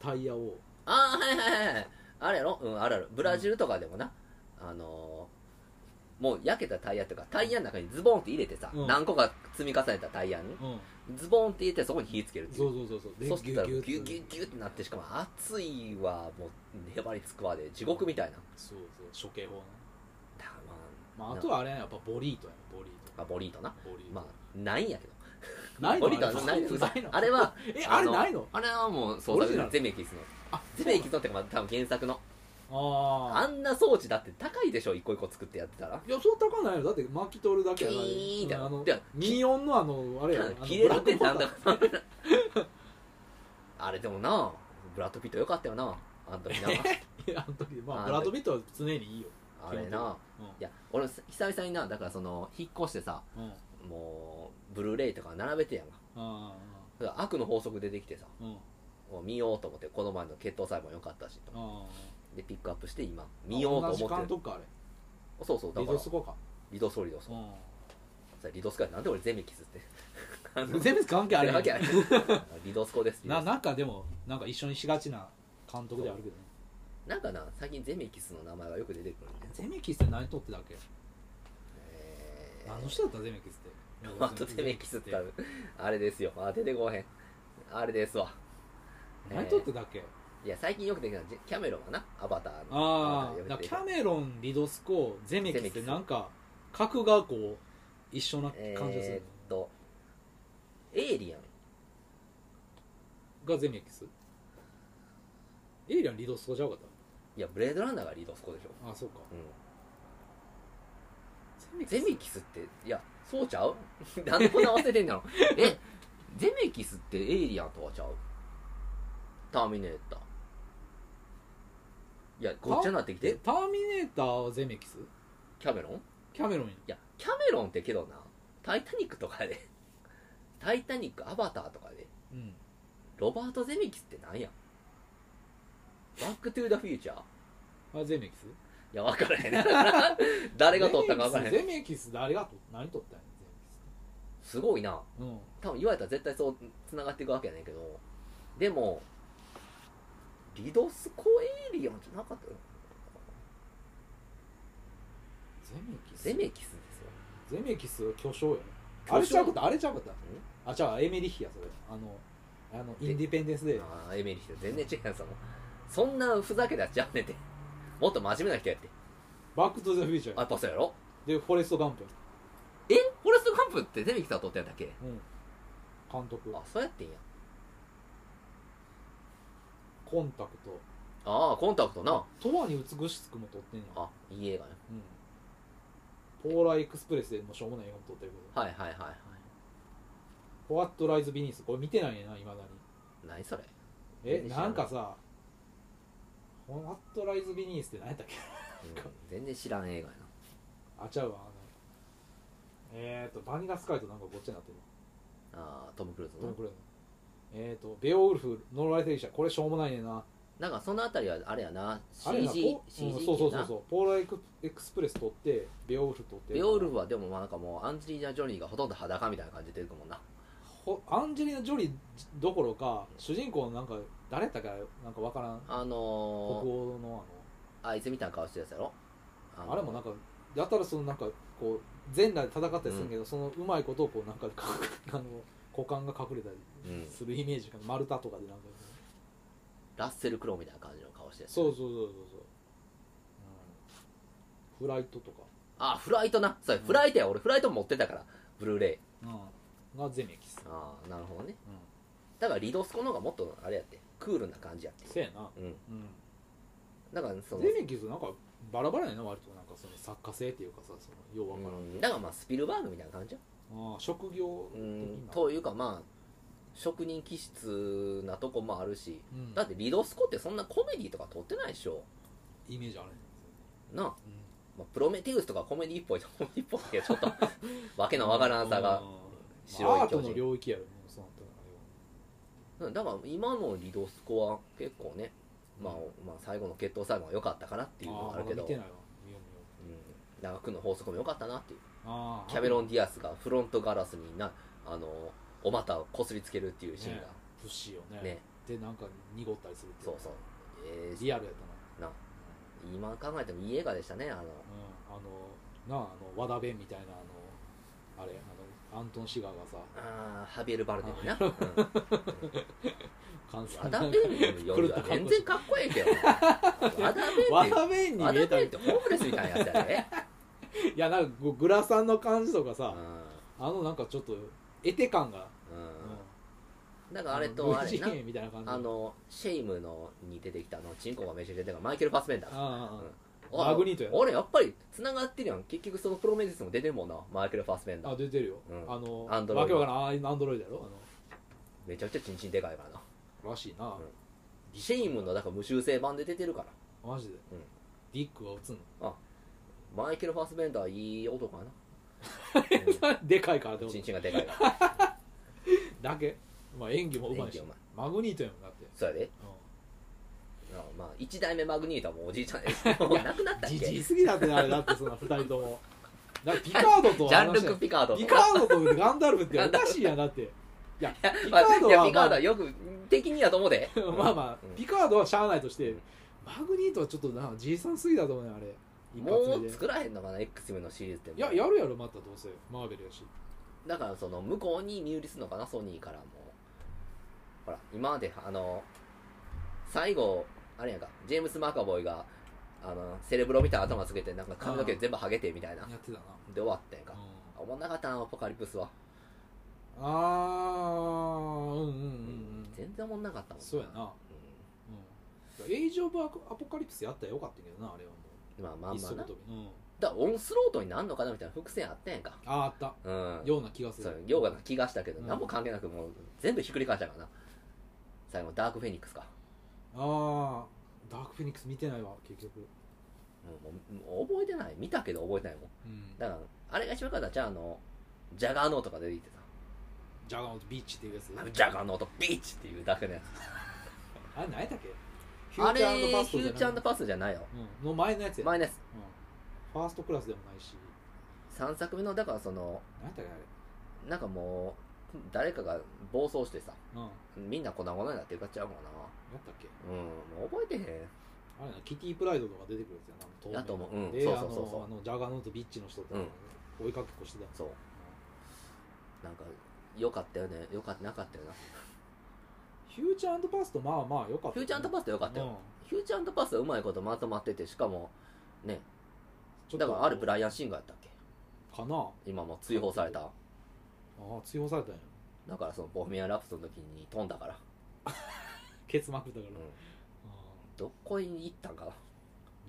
[SPEAKER 2] タイヤを
[SPEAKER 1] ああはいはいはいあれやろうんあるあるブラジルとかでもな、あのーもう焼けたタイヤとかタイヤの中にズボンって入れてさ、
[SPEAKER 2] うん
[SPEAKER 1] 何個か積み重ねたタイヤに
[SPEAKER 2] うん
[SPEAKER 1] ズボンって入れてそこに火つけるってい
[SPEAKER 2] そううそうそうそうで
[SPEAKER 1] そしたらギュッ
[SPEAKER 2] ッ
[SPEAKER 1] ギュッギュッギュッってなってしかも熱いはもう粘りつくわで地獄みたいな
[SPEAKER 2] そうそう処刑法ね、
[SPEAKER 1] だから
[SPEAKER 2] まあ、あとはあれやなやっぱボリートやなボリー
[SPEAKER 1] まあボリートな
[SPEAKER 2] トボリート、
[SPEAKER 1] まあないんやけど
[SPEAKER 2] ないの
[SPEAKER 1] ボリートはない
[SPEAKER 2] の
[SPEAKER 1] ない
[SPEAKER 2] の
[SPEAKER 1] あれは
[SPEAKER 2] えあれ
[SPEAKER 1] の
[SPEAKER 2] ないの
[SPEAKER 1] あれはもうそう
[SPEAKER 2] オリジナル
[SPEAKER 1] ゼメキスの
[SPEAKER 2] あ
[SPEAKER 1] ゼメキスのってかまあ多分原作の
[SPEAKER 2] あ
[SPEAKER 1] あんな装置だって高いでしょ一個一個作ってやってたら
[SPEAKER 2] あいやそう高ないのだって巻き取るだけやな
[SPEAKER 1] キーンって
[SPEAKER 2] うんあの
[SPEAKER 1] で
[SPEAKER 2] ミヨンのあのあれやろあの
[SPEAKER 1] 切れるって
[SPEAKER 2] ブラ
[SPEAKER 1] な
[SPEAKER 2] ッ
[SPEAKER 1] ん
[SPEAKER 2] クボ
[SPEAKER 1] だ
[SPEAKER 2] タン
[SPEAKER 1] か <laughs> あれでもなブラッド・ピットよかったよなあの時な
[SPEAKER 2] あの時ま
[SPEAKER 1] あ
[SPEAKER 2] あ
[SPEAKER 1] の
[SPEAKER 2] ブラッド・ピットは常にいいよ、
[SPEAKER 1] あれな
[SPEAKER 2] うん
[SPEAKER 1] いや俺さ久々になだからその引っ越してさ
[SPEAKER 2] うん
[SPEAKER 1] もうブルーレイとか並べてやんか
[SPEAKER 2] あ
[SPEAKER 1] それ悪の法則出てきてさ
[SPEAKER 2] ーうん
[SPEAKER 1] もう見ようと思ってこの前の血糖細胞良かったしと
[SPEAKER 2] あ
[SPEAKER 1] でピックアップして今見ようと思
[SPEAKER 2] 同じ監
[SPEAKER 1] ってる
[SPEAKER 2] 督かあれ
[SPEAKER 1] そうそうだ
[SPEAKER 2] リ
[SPEAKER 1] か
[SPEAKER 2] ド
[SPEAKER 1] ら
[SPEAKER 2] スコか
[SPEAKER 1] リドソリドソそれリドスコやなんで俺ゼミキスって
[SPEAKER 2] <laughs>
[SPEAKER 1] あの
[SPEAKER 2] うん全部関係
[SPEAKER 1] <laughs>
[SPEAKER 2] あ
[SPEAKER 1] あれ
[SPEAKER 2] れ
[SPEAKER 1] わ
[SPEAKER 2] へ
[SPEAKER 1] け
[SPEAKER 2] ん
[SPEAKER 1] あれリドスコですリドス
[SPEAKER 2] な
[SPEAKER 1] コ
[SPEAKER 2] なんかでもなんか一緒にしがちな監督ではあるけどね
[SPEAKER 1] なんかな最近ゼミキスの名前がよく出てくるんで
[SPEAKER 2] ゼメキスって何取ってたっけ
[SPEAKER 1] えー
[SPEAKER 2] あの人だったゼメキス
[SPEAKER 1] <laughs>
[SPEAKER 2] って
[SPEAKER 1] あとゼミキスってあるあれですよあ出てこうへんあれですわ
[SPEAKER 2] 何取ってたっけ
[SPEAKER 1] いや最近よくできたのジェキャメロンはなアバターの
[SPEAKER 2] あ
[SPEAKER 1] バター
[SPEAKER 2] あ
[SPEAKER 1] でよ
[SPEAKER 2] だか
[SPEAKER 1] く
[SPEAKER 2] ら
[SPEAKER 1] で
[SPEAKER 2] キ
[SPEAKER 1] きた
[SPEAKER 2] ャメロンリドスコゼメキスってなんか格がこう一緒な感じがす
[SPEAKER 1] えー
[SPEAKER 2] る
[SPEAKER 1] っとエイリアン
[SPEAKER 2] がゼメキスエイリアンリドスコじゃなかっ
[SPEAKER 1] いやブレードランナーがリードスコでしょ、
[SPEAKER 2] たあそうか
[SPEAKER 1] う
[SPEAKER 2] ゼメ
[SPEAKER 1] ん、ゼミキスっていやそうちゃう <laughs> なんでこんな忘れてんだろ <laughs> えゼミキスってエイリアンとはちゃうターミネーターいやごっちゃになってきて
[SPEAKER 2] え
[SPEAKER 1] る
[SPEAKER 2] ターミネーターはゼメキス
[SPEAKER 1] キャメロンい
[SPEAKER 2] キャメロンや
[SPEAKER 1] やキャメロンってけどなタイタニックとかやで <laughs> タイタニックアバターとかやで
[SPEAKER 2] うん
[SPEAKER 1] ロバート・ゼミキスってなんやバック・トゥ・ザ・フューチャー
[SPEAKER 2] あゼメキス
[SPEAKER 1] いや、分からへん。 <laughs> 誰が撮ったか分からへん。
[SPEAKER 2] ゼメキス誰が撮った何撮ったんやゼメキス
[SPEAKER 1] すごいな。
[SPEAKER 2] ってうん
[SPEAKER 1] 多分言われたら絶対そう、繋がっていくわけやねんけど。でも、リドスコエイリアンじゃなかったよ。
[SPEAKER 2] ゼメキス
[SPEAKER 1] ゼメキスですよ。
[SPEAKER 2] ゼメキスは巨匠やね
[SPEAKER 1] 巨匠
[SPEAKER 2] あれちゃうかったあれちゃうかったあじゃあエメリッヒやそれあのあのインディペンデンスデー
[SPEAKER 1] あーエメリヒと全然違うやん、その。そんなふざけたやつちゃうねんて。 <laughs> もっと真面目な人やって。
[SPEAKER 2] バック・トゥ・ザ・フューチャ
[SPEAKER 1] あ、
[SPEAKER 2] ー
[SPEAKER 1] やっぱそうやろ
[SPEAKER 2] でフォレスト・ガンプや
[SPEAKER 1] えフォレスト・ガンプってゼメキスは撮ったやんだっけ
[SPEAKER 2] うん監督
[SPEAKER 1] あ、そうやってんや。
[SPEAKER 2] コンタクト
[SPEAKER 1] ああ、コンタクトな。
[SPEAKER 2] 「永遠に美しく」も撮ってんねん
[SPEAKER 1] あ、いい映画ね。
[SPEAKER 2] うんポーラーエクスプレスでもうしょうもない映画も撮ってるけど
[SPEAKER 1] はいはいはいは
[SPEAKER 2] 「フォワット・ライズ・ビニース」これ見てないねんないまだに
[SPEAKER 1] い。何それ
[SPEAKER 2] え
[SPEAKER 1] 全然知らな
[SPEAKER 2] ないんかさ「フォワット・ライズ・ビニース」って何やったっけ
[SPEAKER 1] うん全然知らん映画やな。
[SPEAKER 2] あちゃうわあのえーとバニラスカイとなんかごっちゃになってる
[SPEAKER 1] あートム・クルーズ
[SPEAKER 2] ト
[SPEAKER 1] の
[SPEAKER 2] ム・クルーズのえーと「ベオウルフ・ノーライテリシャ」これしょうもないねんな
[SPEAKER 1] なんかそのあたりはあれやな
[SPEAKER 2] あれな
[SPEAKER 1] CG
[SPEAKER 2] ポうん
[SPEAKER 1] CG
[SPEAKER 2] そうそ
[SPEAKER 1] 系
[SPEAKER 2] うそう
[SPEAKER 1] な
[SPEAKER 2] そうポーラーエクエクスプレス撮ってベオウルフ撮って
[SPEAKER 1] ベオウルフはでもまあなんかもうアンジェリーナ・ジョリーがほとんど裸みたいな感じで出てくるもんな
[SPEAKER 2] ほアンジェリーナ・ジョリーどころか主人公のなんか誰やったかなんかわからん
[SPEAKER 1] あ
[SPEAKER 2] 北
[SPEAKER 1] の
[SPEAKER 2] 欧の
[SPEAKER 1] ー、あいつみたいな顔してるやつやろ
[SPEAKER 2] あ
[SPEAKER 1] の
[SPEAKER 2] のあれもなんかやたらそのなんかこう全裸で戦ったりするけど、そのうまいことをこうなんか <laughs> あの股間が隠れたり
[SPEAKER 1] うん
[SPEAKER 2] するイメージが丸太とかでなんか
[SPEAKER 1] ラッセル・クロウみたいな感じの顔してるやつ
[SPEAKER 2] そうそうそうそうそう、うん、フライトとか、
[SPEAKER 1] あフライトなそうやフライトや俺フライト持ってたからブルーレイ
[SPEAKER 2] がゼメキス、
[SPEAKER 1] ああなるほどね
[SPEAKER 2] うん、
[SPEAKER 1] だからリドスコの方がもっとあれやってクールな感じやって
[SPEAKER 2] せやな、
[SPEAKER 1] うん
[SPEAKER 2] う
[SPEAKER 1] だからそ
[SPEAKER 2] ん、
[SPEAKER 1] の
[SPEAKER 2] ゼメキスなんかバラバラやな割となんかその作家性っていうかさそのようわからん、
[SPEAKER 1] うんだからまあスピルバーグみたいな感じや
[SPEAKER 2] ああ職業
[SPEAKER 1] う
[SPEAKER 2] 的
[SPEAKER 1] ん
[SPEAKER 2] な
[SPEAKER 1] というかまあ職人気質なとこもあるし
[SPEAKER 2] うん
[SPEAKER 1] だってリドスコってそんなコメディとか撮ってないでしょ
[SPEAKER 2] イメージあるね
[SPEAKER 1] なあ、
[SPEAKER 2] うん
[SPEAKER 1] まあ、プロメテウスとかコメディっぽいコメディっぽいけどちょっ <laughs> とわけのわからんさが
[SPEAKER 2] うん、
[SPEAKER 1] 白い巨人
[SPEAKER 2] まあアートの領域やろもうそうなったら
[SPEAKER 1] うんだから今のリドスコは結構ね、まあまあ、最後の血統裁判は良かったかなっていうの
[SPEAKER 2] あ
[SPEAKER 1] は
[SPEAKER 2] あ
[SPEAKER 1] あるけど
[SPEAKER 2] まだ見てないわ見よう見よ
[SPEAKER 1] うん、長くの法則も良かったなっていう
[SPEAKER 2] うああ
[SPEAKER 1] キャメロン・ディアスがフロントガラスになあのお股をこすりつけるっていうシーンが
[SPEAKER 2] 不思議よね
[SPEAKER 1] ね
[SPEAKER 2] でなんか濁ったりするってい
[SPEAKER 1] そうそう、えー
[SPEAKER 2] リアルやった
[SPEAKER 1] な
[SPEAKER 2] な
[SPEAKER 1] 今考えてもいい映画でしたねあの
[SPEAKER 2] うん、あのなああの和田弁みたいなあのあれあのアントン・シガーがさ
[SPEAKER 1] あーハビエル・バルデムな、うん
[SPEAKER 2] 関西
[SPEAKER 1] アダベンよりは全然かっこええけど <laughs> アダベンっ
[SPEAKER 2] 和
[SPEAKER 1] て
[SPEAKER 2] 田弁に
[SPEAKER 1] ア
[SPEAKER 2] 見え
[SPEAKER 1] ダ
[SPEAKER 2] た
[SPEAKER 1] ベンっ
[SPEAKER 2] り
[SPEAKER 1] てホームレスみたいなやつやで、
[SPEAKER 2] いやなんかこうグラサンの感じとか
[SPEAKER 1] う
[SPEAKER 2] さ
[SPEAKER 1] ん
[SPEAKER 2] <laughs> あのなんかちょっとエテ感が、
[SPEAKER 1] うん、だからあれとあれな
[SPEAKER 2] VGA みたいな感じ
[SPEAKER 1] あのシェイムのに出てきたあのチンコがめちゃくちゃ出てるマイケル・ファスベンダー
[SPEAKER 2] あ
[SPEAKER 1] あ
[SPEAKER 2] マグニートや
[SPEAKER 1] 俺やっぱり繋がってるやん結局そのプロメデスも出てるもんなマイケル・ファスベン
[SPEAKER 2] あ
[SPEAKER 1] ダ
[SPEAKER 2] あ
[SPEAKER 1] ー
[SPEAKER 2] 出てるよ、
[SPEAKER 1] うん
[SPEAKER 2] あの
[SPEAKER 1] アンドロイド
[SPEAKER 2] わけわからんああいうアンドロイドやろ
[SPEAKER 1] めちゃくちゃチンチンでかいからな
[SPEAKER 2] あのらしいな、
[SPEAKER 1] んシェイムのだから無修正版で出てるから
[SPEAKER 2] あマジで、
[SPEAKER 1] うん
[SPEAKER 2] ディックは打つの
[SPEAKER 1] マイケル・ファースベンダーいい男かな
[SPEAKER 2] <laughs> でかいからでも
[SPEAKER 1] チンチンがでかい
[SPEAKER 2] <laughs>
[SPEAKER 1] から
[SPEAKER 2] だけまあ演技もうまいし
[SPEAKER 1] 演技うまい
[SPEAKER 2] マグニートやもんだって、
[SPEAKER 1] それで
[SPEAKER 2] う
[SPEAKER 1] あまあ1代目マグニータはもうおじいちゃんですもう亡くなった
[SPEAKER 2] ん、
[SPEAKER 1] っ
[SPEAKER 2] じ
[SPEAKER 1] け
[SPEAKER 2] じい
[SPEAKER 1] ジ
[SPEAKER 2] すぎだってあれだってそんな2人ともだからピカードと
[SPEAKER 1] ャンル
[SPEAKER 2] 話し
[SPEAKER 1] ク・ピカード
[SPEAKER 2] ピカードとガンダルフっておかしいやんだっていやピカ
[SPEAKER 1] まあ
[SPEAKER 2] ード
[SPEAKER 1] いや
[SPEAKER 2] は、
[SPEAKER 1] ピカ
[SPEAKER 2] ま
[SPEAKER 1] ード
[SPEAKER 2] あ
[SPEAKER 1] はよく敵にやと思うで
[SPEAKER 2] <laughs> まあま
[SPEAKER 1] うん
[SPEAKER 2] あ、ピカードはしゃあないとして
[SPEAKER 1] うん、
[SPEAKER 2] マグニートはちょっとな、じいさんすぎだと思うね、あれ。一
[SPEAKER 1] も
[SPEAKER 2] 発
[SPEAKER 1] う
[SPEAKER 2] 目で。
[SPEAKER 1] 作らへんのかな X メンのシリーズって
[SPEAKER 2] いや、やるやろ、またどうせ。マーベルやし。
[SPEAKER 1] だからその向こうに身売りするのかなソニーからもほら今まであの最後あれやんかジェームス・マカボイがあのセレブロみたいな頭つけてなんか髪の毛全部ハゲてみたいな
[SPEAKER 2] やってたな。
[SPEAKER 1] で終わったやんか
[SPEAKER 2] うん
[SPEAKER 1] おもんなかったなアポカリプスは
[SPEAKER 2] あー、うんうんうんうん。
[SPEAKER 1] 全然おもんなかったもん
[SPEAKER 2] そうやな。うん。エイジ・オブ・アポカリプスやったらよかったけどな、あれはも
[SPEAKER 1] うんまあまあ
[SPEAKER 2] う。
[SPEAKER 1] まあな
[SPEAKER 2] 飛び。うん。
[SPEAKER 1] だからオンスロートになんのかなみたいな伏線あったやんか
[SPEAKER 2] あー、あった。
[SPEAKER 1] うん
[SPEAKER 2] ような気がす
[SPEAKER 1] そう
[SPEAKER 2] る。
[SPEAKER 1] ヨガな気がしたけど、
[SPEAKER 2] うん
[SPEAKER 1] 何も関係なくもう全部ひっくり返したからな最後ダークフェニックスか
[SPEAKER 2] あー、ダーク・フェニックス見てないわ、結局。
[SPEAKER 1] もうもうもう覚えてない見たけど覚えてないもん
[SPEAKER 2] うん。
[SPEAKER 1] だからあれが一番よかったじゃああのジャガーノートが出てきてさ
[SPEAKER 2] ジャガーノとビーチっていうやつ。
[SPEAKER 1] あのジャガーノートビーチっていうだけのや
[SPEAKER 2] あれ、何やったっけ
[SPEAKER 1] つあれヒュー
[SPEAKER 2] トじゃない
[SPEAKER 1] チャンパストじゃないよ
[SPEAKER 2] うんの前のやつや。
[SPEAKER 1] マイナス
[SPEAKER 2] うん、ファーストクラスでもないし
[SPEAKER 1] 3作目のだからその
[SPEAKER 2] 何やったっけ
[SPEAKER 1] なんかもう誰かが暴走してさ
[SPEAKER 2] あれうんや
[SPEAKER 1] みんな粉々になって買っちゃうもんな
[SPEAKER 2] ったっけ
[SPEAKER 1] うんもう覚えてへ
[SPEAKER 2] あれなキティプライドとか出てくるやつやな透明
[SPEAKER 1] だと思
[SPEAKER 2] の
[SPEAKER 1] ううん
[SPEAKER 2] で
[SPEAKER 1] そうそうそうそう
[SPEAKER 2] あのあのジャガーノートビッチの人とか、追いかけっこしてた
[SPEAKER 1] んそうなんかよかったよねよかったなかったよな
[SPEAKER 2] ヒューチャーパストまあまあよかった
[SPEAKER 1] フューチャーパストよかったよ、
[SPEAKER 2] うん
[SPEAKER 1] フューチャーパストはうまいことまとまっててしかもね
[SPEAKER 2] ちょっ
[SPEAKER 1] だ
[SPEAKER 2] と
[SPEAKER 1] からあれブ
[SPEAKER 2] イ
[SPEAKER 1] ライアン・シンガーやったっけ
[SPEAKER 2] かなあ
[SPEAKER 1] 今もう追放された
[SPEAKER 2] あ追放されたんや
[SPEAKER 1] だからそのボヘミアン・ラプソディの時に飛んだから、
[SPEAKER 2] 結膜だか
[SPEAKER 1] う
[SPEAKER 2] ら、
[SPEAKER 1] ん
[SPEAKER 2] うん、
[SPEAKER 1] どこに行ったんか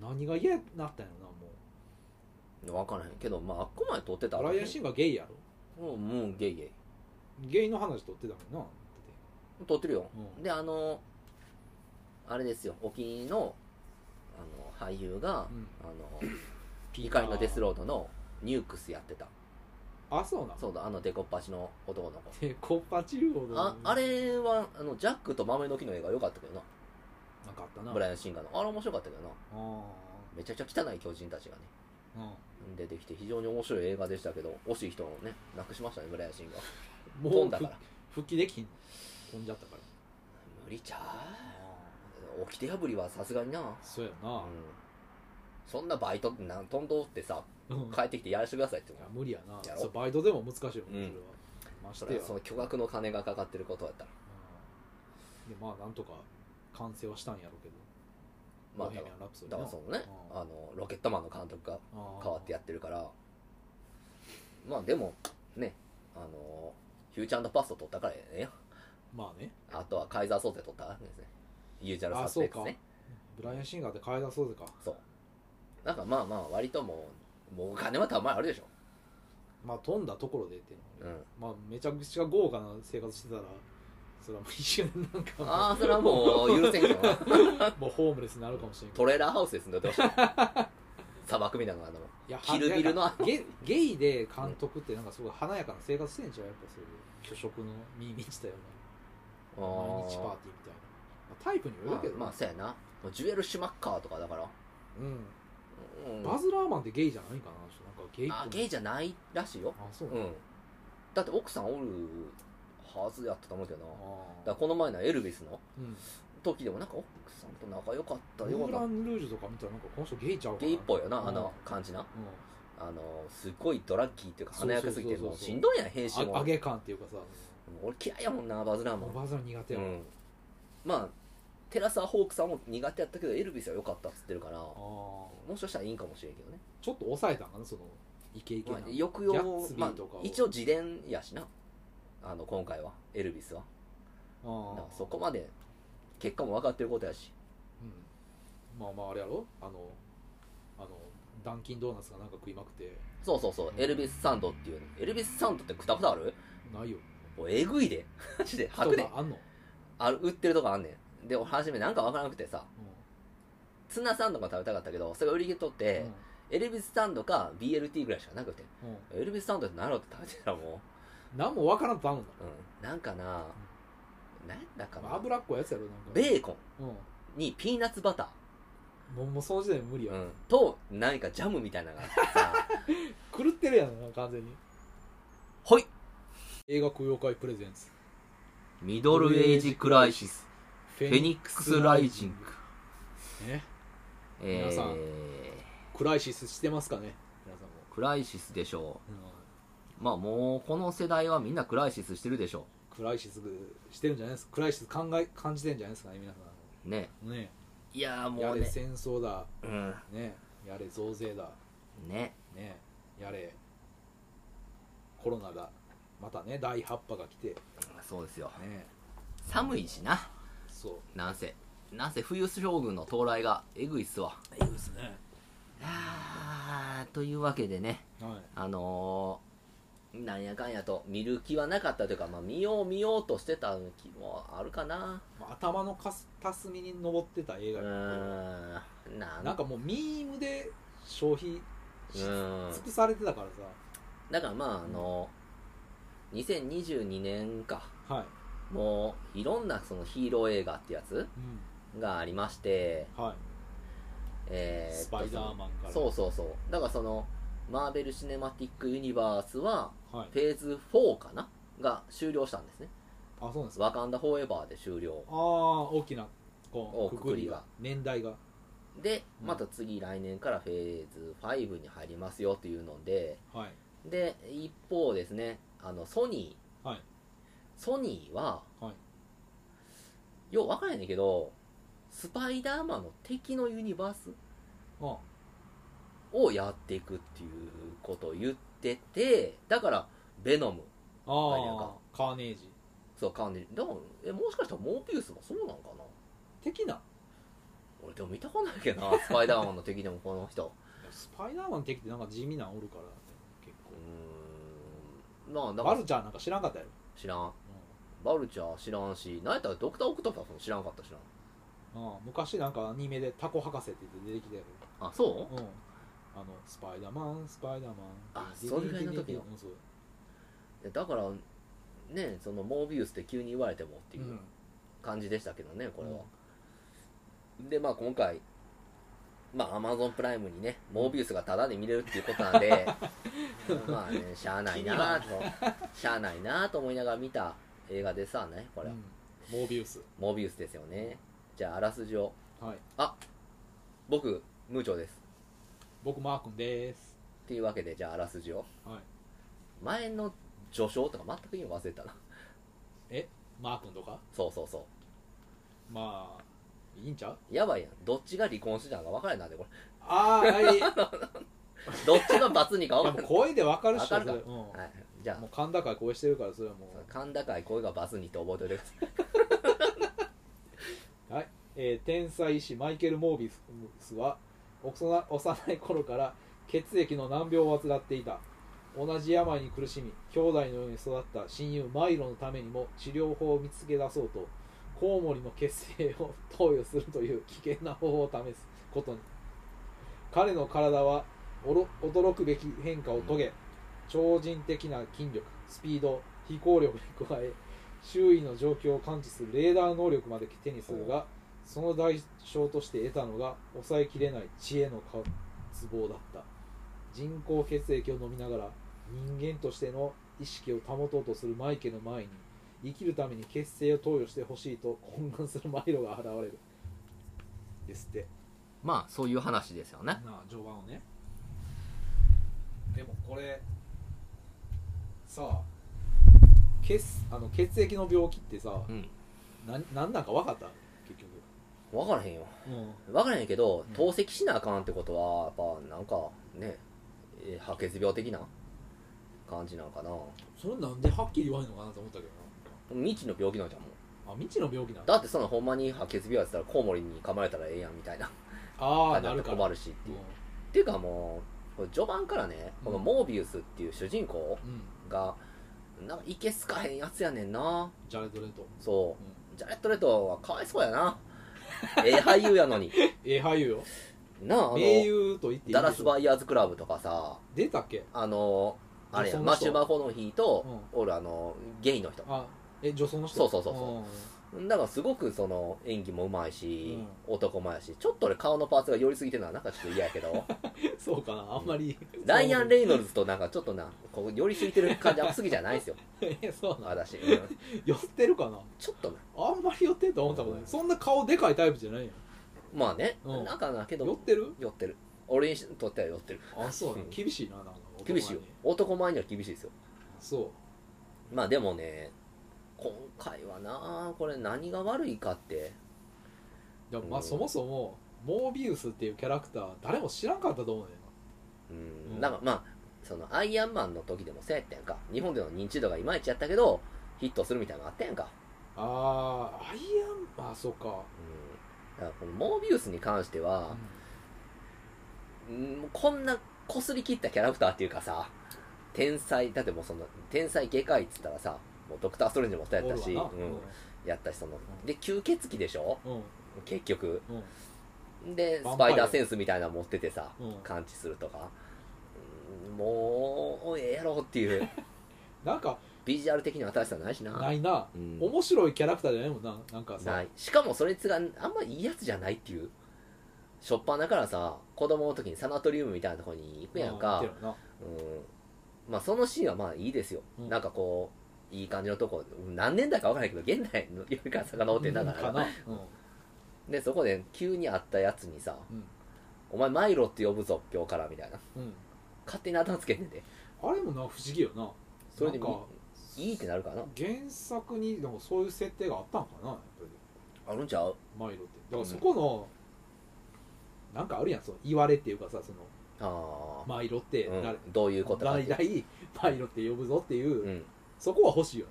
[SPEAKER 2] 何が嫌になったんやろなも
[SPEAKER 1] な分からへんけどまああっこまで撮ってた
[SPEAKER 2] うブライアン・シンがゲイやろ
[SPEAKER 1] もうもうゲイゲイ
[SPEAKER 2] ゲイの話取ってたもんな
[SPEAKER 1] 撮ってるよ、
[SPEAKER 2] うん
[SPEAKER 1] であのあれですよ沖のあの俳優が、
[SPEAKER 2] うん
[SPEAKER 1] あの怒りのデスロードのニュークスやってた
[SPEAKER 2] あそうな
[SPEAKER 1] そうだあのデコッパチの男の子
[SPEAKER 2] でコッパチルほど
[SPEAKER 1] ああれはあのジャックと豆の木の映画良かったけどな
[SPEAKER 2] なんかあったな
[SPEAKER 1] ブラ
[SPEAKER 2] イ
[SPEAKER 1] イアン・シンガーのあれ面白かったけどな
[SPEAKER 2] あ
[SPEAKER 1] めちゃくちゃ汚い巨人たちがね
[SPEAKER 2] あうん
[SPEAKER 1] 出てきて非常に面白い映画でしたけど惜しい人をねなくしましたねブライアン・シンガー
[SPEAKER 2] もう
[SPEAKER 1] 飛んだから
[SPEAKER 2] 復帰できひんの飛んじゃったから
[SPEAKER 1] 無理ちゃ
[SPEAKER 2] あ
[SPEAKER 1] う起きて破りはさすがにな、うん、
[SPEAKER 2] そうやな、
[SPEAKER 1] そんなバイトなん飛んどってさ
[SPEAKER 2] うんい
[SPEAKER 1] 帰ってきてやらせてくださいって
[SPEAKER 2] や無理やな
[SPEAKER 1] やろ
[SPEAKER 2] そうバイトでも難しいもんそれは、
[SPEAKER 1] うん
[SPEAKER 2] まし
[SPEAKER 1] そ
[SPEAKER 2] て
[SPEAKER 1] れ
[SPEAKER 2] や
[SPEAKER 1] はその巨額の金がかかってることやったら
[SPEAKER 2] うんでまあなんとか完成はしたんやろうけど
[SPEAKER 1] まあ
[SPEAKER 2] ボヘ
[SPEAKER 1] だ
[SPEAKER 2] ミ
[SPEAKER 1] から
[SPEAKER 2] アン・ラプソディ
[SPEAKER 1] だ
[SPEAKER 2] な
[SPEAKER 1] からそのね
[SPEAKER 2] うん
[SPEAKER 1] あのロケットマンの監督が
[SPEAKER 2] あー
[SPEAKER 1] 変わってやってるからまあでもねあのフューチャーパスト取ったからええねや
[SPEAKER 2] まあね
[SPEAKER 1] あとはカイザーソーセ取ったからですねユージャルサ
[SPEAKER 2] あ
[SPEAKER 1] ス
[SPEAKER 2] そ
[SPEAKER 1] ペ
[SPEAKER 2] う
[SPEAKER 1] ックス
[SPEAKER 2] か
[SPEAKER 1] ね
[SPEAKER 2] ブライアン・シンガーって変えだそうでか
[SPEAKER 1] そうなんかまあまあ割ともうもうお金はたまにあるでしょ
[SPEAKER 2] まあ飛んだところでっていう
[SPEAKER 1] う
[SPEAKER 2] のはね、
[SPEAKER 1] ん
[SPEAKER 2] まあめちゃくちゃ豪華な生活してたらそれはもう一瞬なんかもう
[SPEAKER 1] ああそれはもう許せんけどな
[SPEAKER 2] もうホームレスになるかもしれんけど
[SPEAKER 1] トレーラーハウスですんでどうし
[SPEAKER 2] <laughs>
[SPEAKER 1] よう砂漠みたいなのがあんなもん
[SPEAKER 2] いや
[SPEAKER 1] キルビルの
[SPEAKER 2] なんかゲゲイで監督ってなんかすごい華やかな生活してんじゃんやっぱそういう虚食の身に満ちたような毎日パーティーみたいな、まあ、タイプによるけどね
[SPEAKER 1] まあまあそうやなもうジュエル・シュマッカーとかだから、
[SPEAKER 2] うん、
[SPEAKER 1] うん、
[SPEAKER 2] バズ・ラーマンってゲイじゃないかなちょっとなんかゲイっぽい
[SPEAKER 1] あゲイじゃないらしいよ
[SPEAKER 2] あそうな
[SPEAKER 1] う
[SPEAKER 2] の、
[SPEAKER 1] んだって奥さんおるはずやったと思うけどなだか
[SPEAKER 2] あ
[SPEAKER 1] らこの前のエルヴィスの
[SPEAKER 2] ーうん
[SPEAKER 1] 時でもなんか奥さんと仲良かったよ
[SPEAKER 2] ム
[SPEAKER 1] う
[SPEAKER 2] ーラ
[SPEAKER 1] な
[SPEAKER 2] ン・ルージュとか見たらなんかこの人ゲイちゃうかな
[SPEAKER 1] ゲイっぽいよ
[SPEAKER 2] う
[SPEAKER 1] なんあの感じな
[SPEAKER 2] う
[SPEAKER 1] あのすっごいドラッキーっていうか華やかすぎて
[SPEAKER 2] そうそうそうそう
[SPEAKER 1] もうしんどいやん編集
[SPEAKER 2] んあ
[SPEAKER 1] も
[SPEAKER 2] 揚げ感っていうかさ
[SPEAKER 1] 俺嫌いやもんなバズラーマ
[SPEAKER 2] もう
[SPEAKER 1] ン
[SPEAKER 2] バズ・ラーマン苦手
[SPEAKER 1] う
[SPEAKER 2] やもん、
[SPEAKER 1] んまあテラサホークさんも苦手やったけどエルビスは良かったっつってるからも
[SPEAKER 2] あー
[SPEAKER 1] しかしたらいいんかもしれんけどね、
[SPEAKER 2] ちょっと抑えたんかなそのイケイケ
[SPEAKER 1] ま
[SPEAKER 2] な、
[SPEAKER 1] あ、
[SPEAKER 2] ギャ
[SPEAKER 1] 抑揚
[SPEAKER 2] ッ
[SPEAKER 1] を
[SPEAKER 2] ツビ
[SPEAKER 1] ま
[SPEAKER 2] ー
[SPEAKER 1] あ
[SPEAKER 2] とかを、
[SPEAKER 1] 一応自伝やしなあの今回はエルビスはだか
[SPEAKER 2] あ
[SPEAKER 1] ら
[SPEAKER 2] ー
[SPEAKER 1] そこまで結果も分かってることやし
[SPEAKER 2] うん、まあまああれやろあのあのダンキンドーナツがなんか食いまくって
[SPEAKER 1] そうそうそう、エルビス・サンドっていう、エルビス・サンドってくたくたある
[SPEAKER 2] ないよ
[SPEAKER 1] もうえぐいで。 <laughs> マジで、白
[SPEAKER 2] 人
[SPEAKER 1] で
[SPEAKER 2] が。あんの、
[SPEAKER 1] ある、売ってるとこあんねん。で、俺初めなんかわからなくてさ、
[SPEAKER 2] う
[SPEAKER 1] ツナサンドが食べたかったけどそれが売り切れとって、エルビスサンドか BLT ぐらいしかなくて
[SPEAKER 2] うんうん
[SPEAKER 1] エルビスサンドって何やろって食べてたらも
[SPEAKER 2] 何もわからんと頼んだ
[SPEAKER 1] う、うん、なんかな何だかな
[SPEAKER 2] 脂っこいやつやろなんか
[SPEAKER 1] ベーコン
[SPEAKER 2] うん
[SPEAKER 1] にピーナッツバタ
[SPEAKER 2] もうもうその時点で無理
[SPEAKER 1] ー、
[SPEAKER 2] や、
[SPEAKER 1] うん、と何かジャムみたいなのがあって
[SPEAKER 3] <laughs>
[SPEAKER 1] さ
[SPEAKER 2] 狂ってるやん完全に
[SPEAKER 1] ほい
[SPEAKER 2] 映画供養会プレゼンツ
[SPEAKER 3] ミドルエイジクライシス
[SPEAKER 2] フ
[SPEAKER 3] フェニックスライジング
[SPEAKER 2] ね
[SPEAKER 3] え
[SPEAKER 2] 皆さん
[SPEAKER 3] ー、
[SPEAKER 2] クライシスしてますかね皆さんも、
[SPEAKER 3] クライシスでしょうまあもうこの世代はみんなクライシスしてるでしょ
[SPEAKER 2] クライシスしてるんじゃないですかクライシス考え感じてるんじゃないですかね皆さ
[SPEAKER 3] うね
[SPEAKER 2] んね
[SPEAKER 3] いやー
[SPEAKER 2] や
[SPEAKER 3] もう
[SPEAKER 2] れ
[SPEAKER 3] ね
[SPEAKER 2] 戦争だ
[SPEAKER 3] うん
[SPEAKER 2] ねやれ増税だ
[SPEAKER 3] ね
[SPEAKER 2] ねやれコロナだまたね第8波が来て
[SPEAKER 3] そうですよ
[SPEAKER 2] ね
[SPEAKER 3] 寒いしな
[SPEAKER 2] そう
[SPEAKER 3] なんせなんせ冬将軍の到来がえぐいっすわ
[SPEAKER 2] いいですね
[SPEAKER 3] あーというわけでね
[SPEAKER 2] はい
[SPEAKER 3] あの
[SPEAKER 1] なんやかんやと見る気はなかったというか、まあ、見よう見ようとしてた気もあるかな
[SPEAKER 2] まあ頭のかす片隅に上ってた映
[SPEAKER 1] う
[SPEAKER 2] 画
[SPEAKER 1] ーんなん
[SPEAKER 2] なんかもうミームで消費
[SPEAKER 1] う
[SPEAKER 2] し尽
[SPEAKER 1] ーん
[SPEAKER 2] くされてたから
[SPEAKER 1] だからまああの2022年か
[SPEAKER 2] さはい、
[SPEAKER 1] もういろんなそのヒーロー映画ってやつ
[SPEAKER 2] う
[SPEAKER 1] がありまして、
[SPEAKER 2] んはい、
[SPEAKER 1] えーっと
[SPEAKER 2] スパイダーマンから
[SPEAKER 1] そうそうそうだからそのマーベル・シネマティック・ユニバースは
[SPEAKER 2] はい
[SPEAKER 1] フェーズ4かなが終了したんですね
[SPEAKER 2] あそうなんですか
[SPEAKER 1] ワカンダ・フォーエバーで終了
[SPEAKER 2] ああ大きなこう
[SPEAKER 1] お
[SPEAKER 2] くくり
[SPEAKER 1] く
[SPEAKER 2] が
[SPEAKER 1] く
[SPEAKER 2] 年代が
[SPEAKER 1] で
[SPEAKER 2] うん
[SPEAKER 1] また次来年からフェーズ5に入りますよというので
[SPEAKER 2] はい
[SPEAKER 1] で一方ですねあのソニー、
[SPEAKER 2] はい
[SPEAKER 1] ソニーは、
[SPEAKER 2] は
[SPEAKER 1] よう分からへんねんけどスパイダーマンの敵のユニバース
[SPEAKER 2] あ
[SPEAKER 1] をやっていくっていうことを言っててだからベノム
[SPEAKER 2] あ
[SPEAKER 1] あれやんか
[SPEAKER 2] ーカーネージ
[SPEAKER 1] そう感じでもえもしかしたらモービウスもそうなんかな
[SPEAKER 2] 的な
[SPEAKER 1] 俺でも見たことないけど
[SPEAKER 2] <laughs>
[SPEAKER 1] なスパイダーマンの敵でもこの人
[SPEAKER 2] スパイダーマン的ってなんか地味なんおるから結
[SPEAKER 1] うー
[SPEAKER 2] 構
[SPEAKER 1] んなあだか
[SPEAKER 2] バ
[SPEAKER 1] ら
[SPEAKER 2] ルチャーなんか知らんかったやろ、
[SPEAKER 1] 知らんバルチャー知らんしなんやったらドクター・オクトパスも知らんかったしな
[SPEAKER 2] うんああ昔なんかアニメでタコ博士って言って出てきたや
[SPEAKER 1] あそう
[SPEAKER 2] けど、うん、あのスパイダーマンスパイダーマン
[SPEAKER 1] あそれぐらいの時の
[SPEAKER 2] うんそう
[SPEAKER 1] えだからねそのモービウスって急に言われてもっていううん感じでしたけどね、これは、でまあ今回まあアマゾンプライムにねモービウスがタダで見れるっていうことなん <laughs> でまあねしゃあないなあと <laughs> しゃあないなあと思いながら見た映画でさねこれ、
[SPEAKER 2] うんモービウス
[SPEAKER 1] モービウスですよねじゃああらすじを
[SPEAKER 2] はい
[SPEAKER 1] 僕ムーチョです
[SPEAKER 2] 僕マー君です
[SPEAKER 1] っていうわけでじゃああらすじを
[SPEAKER 2] はい
[SPEAKER 1] 前の序章とか全く意味忘れたな
[SPEAKER 2] マー君とか
[SPEAKER 1] そうそうそう
[SPEAKER 2] まあいいんちゃう
[SPEAKER 1] やばいやんどっちが離婚してたのか分からへんなんでこれ
[SPEAKER 2] ああ <laughs> はい
[SPEAKER 1] どっちが罰にか分か
[SPEAKER 2] でも
[SPEAKER 1] んない
[SPEAKER 2] 声でわかるっしょ
[SPEAKER 1] わかるか
[SPEAKER 2] それうん、も
[SPEAKER 1] はい、じゃあ
[SPEAKER 2] う甲高い声してるからそれはもう
[SPEAKER 1] 甲高い声がバスにって覚えておいてください
[SPEAKER 2] えー天才医師マイケル・モービスは幼な幼い頃から血液の難病を患っていた同じ病に苦しみ兄弟のように育った親友マイロのためにも治療法を見つけ出そうとコウモリの血清を投与するという危険な方法を試すことに彼の体はおろ驚くべき変化を遂げ超人的な筋力スピード飛行力に加え周囲の状況を感知するレーダー能力まで手にするがその代償として得たのが抑えきれない知恵の渇望だった人工血液を飲みながら人間としての意識を保とうとするマイケルの前に生きるために血清を投与してほしいと懇願するマイロが現れるですって
[SPEAKER 3] まあそういう話ですよね
[SPEAKER 2] なあ序盤をねでもこれさあ血あの血液の病気ってさ
[SPEAKER 3] うん
[SPEAKER 2] なんなんなんか分かった結局
[SPEAKER 1] 分からへんよ
[SPEAKER 2] うん
[SPEAKER 1] 分からへんけど
[SPEAKER 2] うん
[SPEAKER 1] 透析しなあかんってことはやっぱなんかねえー白血病的な感じなんかな
[SPEAKER 2] それなんではっきり言わへんのかなと思ったけど
[SPEAKER 1] 未知の病気なんじゃんもう
[SPEAKER 2] なあ未知の病気なんだ
[SPEAKER 1] だってそのほんまに白血病やってたらコウモリに噛まれたらええやんみた <laughs> いな
[SPEAKER 2] ああ
[SPEAKER 1] 感じ
[SPEAKER 2] な
[SPEAKER 1] だ
[SPEAKER 2] る
[SPEAKER 1] と
[SPEAKER 2] から
[SPEAKER 1] 困るしっていうっていうかもうこれ序盤からねこのモービウスっていう主人公
[SPEAKER 2] うん、うん、
[SPEAKER 1] がなんかいけすかへんやつやねんな
[SPEAKER 2] ジャレドレと、
[SPEAKER 1] そう
[SPEAKER 2] う
[SPEAKER 1] ジャレット・レトはかわいそうやなええ俳優やのに。
[SPEAKER 2] ええ俳優よ
[SPEAKER 1] なあ、あ
[SPEAKER 2] 名
[SPEAKER 1] の、
[SPEAKER 2] 優と言っていいでしょ
[SPEAKER 1] ダラスバイヤーズクラブとかさ、
[SPEAKER 2] 出たっけ
[SPEAKER 1] あの、あれや、
[SPEAKER 2] 女装
[SPEAKER 1] マ
[SPEAKER 2] の
[SPEAKER 1] シ
[SPEAKER 2] 人
[SPEAKER 1] ュマホの日と、俺あの、ゲイの人。
[SPEAKER 2] あえ女装の人
[SPEAKER 1] そうそうそうそうんだからすごくその演技もうまいし、男前やし、ちょっと俺顔のパーツが寄りすぎてるのはなんかちょっと嫌やけ
[SPEAKER 2] <laughs>
[SPEAKER 1] ど、
[SPEAKER 2] そうかなあん
[SPEAKER 1] <laughs>
[SPEAKER 2] まり
[SPEAKER 1] ライアン・レイノルズとなんかちょっとな、こう寄りすぎてる感じ、悪すぎじゃないですよ、
[SPEAKER 2] えそうな
[SPEAKER 1] 私。うん
[SPEAKER 2] 寄ってるかな
[SPEAKER 1] ちょっとな、
[SPEAKER 2] あんまり寄ってると思ったことないそんな顔でかいタイプじゃないよ
[SPEAKER 1] まあね、
[SPEAKER 2] うん
[SPEAKER 1] なんかなけど、
[SPEAKER 2] 寄ってる
[SPEAKER 1] 寄ってる。俺にとっては寄ってる。
[SPEAKER 2] あそうな
[SPEAKER 1] う
[SPEAKER 2] の
[SPEAKER 1] ん
[SPEAKER 2] 厳しいななんか
[SPEAKER 1] 厳しいよ男
[SPEAKER 2] 男前に。
[SPEAKER 1] 前には厳しいですよ。
[SPEAKER 2] そ
[SPEAKER 1] まあでもね、今回はな、これ何が悪いかって、
[SPEAKER 2] うでもま
[SPEAKER 1] う
[SPEAKER 2] あ
[SPEAKER 1] ん
[SPEAKER 2] そもそもモービウスっていうキャラクター誰も知らんかったと思うねん
[SPEAKER 1] う、
[SPEAKER 2] うんん
[SPEAKER 1] なんかまあ、そのアイアンマンの時でもそうやったやんか。日本での認知度がいまいちやったけど、ヒットするみたいなのあったやんか。
[SPEAKER 2] ああアイアンマンそうか
[SPEAKER 1] うん。だからこのモービウスに関しては、うん、こんな擦り切ったキャラクターっていうかさ、天才、だってもうその、天才外科医っつったらさ、もうドクター・ストレンジもそうやったし、
[SPEAKER 2] おるわな
[SPEAKER 1] うん、やったし、その、で、吸血鬼でしょ
[SPEAKER 2] うん
[SPEAKER 1] 結局。
[SPEAKER 2] うん
[SPEAKER 1] で、
[SPEAKER 2] ヴァ
[SPEAKER 1] ス
[SPEAKER 2] ンパ
[SPEAKER 1] パ
[SPEAKER 2] イア
[SPEAKER 1] イダーセンスみたいなの持っててさ、
[SPEAKER 2] うん
[SPEAKER 1] 感知するとか。うんもう、ええやろって
[SPEAKER 2] <laughs>
[SPEAKER 1] いう。
[SPEAKER 2] なんか
[SPEAKER 1] ビジュアル的には新しさないしな。
[SPEAKER 2] ないな
[SPEAKER 3] うん
[SPEAKER 2] 面白いキャラクターじゃないもんななんかさ
[SPEAKER 1] ないしかもそれつがあんまいいやつじゃないっていう。しょっぱなからさ、子供の時にサナトリウムみたいなとこに行くやんか。
[SPEAKER 2] うん言って
[SPEAKER 1] うん。まあそのシーンはまあいいですよ。
[SPEAKER 2] うん
[SPEAKER 1] なんかこう、いい感じのとこ、何年代かわからないけど、現代のよりから遡って
[SPEAKER 2] る
[SPEAKER 1] んだ
[SPEAKER 2] よな
[SPEAKER 1] か。
[SPEAKER 2] からな
[SPEAKER 1] で、そこで急に会ったやつにさ、
[SPEAKER 2] うん
[SPEAKER 1] お前マイロって呼ぶぞ、今日からみたいな。
[SPEAKER 2] うん
[SPEAKER 1] 勝手に頭つけてて。
[SPEAKER 2] あれもな不思議よな
[SPEAKER 1] それで
[SPEAKER 2] なんか
[SPEAKER 1] いいってなるかな。
[SPEAKER 2] 原作にでもそういう設定があったんかなやっぱり
[SPEAKER 1] あるんちゃう
[SPEAKER 2] マイロってだからそこの、なんかあるやんその言われっていうかさその
[SPEAKER 1] ああ、
[SPEAKER 2] マイロって
[SPEAKER 1] うん
[SPEAKER 2] 誰、
[SPEAKER 1] どういうことかってい
[SPEAKER 2] 代
[SPEAKER 1] う。
[SPEAKER 2] 々マイロって呼ぶぞっていう、
[SPEAKER 1] うん。
[SPEAKER 2] そこは欲しいよ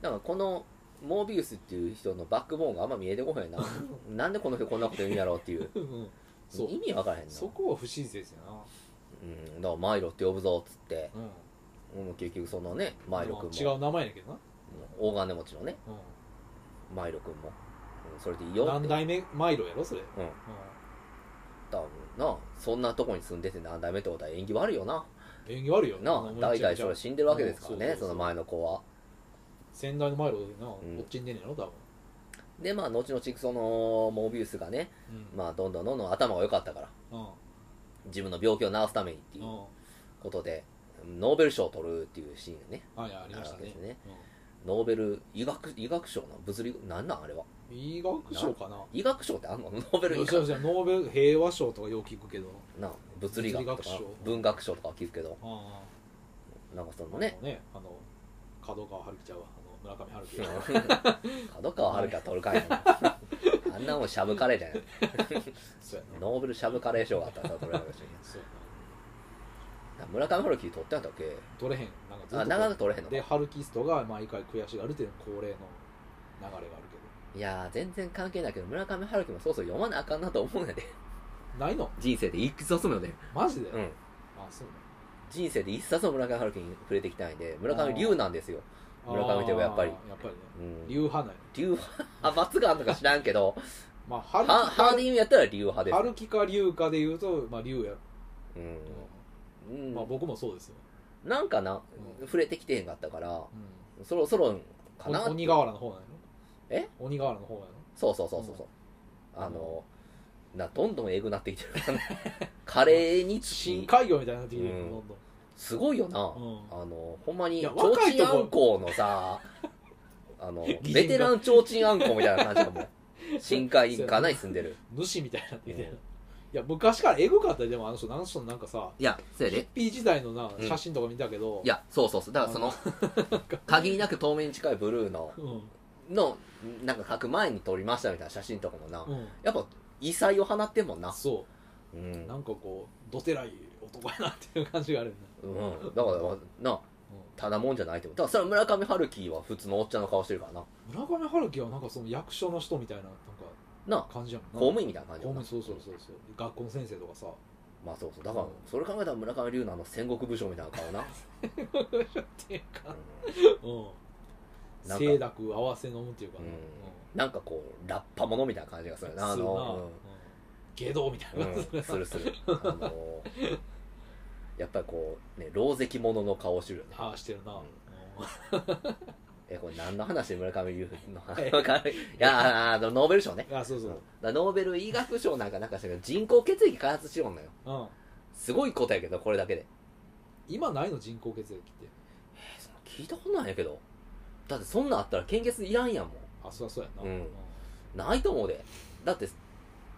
[SPEAKER 1] なんかこのモービウスっていう人のバックボーンがあんま見えてこへ
[SPEAKER 2] <laughs>
[SPEAKER 1] んななんでこの人こんなこと言うんやろうっていう
[SPEAKER 2] な、うんそう
[SPEAKER 1] 意味わからへんな
[SPEAKER 2] そこは不親切や
[SPEAKER 1] うん、だからマイロって呼ぶぞっつって
[SPEAKER 2] な、うん、
[SPEAKER 1] もう結局そのねマイロ君
[SPEAKER 2] まあ
[SPEAKER 1] も
[SPEAKER 2] 違う名前やけどな、
[SPEAKER 1] 大金持ちのね
[SPEAKER 2] う
[SPEAKER 1] マイロ君も、うん、それでいいよ
[SPEAKER 2] ん、
[SPEAKER 1] って
[SPEAKER 2] 何代目マイロやろそれ、
[SPEAKER 1] うん多分なそんなとこに住んでて何代目ってことは縁起悪いよな
[SPEAKER 2] 演技悪いよ
[SPEAKER 1] な
[SPEAKER 2] もう
[SPEAKER 1] 代々
[SPEAKER 2] めち
[SPEAKER 1] それ
[SPEAKER 2] ゃめ
[SPEAKER 1] は
[SPEAKER 2] ちゃ
[SPEAKER 1] 死んでるわけですからね、
[SPEAKER 2] うんそう
[SPEAKER 1] そ
[SPEAKER 2] そうそう
[SPEAKER 1] の前の子は
[SPEAKER 2] 先代のマイロでな、こ
[SPEAKER 1] ん
[SPEAKER 2] っちに出んねんやろ多分、
[SPEAKER 1] でまあ後々そのモービウスがね
[SPEAKER 2] うん
[SPEAKER 1] まあどんどんどんどん頭が良かったから自分の病気を治すためにって
[SPEAKER 2] う
[SPEAKER 1] い
[SPEAKER 2] んう
[SPEAKER 1] うんことでノーベル賞を取るっていうシーンがね
[SPEAKER 2] はいありました
[SPEAKER 1] あるわけで
[SPEAKER 2] ね
[SPEAKER 1] すねノーベル医学医学賞の物理なんなんあれは
[SPEAKER 2] うん、医学賞かな
[SPEAKER 1] 医学賞ってあんのノーベル
[SPEAKER 2] い
[SPEAKER 1] 医
[SPEAKER 2] やそう
[SPEAKER 1] 学
[SPEAKER 2] そうノーベル平和賞とかよく聞くけど
[SPEAKER 1] な物理学とか
[SPEAKER 2] 物理学賞
[SPEAKER 1] 文学賞とかは聞くけど
[SPEAKER 2] あ
[SPEAKER 1] なんかそ
[SPEAKER 2] あ
[SPEAKER 1] のね
[SPEAKER 2] あのねあの角川春樹ちゃうわあの村上春樹
[SPEAKER 1] <laughs> 角川春樹は取るか
[SPEAKER 2] <laughs>
[SPEAKER 1] いなあんなもんシャブカレーじゃない
[SPEAKER 2] そうやな
[SPEAKER 1] ノーベルシャブカレー賞があったらさ取れるかもしれ
[SPEAKER 2] そうやな
[SPEAKER 1] ない村上春樹取ってなかったっ
[SPEAKER 2] 取れへんなんかず
[SPEAKER 1] け
[SPEAKER 2] っ
[SPEAKER 1] あ
[SPEAKER 2] と
[SPEAKER 1] 長く取れへんの
[SPEAKER 2] で春樹ストが毎回悔しがるっていうのが恒例の流れがあるけ
[SPEAKER 1] いやー全然関係ないけど村上春樹もそうそう読まなあかんなと思うんやで
[SPEAKER 2] どないの
[SPEAKER 1] 人生で一冊も読んで
[SPEAKER 2] マジで、
[SPEAKER 1] うん
[SPEAKER 2] あそうね
[SPEAKER 1] 人生で一冊も村上春樹に触れてきたいんで村上龍なんですよ村上といえばやっぱり
[SPEAKER 2] あーやっぱりね
[SPEAKER 1] うん
[SPEAKER 2] 流派なんや
[SPEAKER 1] 流派、派 <laughs> 閥があるのか知らんけ
[SPEAKER 2] <laughs>
[SPEAKER 1] ど、
[SPEAKER 2] まあ
[SPEAKER 1] は
[SPEAKER 2] 春樹
[SPEAKER 1] ハーデ
[SPEAKER 2] か
[SPEAKER 1] ィングやったら流派です。
[SPEAKER 2] 春樹か龍かで言うとまあ龍や、
[SPEAKER 1] うん。
[SPEAKER 2] うんまあ僕もそうですよ、
[SPEAKER 1] なんかな、
[SPEAKER 2] うん
[SPEAKER 1] 触れてきてへんかったから、
[SPEAKER 2] う
[SPEAKER 1] そろそろか
[SPEAKER 2] ん、
[SPEAKER 1] な
[SPEAKER 2] お鬼瓦の方なの
[SPEAKER 1] え
[SPEAKER 2] 鬼瓦の方なの
[SPEAKER 1] そうそうそうそうそう。
[SPEAKER 2] うん
[SPEAKER 1] あの、な、どんどんエグなってきてる。
[SPEAKER 2] <laughs>
[SPEAKER 1] カレーにつ
[SPEAKER 2] 深
[SPEAKER 1] き、
[SPEAKER 2] 海魚みたいになってきてるよ、
[SPEAKER 1] うん
[SPEAKER 2] どんどん
[SPEAKER 1] すごいよな。
[SPEAKER 2] うん
[SPEAKER 1] あの、ほんまに、
[SPEAKER 2] い
[SPEAKER 1] ち
[SPEAKER 2] や
[SPEAKER 1] ょう
[SPEAKER 2] 若い
[SPEAKER 1] ちん
[SPEAKER 2] と
[SPEAKER 1] あ
[SPEAKER 2] こ
[SPEAKER 1] んこのさ、あ
[SPEAKER 2] <laughs>
[SPEAKER 1] の、
[SPEAKER 2] 擬人が
[SPEAKER 1] ベテランちょうちんあんこみたいな感
[SPEAKER 2] <laughs>
[SPEAKER 1] じがもう、深海にかなり住んでる。
[SPEAKER 2] 主みたいになってきてる、
[SPEAKER 1] うん
[SPEAKER 2] いや昔からエグかったよでもあの人あの人なんかさ
[SPEAKER 1] いや、そうやで。
[SPEAKER 2] P 時代のな
[SPEAKER 1] うん
[SPEAKER 2] 写真とか見たけど、
[SPEAKER 1] いや、そうそうそう。だからその、 <laughs> 限りなく透明に近いブルーの、
[SPEAKER 2] うん
[SPEAKER 1] の、なんか書く前に撮りましたみたいな写真とかもな、
[SPEAKER 2] うん
[SPEAKER 1] やっぱ異彩を放ってんもんな。。
[SPEAKER 2] そううんなんかこうどてらい男やなっていう感じがあるよね、
[SPEAKER 1] うん。だから、な、ただもんじゃないってこと。だからそれは村上春樹は普通のおっちゃんの顔してるからな。
[SPEAKER 2] うん村上春樹はなんかその役所の人みたいななん
[SPEAKER 1] な
[SPEAKER 2] か、感じやも
[SPEAKER 1] 公
[SPEAKER 2] ん
[SPEAKER 1] 務
[SPEAKER 2] な
[SPEAKER 1] 員みたいな感
[SPEAKER 2] 公
[SPEAKER 1] じやもん
[SPEAKER 2] 務
[SPEAKER 1] な
[SPEAKER 2] 員そうそうそうそう学校の先生とかさ
[SPEAKER 1] まあそうそう。だから、それ考えたら村上龍のあの戦国武将みたいな顔な。
[SPEAKER 2] っていうか
[SPEAKER 1] うん
[SPEAKER 2] うん
[SPEAKER 1] なんか
[SPEAKER 2] 清濁合わせ飲むっていうか
[SPEAKER 1] う
[SPEAKER 2] ね、
[SPEAKER 1] んなんかこうラッパものみたいな感じがする
[SPEAKER 2] うん
[SPEAKER 1] なあ
[SPEAKER 2] するな、
[SPEAKER 1] の、
[SPEAKER 2] 下道みたい
[SPEAKER 1] うん
[SPEAKER 2] な、
[SPEAKER 1] うんするす <laughs> るあのやっぱりこうね狼藉者の顔をしてるよね
[SPEAKER 2] <laughs> ああしてるな、
[SPEAKER 1] うん
[SPEAKER 2] うん
[SPEAKER 1] えこれ何の話村上龍の話
[SPEAKER 2] え
[SPEAKER 1] わかんないいやあのノーベル賞ね
[SPEAKER 2] あそう
[SPEAKER 1] う
[SPEAKER 2] そ
[SPEAKER 1] んだ
[SPEAKER 2] う
[SPEAKER 1] か、らノーベル医学賞なんかなんかしたけど人工血液開発しようのよ
[SPEAKER 2] うん
[SPEAKER 1] すごいことやけどこれだけで
[SPEAKER 2] 今ないの人工血液って
[SPEAKER 1] えそんな聞いたことないやけどだってそんなんあったら献血いらんやんも
[SPEAKER 2] あそうそうやな、
[SPEAKER 1] うんんないと思うでだって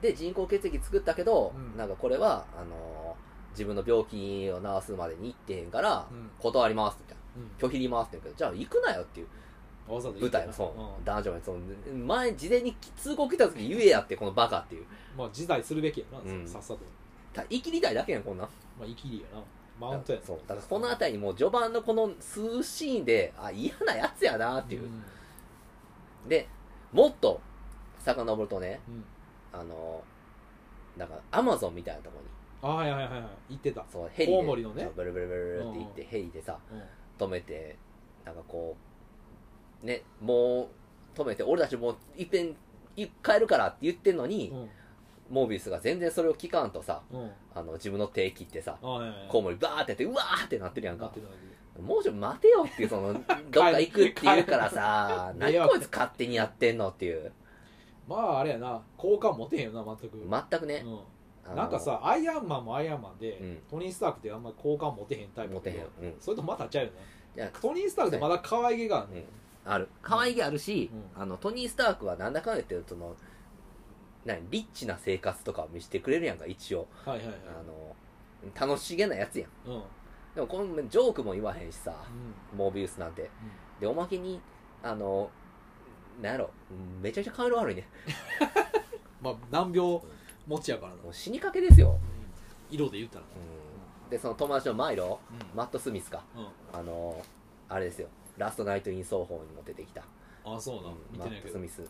[SPEAKER 1] で人工血液作ったけど、
[SPEAKER 2] うん
[SPEAKER 1] なんかこれはあのー自分の病気を治すまでに行ってへんから、
[SPEAKER 2] うん
[SPEAKER 1] 断りますみたいな
[SPEAKER 2] うん
[SPEAKER 1] 拒否りますって言うけどじゃあ行くなよっていう
[SPEAKER 2] わざと言
[SPEAKER 1] 舞
[SPEAKER 2] うて
[SPEAKER 1] 台
[SPEAKER 2] な
[SPEAKER 1] のそう、
[SPEAKER 2] うん
[SPEAKER 1] 男女もそう前事前に通告来た時に言えやってこのバカっていう
[SPEAKER 2] まあ辞退するべきやな、
[SPEAKER 1] うん
[SPEAKER 2] さっさと
[SPEAKER 1] た生きりたいだけやんこんなん
[SPEAKER 2] まあ生きりやなマウントやな
[SPEAKER 1] そうだからこの辺りにもう序盤のこの数シーンであ嫌なやつやなっていう、
[SPEAKER 2] ん
[SPEAKER 1] でもっと遡るとね
[SPEAKER 2] うん
[SPEAKER 1] あのなんかアマゾンみたいなところに
[SPEAKER 2] あはいはいはいはい言ってた、
[SPEAKER 1] そうヘリ
[SPEAKER 2] コウ
[SPEAKER 1] で
[SPEAKER 2] モリのね
[SPEAKER 1] そうブルブルブルブルって行ってヘリでさ
[SPEAKER 2] うん
[SPEAKER 1] 止めてなんかこうねもう止めて俺たちもういっぺんい帰るからって言ってんのに、
[SPEAKER 2] うん
[SPEAKER 1] モービウスが全然それを聞かんとさ
[SPEAKER 2] うん
[SPEAKER 1] あの自分の手切ってさ
[SPEAKER 2] あはいはいはい
[SPEAKER 1] コウモリバーってやってうわーってなってるやん
[SPEAKER 2] な
[SPEAKER 1] か
[SPEAKER 2] ってない
[SPEAKER 1] もうちょい待てよっていう、そ
[SPEAKER 2] <laughs>
[SPEAKER 1] の、どっか行くって言うからさ、
[SPEAKER 2] 帰る
[SPEAKER 1] 何こいつ勝手にやってんのっていう。
[SPEAKER 2] まああれやな好感持てへんよな全く、
[SPEAKER 1] 全くね、
[SPEAKER 2] う
[SPEAKER 1] あの
[SPEAKER 2] ん、なんか、さアイアンマンもアイアンマンで、
[SPEAKER 1] うん
[SPEAKER 2] トニー・スタークってあんまり好感持てへんタイプ
[SPEAKER 1] モ
[SPEAKER 2] だ
[SPEAKER 1] テ
[SPEAKER 2] け
[SPEAKER 1] へ
[SPEAKER 2] ど
[SPEAKER 1] ん。うん。
[SPEAKER 2] それとまたちゃうよね
[SPEAKER 1] いや
[SPEAKER 2] トニー・スタークってまだ可愛げがあるね、
[SPEAKER 1] ある。可愛げあるし、
[SPEAKER 2] うん
[SPEAKER 1] あの、トニー・スタークはなんだかんだ言ってると、その、何、リッチな生活とかを見せてくれるやんか、一応。
[SPEAKER 2] はいはいはい
[SPEAKER 1] あの、楽しげなやつやん。
[SPEAKER 2] うん、うん
[SPEAKER 1] でも、このジョークも言わへんしさ、モービウスなんて。で、おまけに、あの、なんやろ、めちゃめちゃ顔色悪いね。
[SPEAKER 2] まあ難病持ちやからな、
[SPEAKER 1] もう死にかけですよ。
[SPEAKER 2] 色で言ったらな
[SPEAKER 1] で、その友達のマイロ、
[SPEAKER 2] うん
[SPEAKER 1] マット・スミスか。
[SPEAKER 2] うん
[SPEAKER 1] あのーあれですよラストナイト・イン・奏法にも出てきた、
[SPEAKER 2] あそうな、
[SPEAKER 1] うん
[SPEAKER 2] 見
[SPEAKER 1] マ
[SPEAKER 2] てな
[SPEAKER 1] ッ
[SPEAKER 2] い
[SPEAKER 1] ト・
[SPEAKER 2] け
[SPEAKER 1] ス
[SPEAKER 2] ど、
[SPEAKER 1] ミス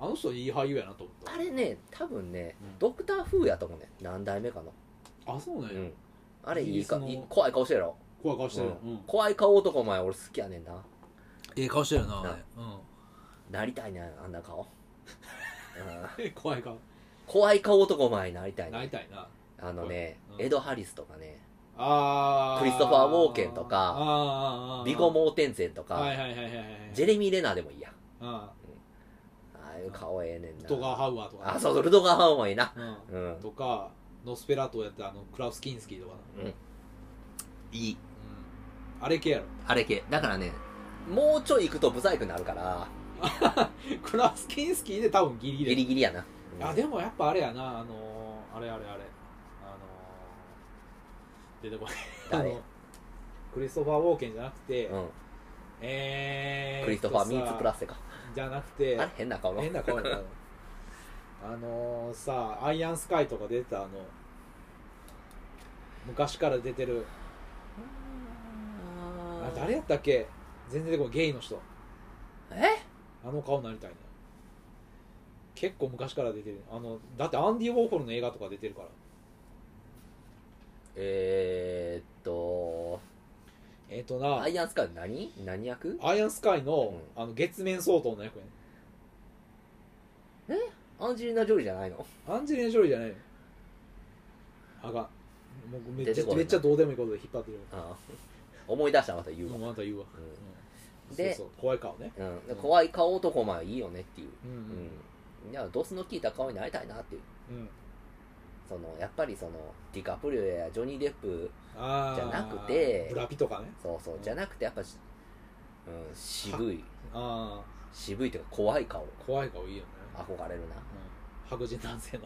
[SPEAKER 2] あの人いい俳優やなと思った
[SPEAKER 1] あれね多分ね、
[SPEAKER 2] うん
[SPEAKER 1] ドクター・フーやと思うね何代目かの
[SPEAKER 2] あそうなん
[SPEAKER 1] う
[SPEAKER 2] や、
[SPEAKER 1] んあれいいか
[SPEAKER 2] イギリスの
[SPEAKER 1] いい怖い顔してるやろ、
[SPEAKER 2] 怖い顔してる、
[SPEAKER 1] う
[SPEAKER 2] うんん
[SPEAKER 1] 怖い顔男お前俺好きやねんな
[SPEAKER 2] ええ顔してるな
[SPEAKER 1] な
[SPEAKER 2] あれ、うん <laughs>
[SPEAKER 1] なりたいねあんな顔うん
[SPEAKER 2] え、怖い顔
[SPEAKER 1] 怖い顔男お前になりたい
[SPEAKER 2] なり
[SPEAKER 1] ね
[SPEAKER 2] たいな
[SPEAKER 1] あのね、
[SPEAKER 2] うん
[SPEAKER 1] エド・ハリスとかね
[SPEAKER 2] あー
[SPEAKER 1] クリストファーウォーケンとか
[SPEAKER 2] あー
[SPEAKER 1] ビゴ・モーテンゼンとか、
[SPEAKER 2] はいはいはいはいはい
[SPEAKER 1] ジェレミー・レナーでもいいや
[SPEAKER 2] あ
[SPEAKER 1] ああいう顔ええねん
[SPEAKER 2] ー
[SPEAKER 1] な
[SPEAKER 2] ルトガー・ハウアーとかね
[SPEAKER 1] あそうそうルトガー・ハウもいいな
[SPEAKER 2] うん
[SPEAKER 1] うん
[SPEAKER 2] とかノスペラートやってあのクラウス・キンスキーとかな、
[SPEAKER 1] いい
[SPEAKER 2] うんあれ系やろ <laughs>
[SPEAKER 1] あれ系だからねもうちょい行くとブサイクになるから
[SPEAKER 2] クラウス・キンスキーで多分ギリギリ
[SPEAKER 1] ギリギリやな
[SPEAKER 2] あでもやっぱあれやなあのー、あれあれあれあのー、出てこない
[SPEAKER 1] <laughs> 誰
[SPEAKER 2] あのクリストファー・ウォーケンじゃなくて、
[SPEAKER 1] うん
[SPEAKER 2] えー
[SPEAKER 1] クリストファー・ミーツ・プラ
[SPEAKER 2] ス
[SPEAKER 1] ステか
[SPEAKER 2] じゃな
[SPEAKER 1] あ
[SPEAKER 2] くて
[SPEAKER 1] れ変な顔の
[SPEAKER 2] 変な顔やなあのー、さアイアンスカイとか出てたあの昔から出てるあ誰やったっけ全然出てこないゲイの人
[SPEAKER 1] え
[SPEAKER 2] あの顔になりたいね結構昔から出てるあのだってアンディ・ウォーホルの映画とか出てるから
[SPEAKER 1] えーっと
[SPEAKER 2] えっ、とな
[SPEAKER 1] アイアンスカイ何何役
[SPEAKER 2] アイアンスカイの,、
[SPEAKER 1] う
[SPEAKER 2] あの月面相当の役やね
[SPEAKER 1] アンジェリーナ・ジョリーじゃないの
[SPEAKER 2] アンジェリーナ・ジョリーじゃないよあがもうめっち
[SPEAKER 1] 出て
[SPEAKER 2] ゃ
[SPEAKER 1] こない
[SPEAKER 2] めっちゃどうでもいいことで引っ張ってるよ
[SPEAKER 1] あ思い出したらまた言う
[SPEAKER 2] も
[SPEAKER 1] わ
[SPEAKER 2] うまた言うわ、
[SPEAKER 1] う
[SPEAKER 2] うん
[SPEAKER 1] で
[SPEAKER 2] そうそう怖い顔ね
[SPEAKER 1] んうんで怖い顔男お前いいよねっていう
[SPEAKER 2] うん
[SPEAKER 1] うんいやドスの効いた顔になりたいなっていう
[SPEAKER 2] うん、うん、
[SPEAKER 1] そのやっぱりそのディカプリオやジョニー・デップ
[SPEAKER 2] あー
[SPEAKER 1] じゃなくて
[SPEAKER 2] ブラピとかね
[SPEAKER 1] そうそうじゃなくてやっぱし、うん、渋い
[SPEAKER 2] あ
[SPEAKER 1] 渋いというか怖い顔
[SPEAKER 2] あ怖い顔いいよね、
[SPEAKER 1] 憧れるな
[SPEAKER 2] うん、白人男性の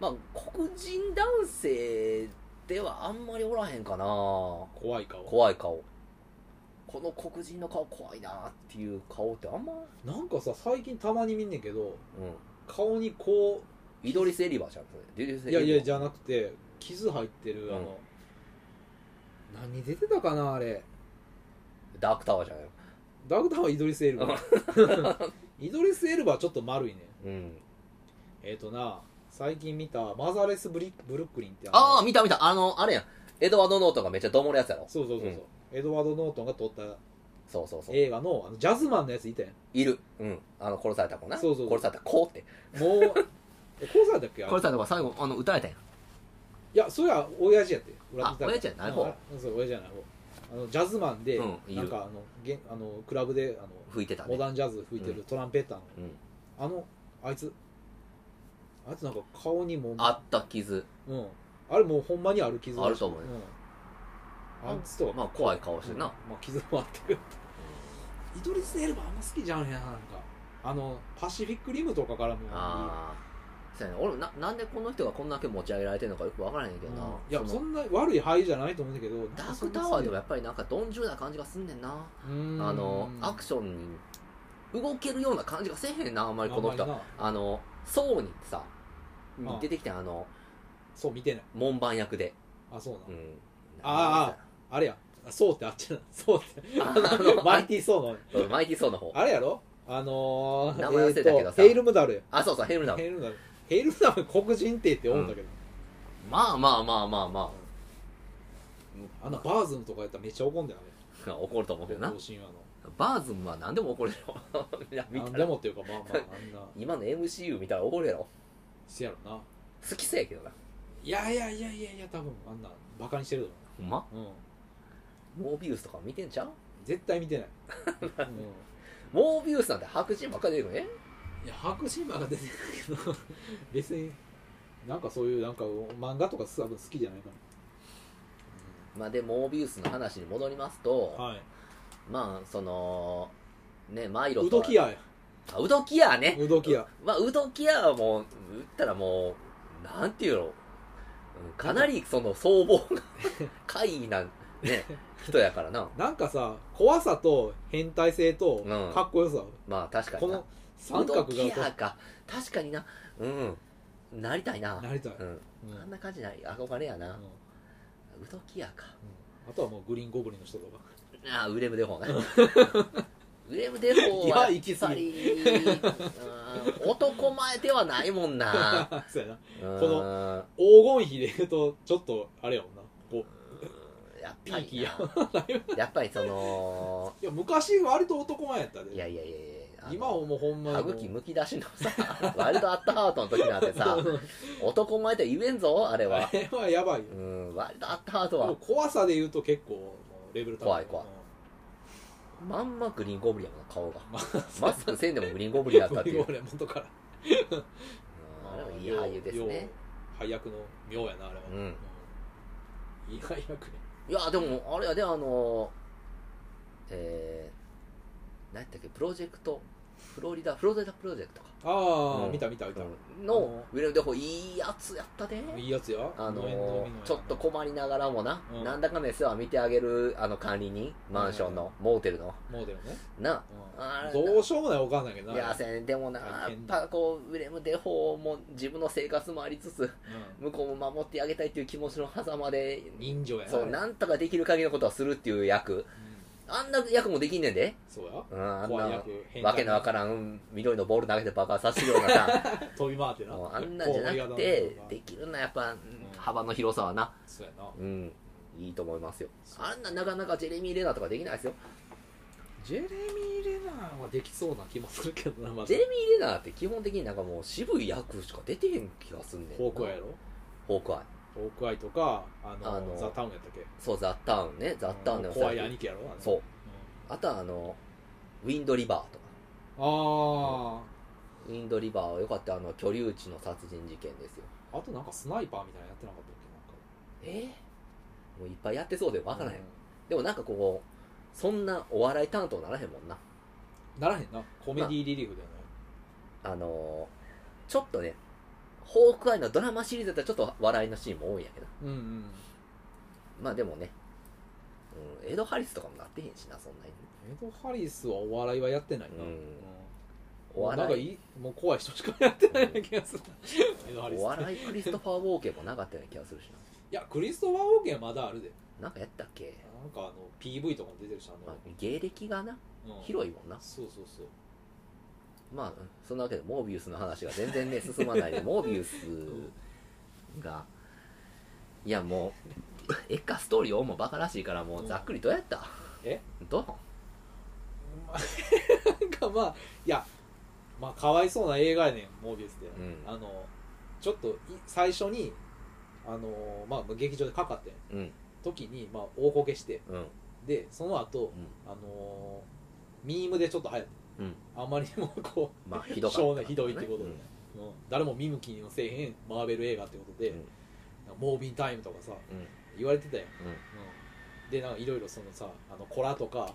[SPEAKER 1] まあ黒人男性ではあんまりおらへんかな
[SPEAKER 2] 怖い顔
[SPEAKER 1] 怖い顔この黒人の顔怖いなっていう顔ってあんま
[SPEAKER 2] なんかさ最近たまに見んねんけど
[SPEAKER 1] うん
[SPEAKER 2] 顔にこ
[SPEAKER 1] イドリス・エリバーじゃんそれイドリスエ
[SPEAKER 2] うい
[SPEAKER 1] リ
[SPEAKER 2] や
[SPEAKER 1] バー
[SPEAKER 2] いやじゃなくて傷入ってるあの、何出てたかなあれ
[SPEAKER 1] ダークタワーじゃないよ
[SPEAKER 2] ダークタウンはイドリス・エルバイドリス・エルバはちょっと丸いね
[SPEAKER 1] うん
[SPEAKER 2] えっ、とな最近見たマザーレスブリ・ブルックリンって
[SPEAKER 1] ああ
[SPEAKER 2] あ
[SPEAKER 1] 見た見たあのあれやんエドワード・ノートンがめっちゃどもるやつやろ
[SPEAKER 2] そうそうそうそう、エドワード・ノートンが撮った
[SPEAKER 1] そうそうそう。
[SPEAKER 2] 映画のあのジャズマンのやついたやん
[SPEAKER 1] いる。うん。あの、殺された子な。
[SPEAKER 2] そうそうそう
[SPEAKER 1] 殺された子って。
[SPEAKER 2] もうえこうされたっけあれ
[SPEAKER 3] これさ、だから最後、あの、歌えたやん。
[SPEAKER 2] いやそれは親父やって
[SPEAKER 3] あ親父じゃない方
[SPEAKER 2] うんあそう親父じゃない方あのジャズマンで、
[SPEAKER 3] うんいる
[SPEAKER 2] なんかあのげんあのクラブであの
[SPEAKER 3] 吹いてた
[SPEAKER 2] モ
[SPEAKER 3] ね。
[SPEAKER 2] ダンジャズ吹いてるトランペッター
[SPEAKER 1] う
[SPEAKER 2] の、
[SPEAKER 1] ん。
[SPEAKER 2] あのあいつあいつなんか顔にもう
[SPEAKER 3] あった傷。
[SPEAKER 2] うん、あれもうほんまにある傷だし
[SPEAKER 3] あると思うよ
[SPEAKER 2] うん、あいつと
[SPEAKER 3] まあ、怖い顔して
[SPEAKER 2] うんんま
[SPEAKER 3] な
[SPEAKER 2] あ。傷もあったけどイドリス・エルバあんま好きじゃんやなんかあのパシフィック・リムとかからも
[SPEAKER 3] あ
[SPEAKER 1] そうやね。俺な、なんでこの人がこんだけ持ち上げられてるのかよくわからへんけどな。
[SPEAKER 2] いや
[SPEAKER 1] の
[SPEAKER 2] そんな悪い俳優じゃないと思うんだけど
[SPEAKER 1] ダークタワーでもや
[SPEAKER 2] あ
[SPEAKER 1] っぱりなんか鈍重な感じがすんねんな。あの
[SPEAKER 2] の、
[SPEAKER 1] アクションに動けるような感じがせえへんな、あんまりこの人
[SPEAKER 2] あんまりな
[SPEAKER 1] あの、ソーにさ
[SPEAKER 2] うん、
[SPEAKER 1] 出てきたあの、
[SPEAKER 2] そう見てない
[SPEAKER 1] 門番役で。
[SPEAKER 2] あそうな、
[SPEAKER 1] うん。
[SPEAKER 2] ああれやあそうってあっちな <laughs> そうって
[SPEAKER 1] あの、
[SPEAKER 2] マ
[SPEAKER 1] マ
[SPEAKER 2] イ
[SPEAKER 1] イ
[SPEAKER 2] ティー・ソー
[SPEAKER 1] <laughs>
[SPEAKER 2] の
[SPEAKER 1] そうマイティーソーの方。
[SPEAKER 2] あれやろあのー、
[SPEAKER 1] 名前忘れたけどさ
[SPEAKER 2] えーとヘイルムダルや
[SPEAKER 1] あ、そうそう、ヘルムダム。
[SPEAKER 2] ヘイルムダルヘイルムダル黒人ってって思うんだけど、
[SPEAKER 3] まあまあまあまあ
[SPEAKER 1] <laughs>
[SPEAKER 3] ま
[SPEAKER 2] あのバーズムとかやったらめっちゃ怒んだよね
[SPEAKER 3] あ。怒ると思うけどな
[SPEAKER 2] 高。神話の
[SPEAKER 3] バーズンは何でも怒るよ。
[SPEAKER 1] <laughs>
[SPEAKER 3] いや、見
[SPEAKER 2] なん
[SPEAKER 3] た
[SPEAKER 2] で
[SPEAKER 3] ら。
[SPEAKER 2] もっていうかまあまああんな
[SPEAKER 1] 今の MCU 見たら怒るやろ。
[SPEAKER 2] せやろな
[SPEAKER 1] 好きそうやけどな。
[SPEAKER 2] いやいやいやいやいや多分あんなバカにしてると
[SPEAKER 3] ほんま
[SPEAKER 2] 思う、うん、
[SPEAKER 1] モービウスとか見てんちゃう
[SPEAKER 2] 絶対見てない、うん、
[SPEAKER 1] モービウスなんて白人ばっかり出てくるね。
[SPEAKER 2] いや白神馬が出てるけど別になんかそういうなんか漫画とか多分好きじゃないか
[SPEAKER 1] まあで、モービウスの話に戻りますと、
[SPEAKER 2] な、はい
[SPEAKER 1] まあ、その、ね、マイロ
[SPEAKER 2] ウ
[SPEAKER 1] と
[SPEAKER 2] ド
[SPEAKER 1] は
[SPEAKER 2] キアや
[SPEAKER 1] あウドキアね。
[SPEAKER 2] ウドキア
[SPEAKER 1] まあ、ウドキアはもう、打ったらもう、なんていうの、うんかなりその僧
[SPEAKER 2] <laughs>
[SPEAKER 1] 帽が、怪異な、ね、人やからな。
[SPEAKER 2] なんかさ怖さと変態性と
[SPEAKER 1] うん
[SPEAKER 2] かっこよさ、
[SPEAKER 1] まあ、確か
[SPEAKER 2] こ
[SPEAKER 1] にな
[SPEAKER 2] の。三
[SPEAKER 1] ウド
[SPEAKER 2] 角
[SPEAKER 1] キ
[SPEAKER 2] が
[SPEAKER 1] アか。確かにな。うん。なりたいな。
[SPEAKER 2] なりたい、
[SPEAKER 1] う
[SPEAKER 2] うん
[SPEAKER 1] ん。
[SPEAKER 2] うん
[SPEAKER 1] あんな感じない。憧れや
[SPEAKER 2] う
[SPEAKER 1] な。
[SPEAKER 2] ん
[SPEAKER 1] ウドキアか。
[SPEAKER 2] あとはもうグリーンゴブリンの人とか
[SPEAKER 1] <laughs> ああ、ウレムデフォーね。 <laughs> ウレムデフォー
[SPEAKER 2] い
[SPEAKER 1] は
[SPEAKER 2] や行き過
[SPEAKER 1] ぎ男前ではないもんな。
[SPEAKER 2] そうや
[SPEAKER 1] <laughs>
[SPEAKER 2] な
[SPEAKER 1] この
[SPEAKER 2] の、黄金比で言うとちょっとあれやもんなこう
[SPEAKER 1] やっぱ
[SPEAKER 2] ピーキ
[SPEAKER 1] り
[SPEAKER 2] ーや
[SPEAKER 1] な、 <laughs> やっぱりその、
[SPEAKER 2] いや昔割と男前やったで
[SPEAKER 1] いやいやいやいやあの
[SPEAKER 2] 今はもうほんまに
[SPEAKER 1] 歯
[SPEAKER 2] もう
[SPEAKER 1] 茎むき出しのさ、 <laughs> ワイルドアットハートの時なんてさ、男前と言えんぞ、あれ
[SPEAKER 2] <laughs> あ
[SPEAKER 1] は。
[SPEAKER 2] れはやばいよ
[SPEAKER 1] うん、ワイルドアットハート
[SPEAKER 2] で
[SPEAKER 1] は
[SPEAKER 2] も、怖さで言うと結構もうレベル高い
[SPEAKER 1] 怖い怖いまんまグリーンゴブリンやもんな、顔が。マスクせん <laughs> でもグリーンゴブリンやったって
[SPEAKER 2] い
[SPEAKER 1] いうう。
[SPEAKER 2] 元から
[SPEAKER 1] うんあれもいい俳優ですね。
[SPEAKER 2] 両配役の妙やなあれは、
[SPEAKER 1] うん
[SPEAKER 2] うんいい配役ね
[SPEAKER 1] いや、でも、あれやで、あの、えー、何やったっけ、プロジェクト、フロリダ、フロリダプロジェクトか。
[SPEAKER 2] ああ、
[SPEAKER 1] うん
[SPEAKER 2] 見た見た見た、
[SPEAKER 1] の、ウィレム・デフォー、いいやつやったで。
[SPEAKER 2] いいやつや
[SPEAKER 1] あ
[SPEAKER 2] 無縁
[SPEAKER 1] の
[SPEAKER 2] の海のやつ
[SPEAKER 1] ちょっと困りながらもな、
[SPEAKER 2] うん
[SPEAKER 1] なんだかね世話見てあげるあの管理人マンションの、モーテルの
[SPEAKER 2] モデルね、
[SPEAKER 1] な
[SPEAKER 2] うん
[SPEAKER 1] あれ
[SPEAKER 2] どうしようもないおかんだけど
[SPEAKER 1] い
[SPEAKER 2] な
[SPEAKER 1] やせんでもなや
[SPEAKER 2] 大
[SPEAKER 1] っ
[SPEAKER 2] 変だ
[SPEAKER 1] ぱこうウィレム・デフォーも自分の生活もありつつ
[SPEAKER 2] うん
[SPEAKER 1] 向こうも守ってあげたいっていう気持ちの狭間で
[SPEAKER 2] 人情やな
[SPEAKER 1] そうなんとかできる限りのことはするっていう役
[SPEAKER 2] うん
[SPEAKER 1] あんな役もできんねんで、
[SPEAKER 2] そうや
[SPEAKER 1] うん、あん
[SPEAKER 2] 怖い
[SPEAKER 1] な
[SPEAKER 2] 役変態
[SPEAKER 1] わけのわからん緑のボール投げて爆発させるようなさ
[SPEAKER 2] <laughs> 飛び回ってな
[SPEAKER 1] もうあんなんじゃなくてできるのはやっぱ、幅の広さはな
[SPEAKER 2] そうやな
[SPEAKER 1] うん、いいと思いますよ。あんななかなかジェレミー・レナーとかできないですよ。
[SPEAKER 2] ジェレミー・レナーはできそうな気もするけどなまだ
[SPEAKER 1] ジェレミー・レナーって基本的になんかもう渋い役しか出てへん気がすんねん。
[SPEAKER 2] フォークアイやろ
[SPEAKER 1] フォークアイ。
[SPEAKER 2] フォークアイとかあの
[SPEAKER 1] あの
[SPEAKER 2] ザ・タウンやったっけ
[SPEAKER 1] そう、ザ・タウンね。ザ・タウンでも
[SPEAKER 2] 怖い
[SPEAKER 1] 最近
[SPEAKER 2] 兄貴やろあの
[SPEAKER 1] そうう。あとはあの、ウィンド・リバーとか。
[SPEAKER 2] んあ
[SPEAKER 1] ウィンド・リバーはよかった。あの、居留地の殺人事件ですよ。
[SPEAKER 2] ああとなんかスナイパーみたいなのやってなかったっ
[SPEAKER 1] えー、もういっぱいやってそうで
[SPEAKER 2] け
[SPEAKER 1] わからへん。
[SPEAKER 2] う
[SPEAKER 1] でもなんかこう、そんなお笑い担当ならへんもんな。
[SPEAKER 2] ならへんなコメディリリーフだよね
[SPEAKER 1] あのー、ちょっとね、フォークアイのドラマシリーズだったらちょっと笑いのシーンも多いんやけど。
[SPEAKER 2] うんうん
[SPEAKER 1] まあでもね、うん、エド・ハリスとかもなってへんしな、そんなに。
[SPEAKER 2] エド・ハリスはお笑いはやってないな
[SPEAKER 1] うん
[SPEAKER 2] お
[SPEAKER 1] お
[SPEAKER 2] 笑いなんか
[SPEAKER 1] 笑
[SPEAKER 2] い
[SPEAKER 1] い、
[SPEAKER 2] いもう怖い人しかやってないような気がするエド・ハリ
[SPEAKER 1] <laughs>
[SPEAKER 2] ス
[SPEAKER 1] お笑いクリストファー・ウォーケンもなかったような気がするし
[SPEAKER 2] いやクリストファー・ウォーケンはまだあるで
[SPEAKER 1] な。なんかやったっけ、
[SPEAKER 2] なんかあの PV とかも出てるしあ
[SPEAKER 1] まあ
[SPEAKER 2] の、、
[SPEAKER 1] 芸歴がな、
[SPEAKER 2] うん
[SPEAKER 1] 広いもんな。
[SPEAKER 2] そうそうそう <laughs>
[SPEAKER 1] まあ、そんなわけで、モービウスの話が全然ね、進ま
[SPEAKER 2] <laughs>
[SPEAKER 1] ないで、モービウスが、いやもう、エッカストーリーをもうバカらしいから、もうざっくりどうやった
[SPEAKER 2] え
[SPEAKER 1] どう
[SPEAKER 2] あまあいやまあかわいそうな映画やねんモービウスって、
[SPEAKER 1] うん
[SPEAKER 2] あのちょっとい最初にあのまあ劇場でかかってん
[SPEAKER 1] うん
[SPEAKER 2] 時に、まあ、大こけして
[SPEAKER 1] うん
[SPEAKER 2] でその後、あのミームでちょっと流行って
[SPEAKER 1] うん
[SPEAKER 2] あまりにもこう
[SPEAKER 1] まあひどかった
[SPEAKER 2] 少年ひどいってことで、
[SPEAKER 1] うん
[SPEAKER 2] うん誰も見向きにもせえへんマーベル映画ってことで、
[SPEAKER 1] うん
[SPEAKER 2] モービンタイムとかさ
[SPEAKER 1] うん
[SPEAKER 2] 言われてたよ
[SPEAKER 1] うん
[SPEAKER 2] うんでなんかいろいろそのさあのコラとか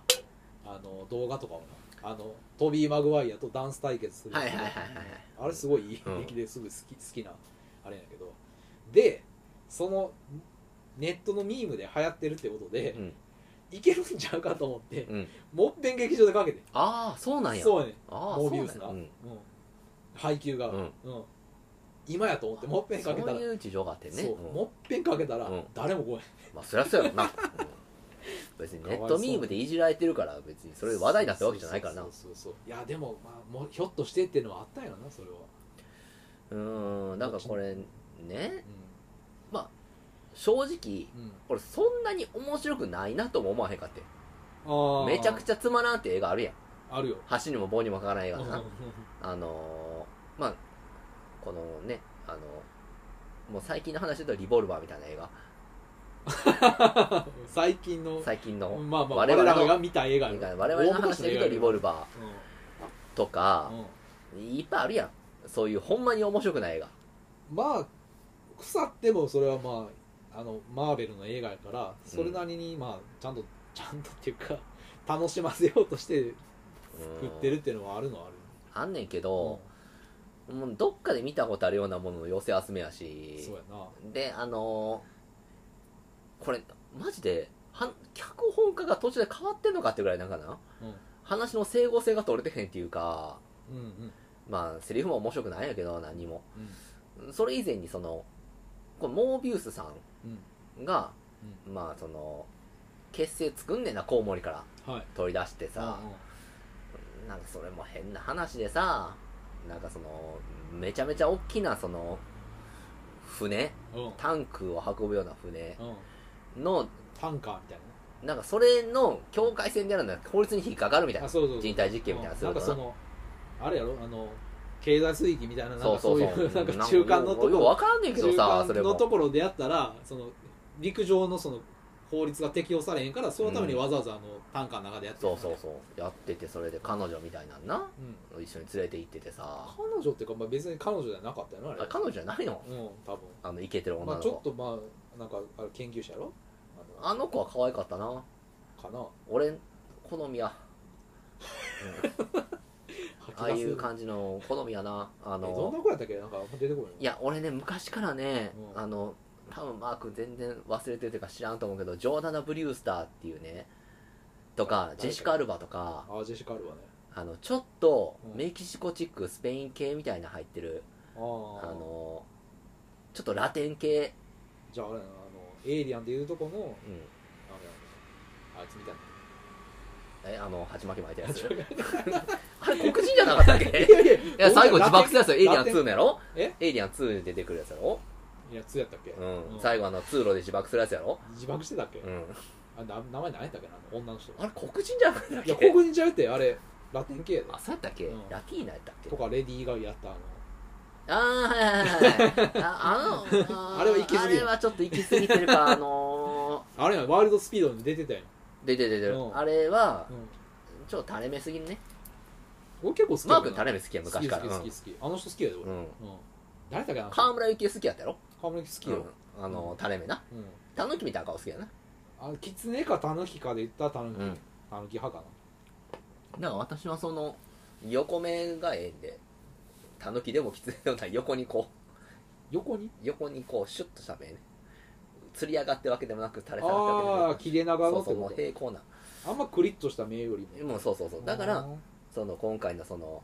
[SPEAKER 2] あの動画とかをなあのトビー・マグワイアとダンス対決する
[SPEAKER 1] はいはいはいはい
[SPEAKER 2] あれすごいいい
[SPEAKER 1] うん
[SPEAKER 2] 出来ですぐ好き,、好きなあれやけどでそのネットのミームで流行ってるってことで、
[SPEAKER 1] うん
[SPEAKER 2] いけるんちゃうかと思って、
[SPEAKER 1] うん
[SPEAKER 2] もっぺん劇場でかけて
[SPEAKER 1] ああそうなんや
[SPEAKER 2] そうやね
[SPEAKER 1] ああ
[SPEAKER 2] モービウス
[SPEAKER 1] そ
[SPEAKER 2] が、
[SPEAKER 1] う
[SPEAKER 2] う
[SPEAKER 1] なん
[SPEAKER 2] ん
[SPEAKER 1] や
[SPEAKER 2] 配給が、
[SPEAKER 1] う
[SPEAKER 2] うんん今やと思ってもっぺんかけた
[SPEAKER 1] そう
[SPEAKER 2] ら
[SPEAKER 1] いう事情があってね
[SPEAKER 2] そう
[SPEAKER 1] うん
[SPEAKER 2] もっぺんかけたら
[SPEAKER 1] うん
[SPEAKER 2] 誰も来ない
[SPEAKER 1] まあそりゃそうやろな、うん別にネットミームでいじられてるから別にそれ話題になったわけじゃないからな
[SPEAKER 2] そううそうそうそういやでも,、まあ、もうひょっとしてっていうのはあったんやろなそれは、
[SPEAKER 1] ーんなんかこれね
[SPEAKER 2] う
[SPEAKER 1] 正直
[SPEAKER 2] んうん、
[SPEAKER 1] これそんなに面白くないなとも思わへんかってめちゃく
[SPEAKER 2] ゃ
[SPEAKER 1] ちゃつまらんって映画あるやん
[SPEAKER 2] あるよ
[SPEAKER 1] 橋にも棒にもかからない映画だな、
[SPEAKER 2] う
[SPEAKER 1] あのーまあこのねあのもう最近の話だとリボルバーみたいな映画
[SPEAKER 2] ん最近の
[SPEAKER 1] <laughs> 最近の
[SPEAKER 2] まあまあ
[SPEAKER 1] 我
[SPEAKER 2] 我
[SPEAKER 1] 々
[SPEAKER 2] 々
[SPEAKER 1] の
[SPEAKER 2] が見た映画
[SPEAKER 1] 映
[SPEAKER 2] よ
[SPEAKER 1] 画我々の話で言うとリボルバ
[SPEAKER 2] うん
[SPEAKER 1] ーとか
[SPEAKER 2] うん
[SPEAKER 1] いっぱいあるやんそういうほんまに面白くない映画
[SPEAKER 2] まあ腐ってもそれはまああのマーベルの映画やからそれなりにまあちゃんとちゃんとっていうか <laughs> 楽しませようとして
[SPEAKER 1] うん
[SPEAKER 2] 作ってるっていうのはあるのはある
[SPEAKER 1] あんねんけ
[SPEAKER 2] う
[SPEAKER 1] ど、もうどっかで見たことあるようなものの寄せ集めや
[SPEAKER 2] ん
[SPEAKER 1] し
[SPEAKER 2] そうやな
[SPEAKER 1] であのーこれマジでは脚本家が途中で変わってんのかってぐらいなんかな話の整合性が取れてへんっていうか
[SPEAKER 2] うんうん
[SPEAKER 1] まあセリフも面白くないんやけど何も
[SPEAKER 2] うん
[SPEAKER 1] それ以前にそのこれモービウスさ
[SPEAKER 2] うん
[SPEAKER 1] んが
[SPEAKER 2] うん
[SPEAKER 1] まあその結成作んねんなコウモリから
[SPEAKER 2] うんはい
[SPEAKER 1] 取り出してさ
[SPEAKER 2] うんうん
[SPEAKER 1] なんかそれも変な話でさなんかそのめちゃめちゃ大きなその船
[SPEAKER 2] うん
[SPEAKER 1] タンクを運ぶような船
[SPEAKER 2] うん、
[SPEAKER 1] の
[SPEAKER 2] タンカーみたい
[SPEAKER 1] なんかそれの境界線であるんだ法律に引っかかるみたな
[SPEAKER 2] ないねあそうそうそう
[SPEAKER 1] 人体実験みたいなのす
[SPEAKER 2] な
[SPEAKER 1] る
[SPEAKER 2] んか
[SPEAKER 1] と
[SPEAKER 2] そのあれやろあの経済水域みたいななん
[SPEAKER 1] そう
[SPEAKER 2] かそ
[SPEAKER 1] そう
[SPEAKER 2] うい
[SPEAKER 1] そうう
[SPEAKER 2] なんか中間のとこ
[SPEAKER 1] よう
[SPEAKER 2] ろ
[SPEAKER 1] わからんねんけど
[SPEAKER 2] 中
[SPEAKER 1] さそれ
[SPEAKER 2] 間の
[SPEAKER 1] も
[SPEAKER 2] ところでやったらその陸上のその法律が適用されへんからそのためにわざわざあのタンカーの中でやってる
[SPEAKER 1] そうそうそうやっててそれで彼女みたいなんな
[SPEAKER 2] うん、
[SPEAKER 1] 一緒に連れて行っててさ
[SPEAKER 2] 彼女っていうか、まあ、別に彼女じゃなかったよなあれ
[SPEAKER 1] あ彼女じゃないの
[SPEAKER 2] うん多分
[SPEAKER 1] あのイケてる女
[SPEAKER 2] まあ
[SPEAKER 1] の
[SPEAKER 2] ちょっ
[SPEAKER 1] 子
[SPEAKER 2] とまあなんかあれ研究者やろ
[SPEAKER 1] あの子は可愛かったな
[SPEAKER 2] かな
[SPEAKER 1] 俺好
[SPEAKER 2] <laughs>
[SPEAKER 1] みや、うんああいう
[SPEAKER 2] 感
[SPEAKER 1] 感じの好みやなあ
[SPEAKER 2] じど
[SPEAKER 1] の
[SPEAKER 2] んな子やったっけなんか出てこない
[SPEAKER 1] いや俺ね昔からね、
[SPEAKER 2] うん
[SPEAKER 1] あの多分マー君全然忘れてるというか知らんと思うけどジョーダナ・ブリュースターっていうねとか
[SPEAKER 2] 誰
[SPEAKER 1] ジェシカ・アルバとか
[SPEAKER 2] あジェシカあるわね
[SPEAKER 1] あのちょっと
[SPEAKER 2] うん
[SPEAKER 1] メキシコチックスペイン系みたいな入ってる、
[SPEAKER 2] あー
[SPEAKER 1] あのちょっとラテン系、
[SPEAKER 2] じゃああれやなあのエイリアンでいうとこの
[SPEAKER 1] うん、
[SPEAKER 2] あれあいつみたいな
[SPEAKER 1] えあの鉢巻き巻いたやつ
[SPEAKER 2] 鉢巻
[SPEAKER 1] <laughs> あれ黒人じゃなかったっけ
[SPEAKER 2] いや
[SPEAKER 1] いや最後自爆する
[SPEAKER 2] や
[SPEAKER 1] やつよエイリアン2のやろ
[SPEAKER 2] え
[SPEAKER 1] エイリアン2に出てくるやつやろ、
[SPEAKER 2] いや2やったっけ、
[SPEAKER 1] うん
[SPEAKER 2] うん
[SPEAKER 1] 最後あの通路で自爆するやつやろ、
[SPEAKER 2] 自爆してたっけ、
[SPEAKER 1] うん、
[SPEAKER 2] あな名前何やったっけなあの女の人
[SPEAKER 1] あれ黒人じゃなかったっ
[SPEAKER 2] い
[SPEAKER 1] け
[SPEAKER 2] や黒人ちゃうってあれラテン系やで
[SPEAKER 1] あそうやったっけ、
[SPEAKER 2] うん
[SPEAKER 1] ラティーナやったっけ
[SPEAKER 2] とかレディー・ガイやったあの
[SPEAKER 1] あーはいはいはいはいああのー
[SPEAKER 2] <laughs> あれは行き過ぎ
[SPEAKER 1] あれはちょっと行き過ぎてるかあの
[SPEAKER 2] あれやワールドスピードに出てたやん、
[SPEAKER 1] ー、出てる出てる、
[SPEAKER 2] うん
[SPEAKER 1] あれは
[SPEAKER 2] うん、
[SPEAKER 1] ちょっと垂れ目すぎんね
[SPEAKER 2] 俺結構好き
[SPEAKER 1] マー君垂
[SPEAKER 2] 誰
[SPEAKER 1] れ目好きや昔から
[SPEAKER 2] 好き好き好き好きあの人好きやで
[SPEAKER 1] う
[SPEAKER 2] 俺、うん
[SPEAKER 1] んうん
[SPEAKER 2] 誰だっけな
[SPEAKER 1] 河村幸恵好きやったやろ、
[SPEAKER 2] 川村好きよ、
[SPEAKER 1] うんあのー垂れ目な
[SPEAKER 2] うん
[SPEAKER 1] タヌキみたいな顔好きやな
[SPEAKER 2] あのキツネかタヌキかで言ったらタヌキ、
[SPEAKER 1] うん
[SPEAKER 2] タヌキ派か
[SPEAKER 1] だ
[SPEAKER 2] な
[SPEAKER 1] から私はその横目がええんでタヌキでもきついような横にこう
[SPEAKER 2] 横に
[SPEAKER 1] 横にこうシュッとした目ね釣り上がってるわけでもなく垂れ下がってる
[SPEAKER 2] あ
[SPEAKER 1] わ
[SPEAKER 2] あ
[SPEAKER 1] けで
[SPEAKER 2] 切れ
[SPEAKER 1] も
[SPEAKER 2] 長の
[SPEAKER 1] な
[SPEAKER 2] っ
[SPEAKER 1] くそうそ
[SPEAKER 2] て
[SPEAKER 1] うも
[SPEAKER 2] こ
[SPEAKER 1] う平行
[SPEAKER 2] と
[SPEAKER 1] な
[SPEAKER 2] あんまクリッとした目よりも
[SPEAKER 1] もうそうそうそうだから
[SPEAKER 2] あー
[SPEAKER 1] その今回のその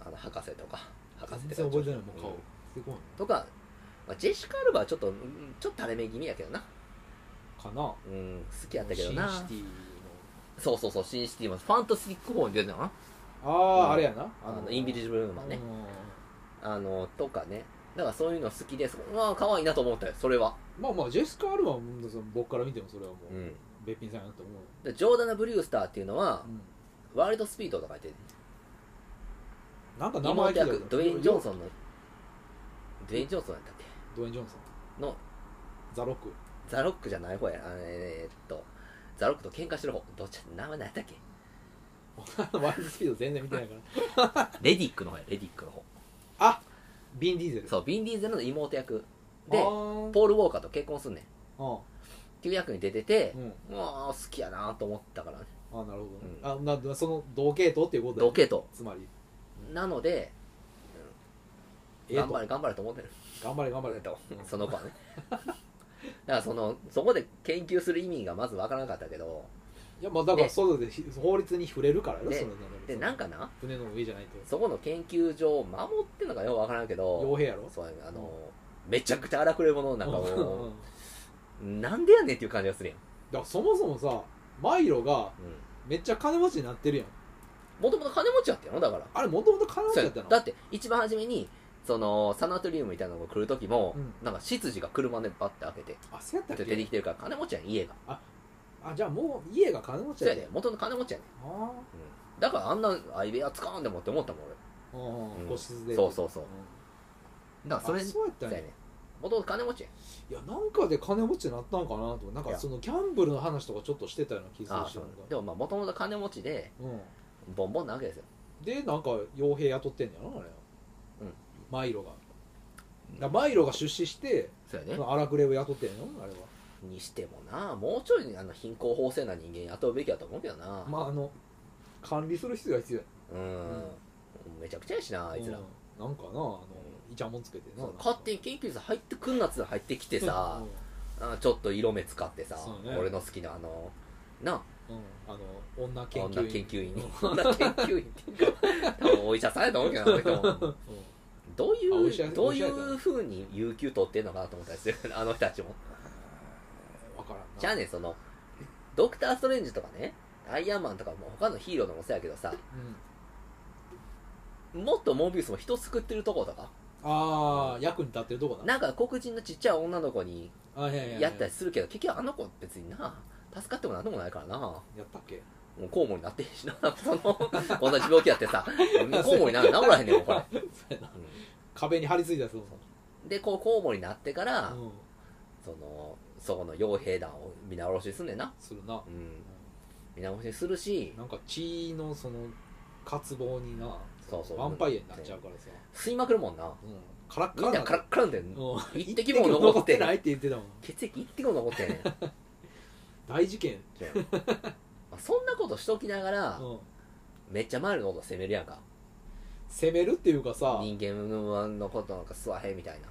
[SPEAKER 1] あの博士とか博士と
[SPEAKER 2] 全然
[SPEAKER 1] か
[SPEAKER 2] 覚えてないもう顔、
[SPEAKER 1] うん
[SPEAKER 2] すごいね
[SPEAKER 1] とか、まあ、ジェシカ・アルバはちょっとうんちょっと垂れ目気味やけどな
[SPEAKER 2] かな
[SPEAKER 1] うん好きやったけどな
[SPEAKER 2] シンシティの
[SPEAKER 1] そうそうそうシンシティもファンタスティック4に出てたのか
[SPEAKER 2] ああ、
[SPEAKER 1] うん
[SPEAKER 2] あれやな
[SPEAKER 1] なあのインビジブル・ウーマンね
[SPEAKER 2] う
[SPEAKER 1] あのとかねだからそういうの好きですうわあ可愛いなと思ったよそれは
[SPEAKER 2] んまあまあジェスカ・アルバムその僕から見てもそれはも
[SPEAKER 1] う
[SPEAKER 2] うんべっぴんさんやなと思うよ、
[SPEAKER 1] でジョーダナ・ブリュースターっていうのは
[SPEAKER 2] うん
[SPEAKER 1] ワールドスピードとか言って
[SPEAKER 2] なんか名前聞
[SPEAKER 1] 妹
[SPEAKER 2] いたけ
[SPEAKER 1] 役
[SPEAKER 2] ど
[SPEAKER 1] ドウェイン・ジョンソンのドウェイン・ジョンソンやったっけ
[SPEAKER 2] ドウェイン・ジョンソン
[SPEAKER 1] の
[SPEAKER 2] ザ・ロ
[SPEAKER 1] <laughs>
[SPEAKER 2] ック
[SPEAKER 1] ザ・ロックじゃない方やあのえーっとザ・ロックと喧嘩してる方どっち名前何やったっけ
[SPEAKER 2] ワイルドスピード全然見てない
[SPEAKER 1] <laughs>
[SPEAKER 2] から
[SPEAKER 1] レディックの方やレディックの方
[SPEAKER 2] あビン・ディーゼル
[SPEAKER 1] そうビン・ディーゼルの妹役
[SPEAKER 2] あ
[SPEAKER 1] で
[SPEAKER 2] ー
[SPEAKER 1] ポール・ウォーカーと結婚すんねんっ
[SPEAKER 2] あ
[SPEAKER 1] ていう役に出てて
[SPEAKER 2] ー、うん
[SPEAKER 1] もう好きやなと思ったからね
[SPEAKER 2] あなるほど、ねあなその同系統っていうことだよ
[SPEAKER 1] 同系統
[SPEAKER 2] つまり
[SPEAKER 1] なので
[SPEAKER 2] ええ
[SPEAKER 1] 頑
[SPEAKER 2] と
[SPEAKER 1] 張れ頑張れと思ってる
[SPEAKER 2] 頑張れ頑張
[SPEAKER 1] 頑張
[SPEAKER 2] れ
[SPEAKER 1] れとその子はね <laughs> だからそのそこで研究する意味がまずわからなかったけど
[SPEAKER 2] いやまあだから
[SPEAKER 1] で
[SPEAKER 2] 外でひ法律に触れるからよそ
[SPEAKER 1] で
[SPEAKER 2] れ
[SPEAKER 1] でなんかな
[SPEAKER 2] 船の上じゃないと
[SPEAKER 1] そこの研究所を守ってんのかようわからんけ
[SPEAKER 2] 傭
[SPEAKER 1] ど
[SPEAKER 2] 兵やろ
[SPEAKER 1] そうやねあのめちゃくちゃ荒くれ者の中
[SPEAKER 2] うん <laughs> うん
[SPEAKER 1] をなんでやねんっていう感じがするやん
[SPEAKER 2] だからそもそもさマイロがめっちゃ金持ちになってるやん
[SPEAKER 1] もともと金持ちやったよだから
[SPEAKER 2] あれもともと金持ち
[SPEAKER 1] そう
[SPEAKER 2] だ
[SPEAKER 1] や
[SPEAKER 2] ったの
[SPEAKER 1] だって一番初めにそのサナトリウムみたいなのが来る時も、
[SPEAKER 2] うん
[SPEAKER 1] なんか執事が車でバッて開けて
[SPEAKER 2] あそうやったっ
[SPEAKER 1] 出て
[SPEAKER 2] け
[SPEAKER 1] きてるから金持ちやん家が
[SPEAKER 2] あじゃあもう家が金持ち
[SPEAKER 1] そう
[SPEAKER 2] や
[SPEAKER 1] や
[SPEAKER 2] で
[SPEAKER 1] ね元の金持ちやね
[SPEAKER 2] ああ
[SPEAKER 1] んだからあんな相部屋使わんでもって思ったもん
[SPEAKER 2] うん
[SPEAKER 1] うん
[SPEAKER 2] 個室で
[SPEAKER 1] そうそうそうん俺だからそれ
[SPEAKER 2] あ
[SPEAKER 1] そ
[SPEAKER 2] そうやった
[SPEAKER 1] うんや
[SPEAKER 2] や
[SPEAKER 1] ねん元々金持ちやん
[SPEAKER 2] いやなんかで金持ちになったんかなと思うなん
[SPEAKER 1] い
[SPEAKER 2] か
[SPEAKER 1] や
[SPEAKER 2] そのギャンブルの話とかちょっとしてたような気
[SPEAKER 1] あ
[SPEAKER 2] が
[SPEAKER 1] あ
[SPEAKER 2] す
[SPEAKER 1] そ
[SPEAKER 2] る
[SPEAKER 1] う
[SPEAKER 2] しなん
[SPEAKER 1] で
[SPEAKER 2] か
[SPEAKER 1] もまあ元々金持ちで
[SPEAKER 2] うん
[SPEAKER 1] ボンボンなわけですよ
[SPEAKER 2] でなんか傭兵雇ってんやろあれ
[SPEAKER 1] うん
[SPEAKER 2] マイロがだからマイロが出資して
[SPEAKER 1] そうや
[SPEAKER 2] そ
[SPEAKER 1] ね
[SPEAKER 2] の荒くれを雇ってんやろあれは
[SPEAKER 1] にしてもなもうちょいあの貧困法制な人間雇うべきやと思うけどな、
[SPEAKER 2] まああの管理する必要が必要
[SPEAKER 1] う
[SPEAKER 2] や
[SPEAKER 1] ん、めちゃくちゃやしなあいつら、
[SPEAKER 2] うんなんかなあのイチャモンつけてな
[SPEAKER 1] そう勝手に研究室入ってくんなっつうの入ってきてさ、
[SPEAKER 2] うん
[SPEAKER 1] あちょっと色目使ってさ、
[SPEAKER 2] そうね
[SPEAKER 1] 俺の好きなあのな
[SPEAKER 2] うんあの女研
[SPEAKER 1] 女
[SPEAKER 2] 究員
[SPEAKER 1] 研究員に女研究員っていうか多分お医者さんやと思うけどなあの人
[SPEAKER 2] <laughs>
[SPEAKER 1] も
[SPEAKER 2] うん
[SPEAKER 1] どうい
[SPEAKER 2] あお医者
[SPEAKER 1] うどうい
[SPEAKER 2] お医者やから
[SPEAKER 1] うふうに有給取ってんのかなと思ったりする <laughs> あの人たちも
[SPEAKER 2] わからんな
[SPEAKER 1] じゃあねそのドクター・ストレンジとかねアイアンマンとかも他のヒーローのもそうやけどさ
[SPEAKER 2] うん
[SPEAKER 1] もっとモービウスも人救ってるとことか
[SPEAKER 2] ああ役に立ってるとこだ
[SPEAKER 1] なんか黒人のちっちゃい女の子に
[SPEAKER 2] あいやいいい
[SPEAKER 1] やったりするけど結局あの子別にな助かってもなんともないからな
[SPEAKER 2] やったっけ
[SPEAKER 1] もう肛門になってへんしな、 <laughs> その、同じ病気やってさ、肛門になる治らへんねんもん、これ。
[SPEAKER 2] <laughs> そうやな壁に張り付いたやつも
[SPEAKER 1] で、こう肛門になってから、
[SPEAKER 2] うん
[SPEAKER 1] その、そこの傭兵団を見直しすんねんな。
[SPEAKER 2] するな
[SPEAKER 1] うん。見直しするし、
[SPEAKER 2] なんか血のその渇望にな
[SPEAKER 1] そうそう
[SPEAKER 2] ヴァンパイアになっちゃうからさ
[SPEAKER 1] 吸いまくるもんな。
[SPEAKER 2] うんカラッ
[SPEAKER 1] み
[SPEAKER 2] カ
[SPEAKER 1] ん
[SPEAKER 2] ラ
[SPEAKER 1] なカラッカラんでん
[SPEAKER 2] う。ん
[SPEAKER 1] 一滴も残って
[SPEAKER 2] な
[SPEAKER 1] ないい
[SPEAKER 2] って言ってたもん
[SPEAKER 1] 血液一滴も残ってんねん。
[SPEAKER 2] 大事件
[SPEAKER 1] まあそんなことしときながら、
[SPEAKER 2] うん
[SPEAKER 1] めっちゃ周りのこと責めるやんか。
[SPEAKER 2] 攻めるっていうかさ
[SPEAKER 1] 人間のことなんか吸わへんみたいな。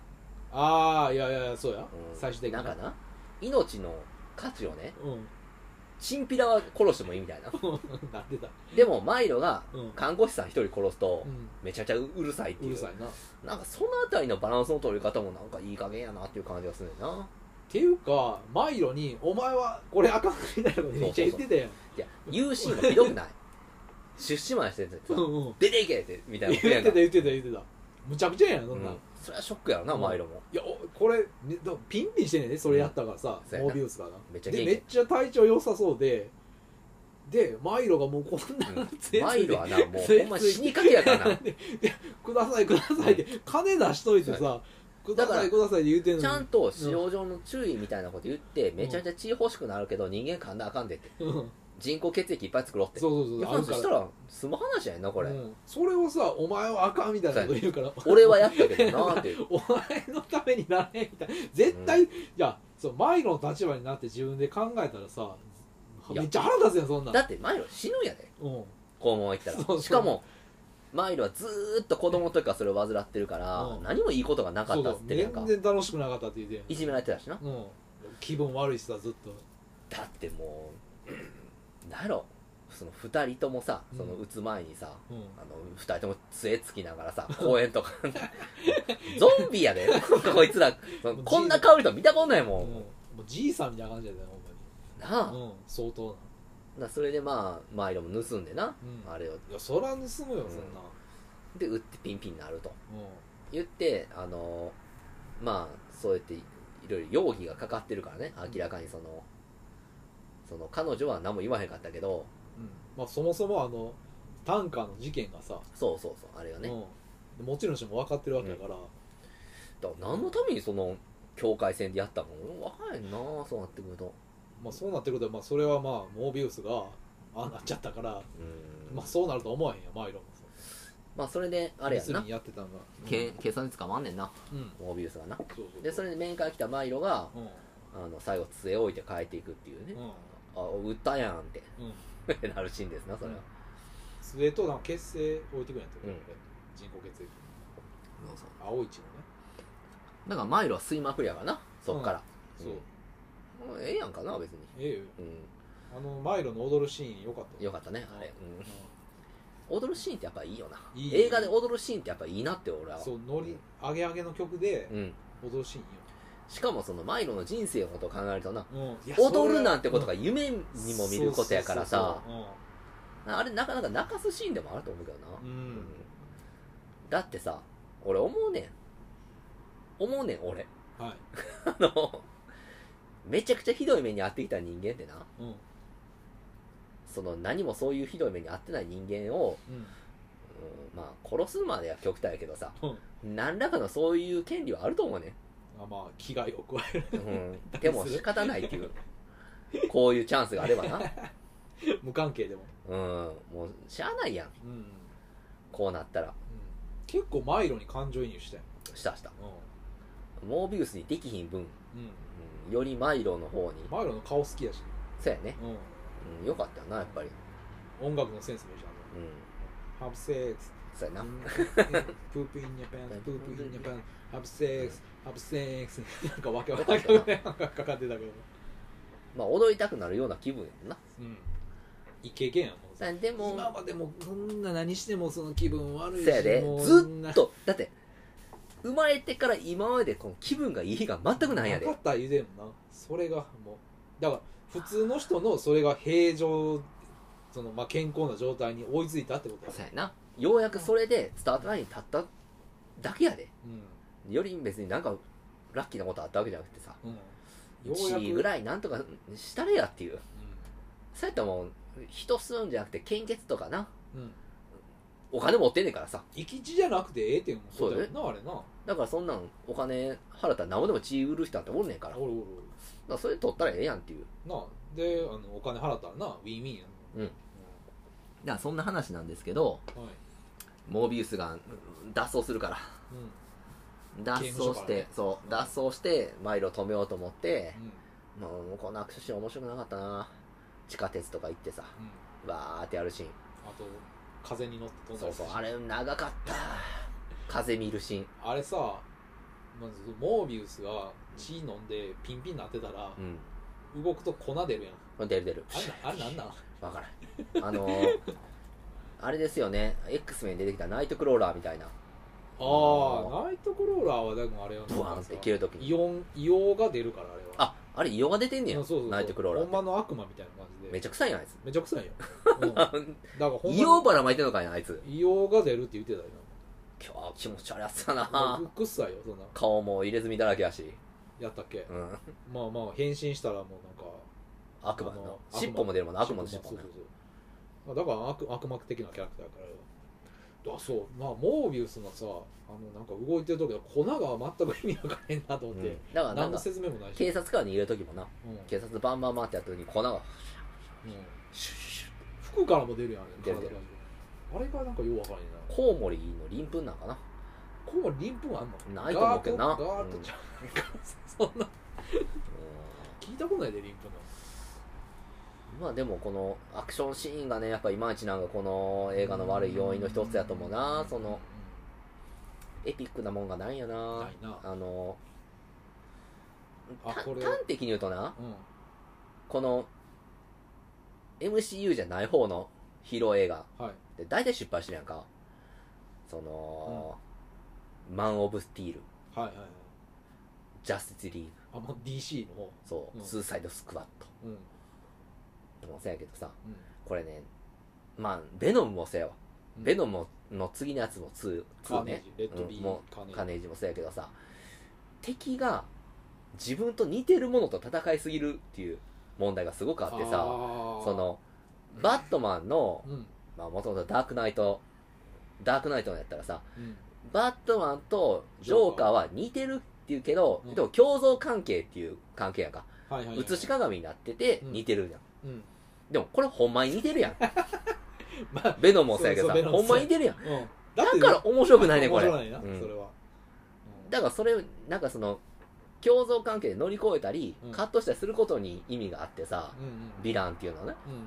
[SPEAKER 2] ああいやいやいやそうや
[SPEAKER 1] うん
[SPEAKER 2] 最終的に
[SPEAKER 1] なんかな、命の価値をね、
[SPEAKER 2] う
[SPEAKER 1] チンピラは殺してもいいみたいな。
[SPEAKER 2] ん <laughs> なってた
[SPEAKER 1] でも、マイロが、
[SPEAKER 2] うん
[SPEAKER 1] 看護師さん一人殺すと、
[SPEAKER 2] うん
[SPEAKER 1] めちゃくちゃうるさいっていうう
[SPEAKER 2] るさいなっ
[SPEAKER 1] なんかそのあたりのバランスの取り方もなんかいい加減やなっていう感じがするねんな
[SPEAKER 2] ていうかマイロに「お前はこれあかん」みたいなことめっちゃ言ってたや
[SPEAKER 1] い
[SPEAKER 2] ん
[SPEAKER 1] や言うシーンがひどくない出資までしててさ
[SPEAKER 2] うんうん
[SPEAKER 1] 出ていけってみたい
[SPEAKER 2] 言
[SPEAKER 1] な
[SPEAKER 2] っ
[SPEAKER 1] ことやん
[SPEAKER 2] てた
[SPEAKER 1] か
[SPEAKER 2] 言ってた言ってたむちゃくちゃやんそ
[SPEAKER 1] うん
[SPEAKER 2] な、
[SPEAKER 1] ん
[SPEAKER 2] い
[SPEAKER 1] それはショックやろな、
[SPEAKER 2] うん
[SPEAKER 1] マイロも
[SPEAKER 2] やおこれねだピンピンしてんねんねそれやったからさ、
[SPEAKER 1] そうやな
[SPEAKER 2] モービウスがな
[SPEAKER 1] めっちゃ
[SPEAKER 2] で
[SPEAKER 1] 元
[SPEAKER 2] めっ
[SPEAKER 1] 気
[SPEAKER 2] ちゃ体調良さそうででマイロがもうこんな
[SPEAKER 1] <laughs> うん
[SPEAKER 2] 全
[SPEAKER 1] マイロはなもう
[SPEAKER 2] ついつい
[SPEAKER 1] ほんま死にかけやから
[SPEAKER 2] <laughs>
[SPEAKER 1] な
[SPEAKER 2] くださいくださいって金出しといて
[SPEAKER 1] そう
[SPEAKER 2] さく
[SPEAKER 1] だ
[SPEAKER 2] だ
[SPEAKER 1] から
[SPEAKER 2] さいくださいって言うてんのに
[SPEAKER 1] ちゃんと使用上の注意みたいなこと言って、めちゃめちゃ血欲しくなるけど人間噛んだらあかんでって
[SPEAKER 2] うんそう
[SPEAKER 1] 人工血液いっぱい作ろうって
[SPEAKER 2] そうそう
[SPEAKER 1] いや
[SPEAKER 2] ある
[SPEAKER 1] 話
[SPEAKER 2] から
[SPEAKER 1] したら済む話やねんなこれ、
[SPEAKER 2] うんそれをさお前はあかんみたいなこと言うから
[SPEAKER 1] 俺はやったけどなーっていう <laughs>
[SPEAKER 2] <laughs> お前のためになれみたいな絶対、いやそう前の立場になって自分で考えたらさ
[SPEAKER 1] いや
[SPEAKER 2] めっちゃ腹立つやんそんなん
[SPEAKER 1] だってマイロ死ぬんやで
[SPEAKER 2] うん
[SPEAKER 1] 肛門行った
[SPEAKER 2] そうそう
[SPEAKER 1] らしかもマイロはずーっと子供の時からそれを患ってるから、
[SPEAKER 2] うん
[SPEAKER 1] 何もいいことがなか
[SPEAKER 2] そ
[SPEAKER 1] っ
[SPEAKER 2] う
[SPEAKER 1] た
[SPEAKER 2] だ
[SPEAKER 1] っつってなん
[SPEAKER 2] 全
[SPEAKER 1] か
[SPEAKER 2] 然楽しくなかったって言うてんやん
[SPEAKER 1] いじめられてたしな
[SPEAKER 2] うん、気分悪いしさずっと
[SPEAKER 1] だってもう何やろその2人ともさ
[SPEAKER 2] うん
[SPEAKER 1] その打つ前にさ、
[SPEAKER 2] うん
[SPEAKER 1] あの2人とも杖つきながらさ公園とか <laughs> ゾンビやで <laughs> こいつらそのこんな顔る人見たことないもん、
[SPEAKER 2] うんもうじいさんみたいな感じやったよほん
[SPEAKER 1] なあ、
[SPEAKER 2] まに、うん、相当な
[SPEAKER 1] なそれでまあマイロも盗んでな、
[SPEAKER 2] うん
[SPEAKER 1] あれを
[SPEAKER 2] いやそら盗むよそんな、うん
[SPEAKER 1] で打ってピンピンになると言ってあのまあそうやっていろいろ容疑がかかってるからね明らかにそのその彼女は何も言わへんかったけど
[SPEAKER 2] うんまあ、そもそもあのタンカーの事件がさ、
[SPEAKER 1] そうそうそうあれがね、
[SPEAKER 2] うん、もちろん人も分かってるわけだから、
[SPEAKER 1] だから何のためにその境界線でやったの分からへんなそうなってくると
[SPEAKER 2] まあ、そうなってくると、まあ、それはまあモービウスがああなっちゃったから、
[SPEAKER 1] うん
[SPEAKER 2] まあ、そうなるとは思わへんやマイロンもさ
[SPEAKER 1] まあそれであれや
[SPEAKER 2] ミス
[SPEAKER 1] な
[SPEAKER 2] にやってたんが
[SPEAKER 3] け警察に捕まんねんな
[SPEAKER 2] うん
[SPEAKER 1] モービウスがな
[SPEAKER 2] そうそう
[SPEAKER 1] でそれで面会来たマイロが
[SPEAKER 2] うん
[SPEAKER 1] あの最後杖を置いて帰っていくっていうね、
[SPEAKER 2] うん
[SPEAKER 1] あ売ったやんって <laughs>
[SPEAKER 2] うん
[SPEAKER 1] なるシーンですなそれは、
[SPEAKER 2] 末となんか血清置いてくれんやった
[SPEAKER 1] うん
[SPEAKER 2] よ人工
[SPEAKER 3] そ
[SPEAKER 2] 血液
[SPEAKER 3] うそう
[SPEAKER 2] 青い血のね
[SPEAKER 1] だからマイロは吸いまくりやからなそっから、
[SPEAKER 2] そう
[SPEAKER 1] うんええやんかな別に、
[SPEAKER 2] ええよ
[SPEAKER 1] う
[SPEAKER 2] あのマイロの踊るシーンよかった
[SPEAKER 1] ん、よかったねあれ、
[SPEAKER 2] うん
[SPEAKER 1] うん、踊るシーンってやっぱいいよない
[SPEAKER 2] い
[SPEAKER 1] 映画で踊るシーンってやっぱいいなって俺は
[SPEAKER 2] そうノリ上げ上げの曲で
[SPEAKER 1] うん、
[SPEAKER 2] 踊るシーンよ
[SPEAKER 1] しかもそのマイロの人生のことを考えるとな
[SPEAKER 2] うんいやそ
[SPEAKER 1] 踊
[SPEAKER 2] れ
[SPEAKER 1] る
[SPEAKER 2] は
[SPEAKER 1] なんてことが
[SPEAKER 2] うん
[SPEAKER 1] 夢にも見ることやからさ
[SPEAKER 2] そうそうそう
[SPEAKER 1] あれなかなか泣かすシーンでもあると思うけどな、
[SPEAKER 2] そううん
[SPEAKER 1] うんだってさ俺思うねん思うねん俺
[SPEAKER 2] うんはい
[SPEAKER 1] あのめちゃくちゃひどい目に遭ってきた人間ってな
[SPEAKER 2] うんうん
[SPEAKER 1] その何もそういうひどい目に遭ってない人間を、うんまあ殺すまでは極端やけどさ
[SPEAKER 2] うん
[SPEAKER 1] 何らかのそういう権利はあると思うねん
[SPEAKER 2] あまあ危害を加え <laughs>
[SPEAKER 1] うん、でも仕方ないっていうこういうチャンスがあれば
[SPEAKER 2] <laughs>
[SPEAKER 1] な、
[SPEAKER 2] る無関係でも
[SPEAKER 1] うん、もうしゃあないやん
[SPEAKER 2] うん、うん、
[SPEAKER 1] こうなったら
[SPEAKER 2] 結構マイロに感情移入したよ
[SPEAKER 1] したした
[SPEAKER 2] う
[SPEAKER 1] モービウスにできひん分、
[SPEAKER 2] ん、うん、
[SPEAKER 1] うん、よりマイロの方に
[SPEAKER 2] マイロの顔好きやし、
[SPEAKER 1] そうやね、
[SPEAKER 2] う
[SPEAKER 1] うん、よかったよなやっぱりうん
[SPEAKER 2] ん、音楽のセンスもいいじゃんハブセックス
[SPEAKER 1] そうやな
[SPEAKER 2] プープインニャペンプープインニャペンハブセックスハブセックスなんかわけわかんない音楽がかかってたけど
[SPEAKER 1] まあ踊りたくなるような気分やもんな
[SPEAKER 2] うんいけいけやんもう
[SPEAKER 1] さでも
[SPEAKER 2] 今までもそんな何してもその気分悪
[SPEAKER 1] そ
[SPEAKER 2] いうし
[SPEAKER 1] やで
[SPEAKER 2] もう
[SPEAKER 1] ずっとだって生まれてから今までこの気分がいい日が全くないんやで
[SPEAKER 2] なかった言うてんもんなそれがもうだから普通の人のそれが平常そのまあ健康な状態に追いついたってことだ
[SPEAKER 1] そうやなようやくそれでスタートラインに立っただけやで
[SPEAKER 2] う
[SPEAKER 1] より別になんかラッキーなことあったわけじゃなくてさ
[SPEAKER 2] んうんようやく
[SPEAKER 1] 1位ぐらいなんとかしたれやっていう
[SPEAKER 2] う
[SPEAKER 1] そうやったらもう人吸うんじゃなくて献血とかなん
[SPEAKER 2] うん
[SPEAKER 1] お金持ってんねんからさ
[SPEAKER 2] 行き地じゃなくてええっていうことやもんなあれな
[SPEAKER 1] だからそんなんお金払ったら何ぼでも血売る人なんておるねんからだか
[SPEAKER 2] おるおる
[SPEAKER 1] らそれ取ったらええやんっていう
[SPEAKER 2] おるなあであのお金払ったらなウィンウィンや
[SPEAKER 1] うんだからそんな話なんですけど
[SPEAKER 2] うんはい
[SPEAKER 1] モービウスがうん脱走するから
[SPEAKER 2] うん
[SPEAKER 1] 脱
[SPEAKER 2] 刑務所
[SPEAKER 1] 走
[SPEAKER 2] か
[SPEAKER 1] し
[SPEAKER 2] ら
[SPEAKER 1] て、
[SPEAKER 2] ね
[SPEAKER 1] そう脱走してマイルを止めようと思って、まあ、もうこのアクションシーン面白くなかったな地下鉄とか行ってさ
[SPEAKER 2] うんうん
[SPEAKER 1] わーってやるシーン
[SPEAKER 2] あと風に乗って飛んだ
[SPEAKER 1] そう
[SPEAKER 2] り
[SPEAKER 1] そう
[SPEAKER 2] して
[SPEAKER 1] あれ長かった風見るシーン
[SPEAKER 2] あれさまずモービウスが血飲んでピンピンなってたら
[SPEAKER 1] うん
[SPEAKER 2] 動くと粉出るやん
[SPEAKER 1] 出る出る
[SPEAKER 2] あ
[SPEAKER 1] <laughs>
[SPEAKER 2] れなあれなんなん
[SPEAKER 1] わからんあのー <laughs> あれですよね X メンに出てきたナイトクローラーみたいな
[SPEAKER 2] ああナイトクローラーはでもあれは
[SPEAKER 1] ブワーンって切るときに
[SPEAKER 2] イオン硫黄が出るからあれは
[SPEAKER 1] ああれ異様が出てんね
[SPEAKER 2] う
[SPEAKER 1] や
[SPEAKER 2] んそうそうそう
[SPEAKER 1] ナイトクローラー
[SPEAKER 2] ほ
[SPEAKER 1] っ
[SPEAKER 2] ん
[SPEAKER 1] て
[SPEAKER 2] まの悪魔みたいな感じで
[SPEAKER 1] めちゃくさいやんあいつ
[SPEAKER 2] めちゃくさ
[SPEAKER 1] <laughs>
[SPEAKER 2] いよ、うん、だからほんまに
[SPEAKER 1] 異様バラ巻いてんのかいなあいつ
[SPEAKER 2] 硫黄が出るって言ってたよ
[SPEAKER 1] 今日は気持ち悪いやつだな
[SPEAKER 2] なくっさいよそんな
[SPEAKER 1] 顔も入れ墨だらけやし、
[SPEAKER 2] やったっけ
[SPEAKER 1] うん、
[SPEAKER 2] まあまあ変身したらもうなんか
[SPEAKER 1] 悪魔
[SPEAKER 2] あ
[SPEAKER 1] の
[SPEAKER 2] の
[SPEAKER 1] 尻尾も出るもんな悪魔の
[SPEAKER 2] そう
[SPEAKER 1] 尻尾
[SPEAKER 2] そう
[SPEAKER 1] ね
[SPEAKER 2] そうだから悪悪魔的なキャラクターやからあそうまあモービウスのさあのなんか動いてる時の粉が全く意味わからへんなと思って、
[SPEAKER 1] うんだからな
[SPEAKER 2] 何
[SPEAKER 1] ん
[SPEAKER 2] の
[SPEAKER 1] か
[SPEAKER 2] 説明もないし
[SPEAKER 1] 警察官に入れる時もな
[SPEAKER 2] うん
[SPEAKER 1] 警察バンバンバンってやった時に粉が
[SPEAKER 2] うん
[SPEAKER 1] シュッシュッ
[SPEAKER 2] 服からも出るやんあ
[SPEAKER 1] 出
[SPEAKER 2] れ
[SPEAKER 1] る出る
[SPEAKER 2] あれがなんかようわからへんな
[SPEAKER 1] コウモリの鱗粉なんかな
[SPEAKER 2] こうもリンプあんの
[SPEAKER 1] ないと思うけどな
[SPEAKER 2] ガーッとガーッとちゃう、 <laughs> そんな
[SPEAKER 1] う
[SPEAKER 2] 聞いたことないでリンプの
[SPEAKER 1] んまあでもこのアクションシーンがねやっぱいまいちなんかこの映画の悪い要因の一つやと思うなそのエピックなもんがないよ
[SPEAKER 2] うん
[SPEAKER 1] な
[SPEAKER 2] ないな
[SPEAKER 1] あの
[SPEAKER 2] あ
[SPEAKER 1] た
[SPEAKER 2] これ
[SPEAKER 1] 端的に言うとな
[SPEAKER 2] うん
[SPEAKER 1] この MCU じゃない方のヒーロー映画
[SPEAKER 2] はい
[SPEAKER 1] で大体失敗してるやんかその、マン・オブ・スティール
[SPEAKER 2] はいはいはい
[SPEAKER 1] ジャスティス・リーグ
[SPEAKER 2] あもう DC の方
[SPEAKER 1] そう、
[SPEAKER 2] うん
[SPEAKER 1] スーサイド・スクワット
[SPEAKER 2] うんうん
[SPEAKER 1] でもそうやけどさこれねまあベノムもそうやわ、
[SPEAKER 2] うん
[SPEAKER 1] ベノムの次のやつも2
[SPEAKER 2] カーネー
[SPEAKER 1] ね
[SPEAKER 2] ジレッドビ
[SPEAKER 1] うん
[SPEAKER 2] ー
[SPEAKER 1] も
[SPEAKER 2] カーネージ
[SPEAKER 1] カネージもそうやけどさ敵が自分と似てるものと戦いすぎるっていう問題がすごくあってさ
[SPEAKER 2] あー
[SPEAKER 1] そのバットマンの
[SPEAKER 2] うん
[SPEAKER 1] まあもともとダークナイト、ダークナイトのやったらさ、
[SPEAKER 2] うん
[SPEAKER 1] バットマンとジョーカーは似てるっていうけど、
[SPEAKER 2] うん
[SPEAKER 1] でも共像関係っていう関係やんか。
[SPEAKER 2] はいはいはい
[SPEAKER 1] 写し鏡になってて
[SPEAKER 2] うん
[SPEAKER 1] 似てるやん。
[SPEAKER 2] うん <laughs>
[SPEAKER 1] でもこれほんまに似てるやん。
[SPEAKER 2] まあ
[SPEAKER 1] ベノムもそうやけどさ、
[SPEAKER 2] <laughs> そうそうベノム
[SPEAKER 1] ほんまに似てるやん。
[SPEAKER 2] うん
[SPEAKER 1] だ
[SPEAKER 2] だって
[SPEAKER 1] から面白くないね、これ。
[SPEAKER 2] 面白いな、
[SPEAKER 1] うん
[SPEAKER 2] それはうん
[SPEAKER 1] だからそれをなんかその共存関係で乗り越えたり、
[SPEAKER 2] うん
[SPEAKER 1] カットしたりすることに意味があってさ、
[SPEAKER 2] うんうん
[SPEAKER 1] ヴィランっていうのはね
[SPEAKER 2] うんうん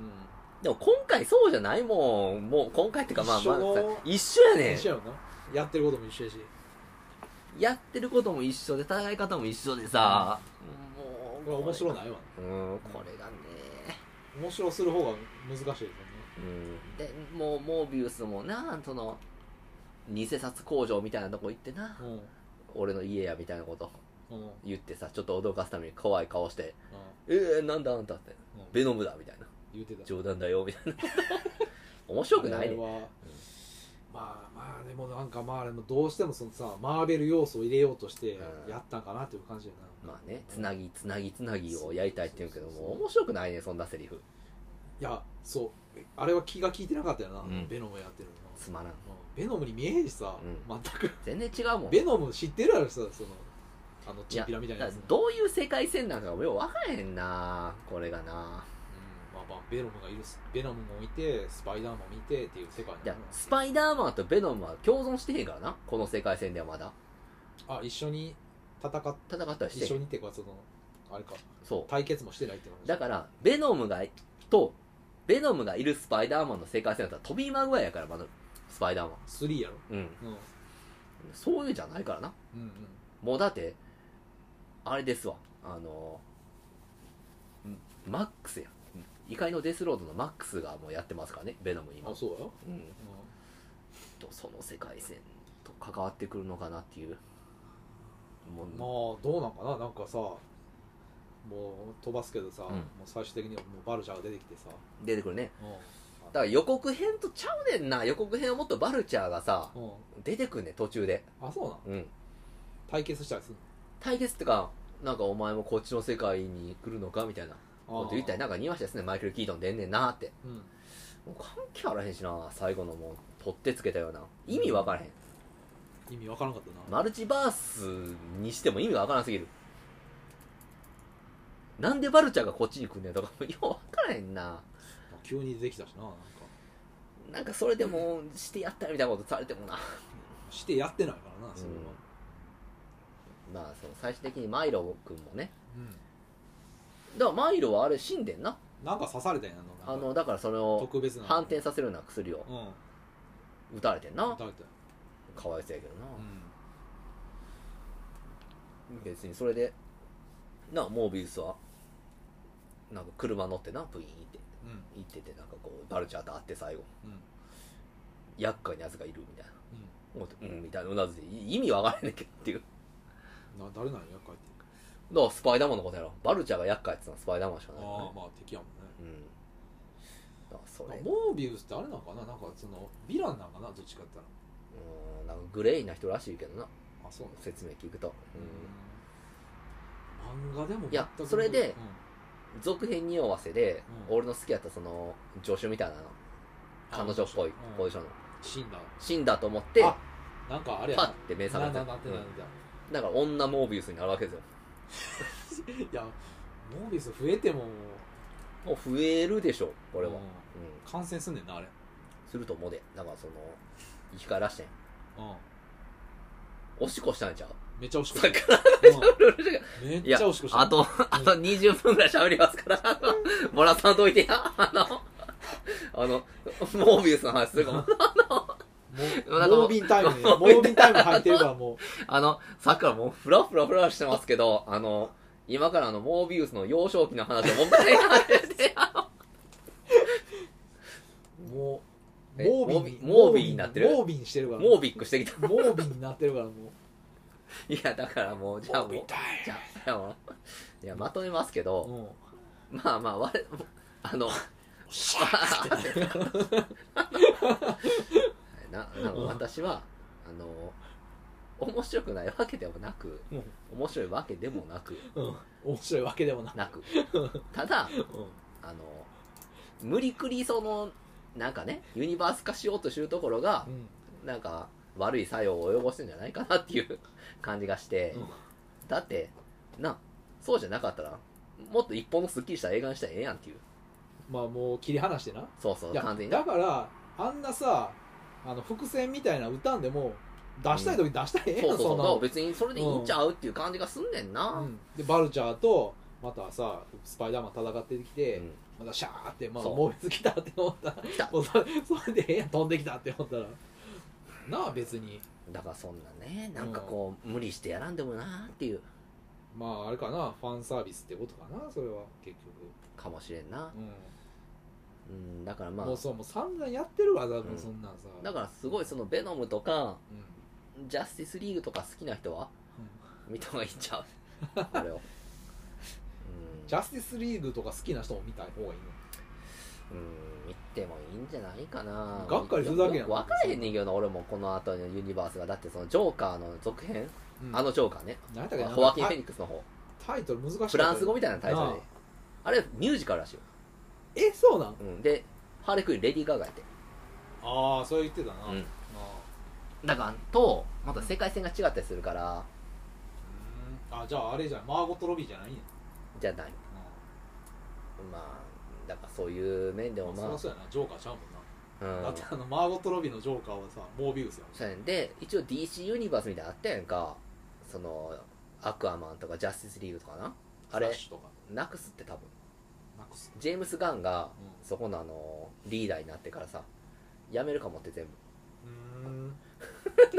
[SPEAKER 1] でも今回そうじゃないもんもう今回っていうかまあ
[SPEAKER 2] 一緒の
[SPEAKER 1] まあ一緒やね
[SPEAKER 2] 一緒やろなやってることも一緒やし
[SPEAKER 1] んやってることも一緒で戦い方も一緒でさ、
[SPEAKER 2] これ
[SPEAKER 1] もう
[SPEAKER 2] 面白
[SPEAKER 1] い
[SPEAKER 2] ないわ
[SPEAKER 1] うんこれがね
[SPEAKER 2] 面白する方が難しいですよね
[SPEAKER 1] うんでもうモービウスもなその偽札工場みたいなとこ行ってな、
[SPEAKER 2] うん
[SPEAKER 1] 俺の家やみたいなこと
[SPEAKER 2] うんうん
[SPEAKER 1] 言ってさちょっと脅かすために怖い顔して「えー、なんだあんた」って
[SPEAKER 2] うん
[SPEAKER 1] 「ベノムだ」みたいな
[SPEAKER 2] 言うてた
[SPEAKER 1] 冗談だよみた
[SPEAKER 2] <laughs>
[SPEAKER 1] いな面白くない
[SPEAKER 2] あ
[SPEAKER 1] ね
[SPEAKER 2] れはまあまあでもなんかまあでもどうしてもそのさマーベル要素を入れようとして
[SPEAKER 1] うん
[SPEAKER 2] やったんかなっていう感じやな、
[SPEAKER 1] まあねつなぎつなぎつなぎをやりたいって言うけど
[SPEAKER 2] そうそう
[SPEAKER 1] も
[SPEAKER 2] そう
[SPEAKER 1] 面白くないねそんなセリフ
[SPEAKER 2] いやそうあれは気が利いてなかったよな、
[SPEAKER 1] うん
[SPEAKER 2] ベノムやってるのな
[SPEAKER 1] つまらん
[SPEAKER 2] うんベノムに見えへんしさ、
[SPEAKER 1] う
[SPEAKER 2] 全く
[SPEAKER 1] 全然違うもん
[SPEAKER 2] ベノム知ってるやろさそのあのチンピラみたいな
[SPEAKER 1] だ
[SPEAKER 2] や
[SPEAKER 1] か
[SPEAKER 2] つ、
[SPEAKER 1] らどういう世界線なのかもよう分からへんなこれがな
[SPEAKER 2] うんまあまあベノムがいるベノムもいてスパイダーマンもいてっていう世界
[SPEAKER 1] いや
[SPEAKER 2] なの
[SPEAKER 1] スパイダーマンとベノムは共存してへんからなこの世界線ではまだ
[SPEAKER 2] あ一緒に戦っ
[SPEAKER 1] 戦ったりし
[SPEAKER 2] 一
[SPEAKER 1] て
[SPEAKER 2] 緒
[SPEAKER 1] へん
[SPEAKER 2] にっていうかそのあれか
[SPEAKER 1] そ
[SPEAKER 2] 対決もしてないって
[SPEAKER 1] う
[SPEAKER 2] 話
[SPEAKER 1] だからベノムがとベノムがいるスパイダーマンの世界線だったらトビー・マグワイアやからまだスパイダーマ
[SPEAKER 2] 3やろ
[SPEAKER 1] ンうん
[SPEAKER 2] うんうん
[SPEAKER 1] そういうんじゃないからな
[SPEAKER 2] うん
[SPEAKER 1] もうだってあれですわあのんマックスや怒りのデスロードのマックスがもうやってますからねベノム今
[SPEAKER 2] あ、そうよ、
[SPEAKER 1] うん、
[SPEAKER 2] う
[SPEAKER 1] とその世界線と関わってくるのかなっていうも
[SPEAKER 2] ん、
[SPEAKER 1] う
[SPEAKER 2] まあどうなんかななんかさもう飛ばすけどさ、
[SPEAKER 1] うん
[SPEAKER 2] もう最終的にはもうバルシャーが出てきてさ、
[SPEAKER 1] 出てくるね
[SPEAKER 2] うん
[SPEAKER 1] だから予告編とちゃうねんな予告編はもっとバルチャーがさ
[SPEAKER 2] うん、
[SPEAKER 1] 出てくんねん途中で
[SPEAKER 2] あそうなん
[SPEAKER 1] うん
[SPEAKER 2] 対決したりする
[SPEAKER 1] 対決ってかなんかお前もこっちの世界に来るのかみたいなこ
[SPEAKER 2] の
[SPEAKER 1] と言ったりなんか言いましたですねマイケル・キートン出んねんなーって
[SPEAKER 2] うん
[SPEAKER 1] もう関係あらへんしな最後のもう取ってつけたような意味わからへん
[SPEAKER 2] 意味わからんかったな、
[SPEAKER 1] マルチバースにしても意味がわからんすぎるなんでバルチャーがこっちに来んねんとかもようわからへんな
[SPEAKER 2] 急に出てきたしななんか
[SPEAKER 1] なんかそれでもしてやったみたいなことされてもな
[SPEAKER 2] してやってないからなそれは、
[SPEAKER 1] まあその最終的にマイロ君もね
[SPEAKER 2] うん
[SPEAKER 1] だからマイロはあれ死んでんな
[SPEAKER 2] なんか刺されたんやな
[SPEAKER 1] あ
[SPEAKER 2] なんか
[SPEAKER 1] のだからそれを
[SPEAKER 2] 特別な
[SPEAKER 1] 反転させるような薬を
[SPEAKER 2] うん
[SPEAKER 1] 打たれてんな
[SPEAKER 2] 打たれたよ
[SPEAKER 1] かわいそうやけどな
[SPEAKER 2] う
[SPEAKER 1] 別にそれでなモービウスはなんか車乗ってなプイーンって
[SPEAKER 2] んう
[SPEAKER 1] 行
[SPEAKER 2] ん
[SPEAKER 1] っててなんかこうバルチャーと会って最後
[SPEAKER 2] うん
[SPEAKER 1] 厄介なやつがいるみたいな思ってうんみたいなうなずいてい意味わからへんねんけどっていう
[SPEAKER 2] な誰なんやかいって
[SPEAKER 1] だからスパイダーマンのことやろバルチャーが厄介ってのはスパイダーマンしか
[SPEAKER 2] あ
[SPEAKER 1] ないよ
[SPEAKER 2] あ
[SPEAKER 1] ね
[SPEAKER 2] まあ敵やもん
[SPEAKER 1] う
[SPEAKER 2] ね
[SPEAKER 1] んだからそれう
[SPEAKER 2] モービウスってあれなのかななんかそのヴィランなんかなどっちかって言っ
[SPEAKER 1] んなんかグレーな人らしいけどな
[SPEAKER 2] たらあそうなんです
[SPEAKER 1] 説明聞くと、
[SPEAKER 2] 漫画でも
[SPEAKER 1] いや
[SPEAKER 2] 全く
[SPEAKER 1] それで
[SPEAKER 2] うん
[SPEAKER 1] うん、続編に合わせで、
[SPEAKER 2] うん
[SPEAKER 1] 俺の好きやったその助手みたいなの彼女っぽい
[SPEAKER 2] うん
[SPEAKER 1] ポジションの
[SPEAKER 2] 死んだ
[SPEAKER 1] 死んだと思って
[SPEAKER 2] あなんかあれや
[SPEAKER 1] パッ
[SPEAKER 2] な
[SPEAKER 1] て目覚め
[SPEAKER 2] な
[SPEAKER 1] た
[SPEAKER 2] んだなんてなんだ
[SPEAKER 1] だから女モービウスになるわけですよ
[SPEAKER 2] いやモービウス増えても
[SPEAKER 1] もう増えるでしょこれは、う
[SPEAKER 2] うん
[SPEAKER 1] ん、
[SPEAKER 2] 感染すんねんなあれ
[SPEAKER 1] すると思うでだからその生き返らしてん
[SPEAKER 2] うん
[SPEAKER 1] おしっこしたんちゃう
[SPEAKER 2] めっちゃ惜しく
[SPEAKER 1] だ
[SPEAKER 2] し
[SPEAKER 1] から
[SPEAKER 2] たうんめっ
[SPEAKER 1] い
[SPEAKER 2] ち
[SPEAKER 1] や
[SPEAKER 2] ゃ惜しくした
[SPEAKER 1] あとあと20分ぐらい喋りますからあのもらさんといてやあのあのモービウスの話するかも
[SPEAKER 2] もう
[SPEAKER 1] なんか
[SPEAKER 2] モービンタイムねモービンタイム入ってるからもう
[SPEAKER 1] あの、さっきからもうフラフラフラしてますけど、あの、今からあの、モービウスの幼少期の話をもう一回やって、あの
[SPEAKER 2] もう
[SPEAKER 1] え
[SPEAKER 2] モービ
[SPEAKER 1] モービン
[SPEAKER 2] ン
[SPEAKER 1] モービンになってる
[SPEAKER 2] モービンしてるから
[SPEAKER 1] モービックしてきた。
[SPEAKER 2] モービンになってるからもう
[SPEAKER 1] いや、だからもう、じゃあもう、
[SPEAKER 2] モービンタイ
[SPEAKER 1] じゃあ、じゃあもういや、まとめますけ
[SPEAKER 2] ム
[SPEAKER 1] ど、
[SPEAKER 2] うん
[SPEAKER 1] まあまあ、我々、あ <laughs> の、
[SPEAKER 2] シャーって
[SPEAKER 1] な、なんか私は、あの、面白くないわけでもなく、
[SPEAKER 2] うん
[SPEAKER 1] 面白いわけでもなく、
[SPEAKER 2] うん面白いわけでもなく
[SPEAKER 1] なく、ただ、
[SPEAKER 2] うん
[SPEAKER 1] あの、無理くりその、なんかねユニバース化しようとしてるところが
[SPEAKER 2] うん
[SPEAKER 1] なんか悪い作用を及ぼしてんじゃないかなっていう <laughs> 感じがして、
[SPEAKER 2] うん
[SPEAKER 1] だってなそうじゃなかったらもっと一本のすっきりした映画にしたらええやんっていう
[SPEAKER 2] まあもう切り離してな
[SPEAKER 1] そうそう
[SPEAKER 2] いや
[SPEAKER 1] 完全に
[SPEAKER 2] だからあんなさあの伏線みたいな歌んでも出したい時出したらええ
[SPEAKER 1] そ
[SPEAKER 2] や
[SPEAKER 1] うんそうそ
[SPEAKER 2] そん
[SPEAKER 1] う
[SPEAKER 2] な
[SPEAKER 1] だから
[SPEAKER 2] の
[SPEAKER 1] 別にそれでいいんちゃうっていう感じがすんねんな、
[SPEAKER 2] うんでバルチャーとまたさスパイダーマン戦ってきて、
[SPEAKER 1] うん
[SPEAKER 2] またシャーって、まあ、
[SPEAKER 1] そう
[SPEAKER 2] 燃え尽きたって思ったら
[SPEAKER 1] 来た
[SPEAKER 2] もう <laughs> それそれでええやん飛んできたって思ったらなあ別に
[SPEAKER 1] だからそんなねなんかこう、無理してやらんでもなっていう
[SPEAKER 2] まああれかなファンサービスってことかなそれは結局、
[SPEAKER 1] かもしれんな
[SPEAKER 2] う
[SPEAKER 1] うんだから
[SPEAKER 2] ん
[SPEAKER 1] ま
[SPEAKER 2] もう
[SPEAKER 1] あ
[SPEAKER 2] そうもう散々やってるわ多分、
[SPEAKER 1] うん
[SPEAKER 2] そんなんさ
[SPEAKER 1] だからすごいそのベノムとか
[SPEAKER 2] うんうん
[SPEAKER 1] ジャスティスリーグとか好きな人は見た方がいいんち
[SPEAKER 2] <laughs>
[SPEAKER 1] ゃうあれをうん
[SPEAKER 2] ジャスティスリーグとか好きな人も見た方がいいの
[SPEAKER 1] うん見てもいいんじゃないかな
[SPEAKER 2] がっかりするだけやん
[SPEAKER 1] 分かれへんねんけどな俺もこの後のユニバースがだってそのジョーカーの続編、
[SPEAKER 2] うん
[SPEAKER 1] あのジョーカーね
[SPEAKER 2] 何やったっけな
[SPEAKER 1] ホワキン・
[SPEAKER 2] タ
[SPEAKER 1] フェニックスの方
[SPEAKER 2] タイトル難しい
[SPEAKER 1] フランス語みたいなタイトル
[SPEAKER 2] な
[SPEAKER 1] であれミュージカルらしいよ、
[SPEAKER 2] えそうなん
[SPEAKER 1] うん、でハーレクインレディー・ガガやって
[SPEAKER 2] ああそう言ってたな、
[SPEAKER 1] うん
[SPEAKER 2] あ
[SPEAKER 1] だからとまた世界線が違ったりするから
[SPEAKER 2] あうんあじゃああれじゃんマーゴット・ロビーじゃないんや
[SPEAKER 1] じゃない
[SPEAKER 2] あ
[SPEAKER 1] まあだからそういう面でも
[SPEAKER 2] あ
[SPEAKER 1] まあ
[SPEAKER 2] そりゃそうやなジョーカーちゃうもんな、
[SPEAKER 1] うん
[SPEAKER 2] だってあのマーゴット・ロビーのジョーカーはさモービウスやもん
[SPEAKER 1] そうやねんで一応 DC ユニバースみたいなのあったやんかそのアクアマンとかジャスティスリーグとかなあ
[SPEAKER 2] フ
[SPEAKER 1] れ
[SPEAKER 2] ラッシュとか
[SPEAKER 1] なくすって多分
[SPEAKER 2] なくす
[SPEAKER 1] ジェームス・ガンが
[SPEAKER 2] う
[SPEAKER 1] そこのあのリーダーになってからさやめるかもって全部
[SPEAKER 2] うーん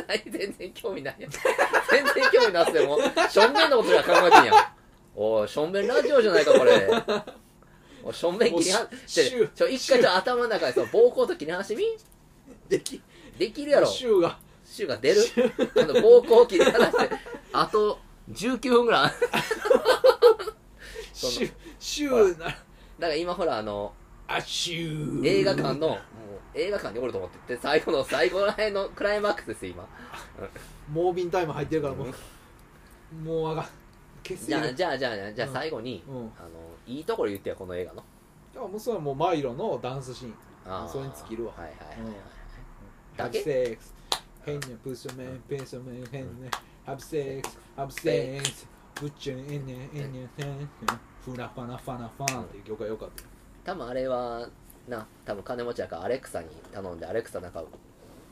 [SPEAKER 1] ない全然興味ないやん全然興味なくてもうしょんべんのことしか考えてんやんおいしょんべんラジオじゃないかこれおいしょんべん切りは
[SPEAKER 2] もう
[SPEAKER 1] ち
[SPEAKER 2] し
[SPEAKER 1] ょちょ一回ちょ頭の中でその暴行と切り離してみ
[SPEAKER 2] でき
[SPEAKER 1] できるやろ
[SPEAKER 2] シューが
[SPEAKER 1] シュが出るあの、暴行を切り離して、あと19分ぐらい。その
[SPEAKER 2] シューシューな
[SPEAKER 1] だから今ほら、あの、
[SPEAKER 2] あシュー
[SPEAKER 1] 映画館の、もう映画館におると思ってて、最後の、最後ら辺のクライマックスです、今。
[SPEAKER 2] モービンタイム入ってるからもう、もうあがん決
[SPEAKER 1] じ
[SPEAKER 2] 意
[SPEAKER 1] ゃあ、
[SPEAKER 2] が
[SPEAKER 1] じゃあ、じゃあ、じゃあ
[SPEAKER 2] うん
[SPEAKER 1] 最後に、
[SPEAKER 2] うん
[SPEAKER 1] あの、いいところ言ってよ、この映画の。
[SPEAKER 2] だからもうそれはもうマイロのダンスシーン
[SPEAKER 1] あー
[SPEAKER 2] それに尽きるわ
[SPEAKER 1] はいはいはい。
[SPEAKER 2] うん
[SPEAKER 1] だけ
[SPEAKER 2] Have sex. Hand your pussy man, pussy man, hand me. Have sex, have sex. Put your in your in your hand. フラファナファナファンっていう曲が良かった。
[SPEAKER 1] 多分あれは、な、多分金持ちやからアレクサに頼んで、アレクサなんか、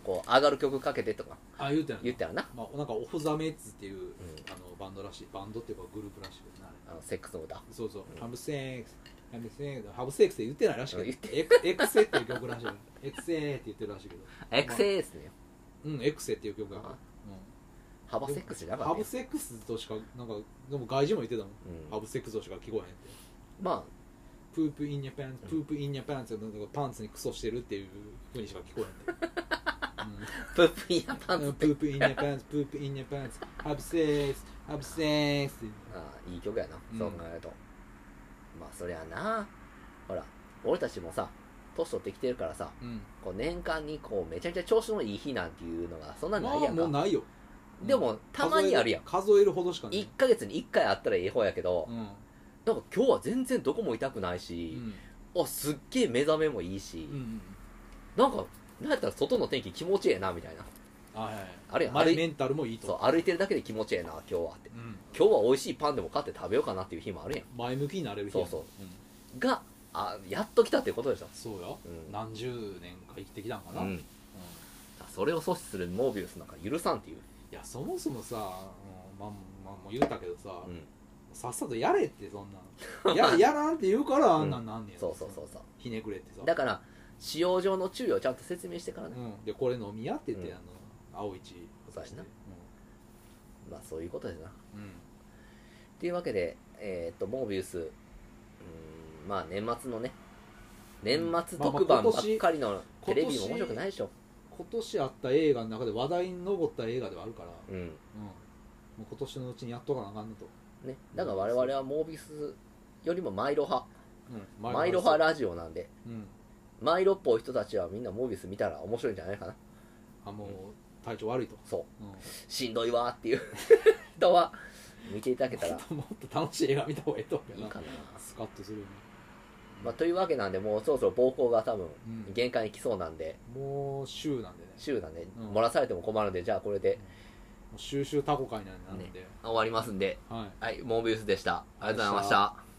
[SPEAKER 1] こう、上がる曲かけてとか
[SPEAKER 2] ああ、言うてん
[SPEAKER 1] 言ったらな、
[SPEAKER 2] まあ、なんかオフザメッツっていう、あのバンドらしい。バンドっていうかグループらしいけどな。あれ
[SPEAKER 1] あの、セックスの歌。
[SPEAKER 2] そうそう
[SPEAKER 1] う。ん
[SPEAKER 2] Have sex, have sex. Have sex って言ってないらしいけど。
[SPEAKER 1] 言っ
[SPEAKER 2] エクエクセっていう曲らしいけど。エクセって言ってるらしいけど。
[SPEAKER 1] エクセースね。
[SPEAKER 2] うん、エクセっていう曲やか
[SPEAKER 1] あ
[SPEAKER 2] ら。うん
[SPEAKER 1] ハバセックスじゃなか
[SPEAKER 2] ハ
[SPEAKER 1] った
[SPEAKER 2] ブ
[SPEAKER 1] よ
[SPEAKER 2] セックスとしか、なんか、でも外人も言ってたもん。
[SPEAKER 1] うん
[SPEAKER 2] ハブセックスとしか聞こえへんって。
[SPEAKER 1] ま
[SPEAKER 2] プープインニャパンツ、プープインニャパンツ、なんかパンツにクソしてるっていうふうにしか聞こえ
[SPEAKER 1] <laughs>
[SPEAKER 2] ない、
[SPEAKER 1] あ、プープインやパン
[SPEAKER 2] う
[SPEAKER 1] ツ
[SPEAKER 2] ん。プープインニャパンツ、プープインニャパンツ、ハブセース、ハブセース。
[SPEAKER 1] ああいい曲やな、
[SPEAKER 2] うん
[SPEAKER 1] そう考えるとまあそりゃなほら俺たちもさ年取ってきてるからさ
[SPEAKER 2] うん。
[SPEAKER 1] こう年間にこうめちゃめちゃ調子のいい日なんていうのがそんな
[SPEAKER 2] ま
[SPEAKER 1] ない
[SPEAKER 2] あ
[SPEAKER 1] やんか、
[SPEAKER 2] もうないよ。
[SPEAKER 1] でもたまにあるやん
[SPEAKER 2] 数えるほどしかない
[SPEAKER 1] 1。ヶ月に1回あったらええ方やけど、
[SPEAKER 2] うん。
[SPEAKER 1] なんか今日は全然どこも痛くないうし、
[SPEAKER 2] ん。
[SPEAKER 1] あすっげえ目覚めもいいし、
[SPEAKER 2] うん。
[SPEAKER 1] なんかなんやったら外の天気気持ちええなみたいな
[SPEAKER 2] はいはい。
[SPEAKER 1] あるやん
[SPEAKER 2] ま
[SPEAKER 1] あ
[SPEAKER 2] あ
[SPEAKER 1] れ
[SPEAKER 2] メンタルもいい
[SPEAKER 1] そう
[SPEAKER 2] と。
[SPEAKER 1] 歩いてるだけで気持ちええな今日はって
[SPEAKER 2] うん。
[SPEAKER 1] 今日は美味しいパンでも買って食べようかなっていう日もあるや
[SPEAKER 2] 前向きになれる日やん
[SPEAKER 1] そう
[SPEAKER 2] う
[SPEAKER 1] ん
[SPEAKER 2] ん。
[SPEAKER 1] があやっと来たっていうことでしょ、
[SPEAKER 2] そうや。
[SPEAKER 1] うん
[SPEAKER 2] 何十年か生きてきたんか
[SPEAKER 3] う
[SPEAKER 2] な。うん。い
[SPEAKER 3] ん
[SPEAKER 1] それを阻止するモービウスなんか許さんっていう、
[SPEAKER 2] や、そもそもさ、うんまあ、まあ、もう言ったけどさ、
[SPEAKER 1] うん、
[SPEAKER 2] さっさとやれってそん
[SPEAKER 1] <laughs>
[SPEAKER 2] なんややらんって言うからあんなんなんねや、
[SPEAKER 1] そうそうそうそう
[SPEAKER 2] ひねくれってさ
[SPEAKER 1] だから使用上の注意をちゃんと説明してからね、
[SPEAKER 2] うん、でこれ飲み屋って言って、
[SPEAKER 1] うん
[SPEAKER 2] あの青一
[SPEAKER 1] そうやな
[SPEAKER 2] うん
[SPEAKER 1] まあそういうことですなっ
[SPEAKER 2] うん
[SPEAKER 1] ていうわけでえーっとモービウスうーんまあ年末のね年末特番ばっかりのテレビも面白くないでしょ、
[SPEAKER 2] 今年あった映画の中で話題に上った映画ではあるから、うん
[SPEAKER 1] うん
[SPEAKER 2] もう今年のうちにやっとかなあかんねと、
[SPEAKER 1] ね、だから我々はモービウスよりもマイロ派
[SPEAKER 2] うん
[SPEAKER 1] マイロ派ラジオなんで
[SPEAKER 2] うん
[SPEAKER 1] マイロっぽい人たちはみんなモービウス見たら面白いんじゃないかな
[SPEAKER 2] あもう体調悪いと、
[SPEAKER 1] そう
[SPEAKER 2] うん
[SPEAKER 1] しんどいわーっていう <laughs> 人は見ていただけたら
[SPEAKER 2] もっともっと楽しい映画見た方がいいと思うけ
[SPEAKER 1] い
[SPEAKER 2] ど
[SPEAKER 1] い
[SPEAKER 2] な
[SPEAKER 1] かな
[SPEAKER 2] スカッとするよね、う
[SPEAKER 1] まあ、というわけなんで、もうそろそろ暴行が多分
[SPEAKER 2] うん、
[SPEAKER 1] 限界に来そうなんで、
[SPEAKER 2] もう週なんでね
[SPEAKER 1] 週なんで、
[SPEAKER 2] うん
[SPEAKER 1] 漏らされても困るんで、じゃあこれで、
[SPEAKER 2] もう収集タコ会なんで、
[SPEAKER 3] 終わりますんで
[SPEAKER 2] はい
[SPEAKER 3] はいモービウスでしたありがとうございました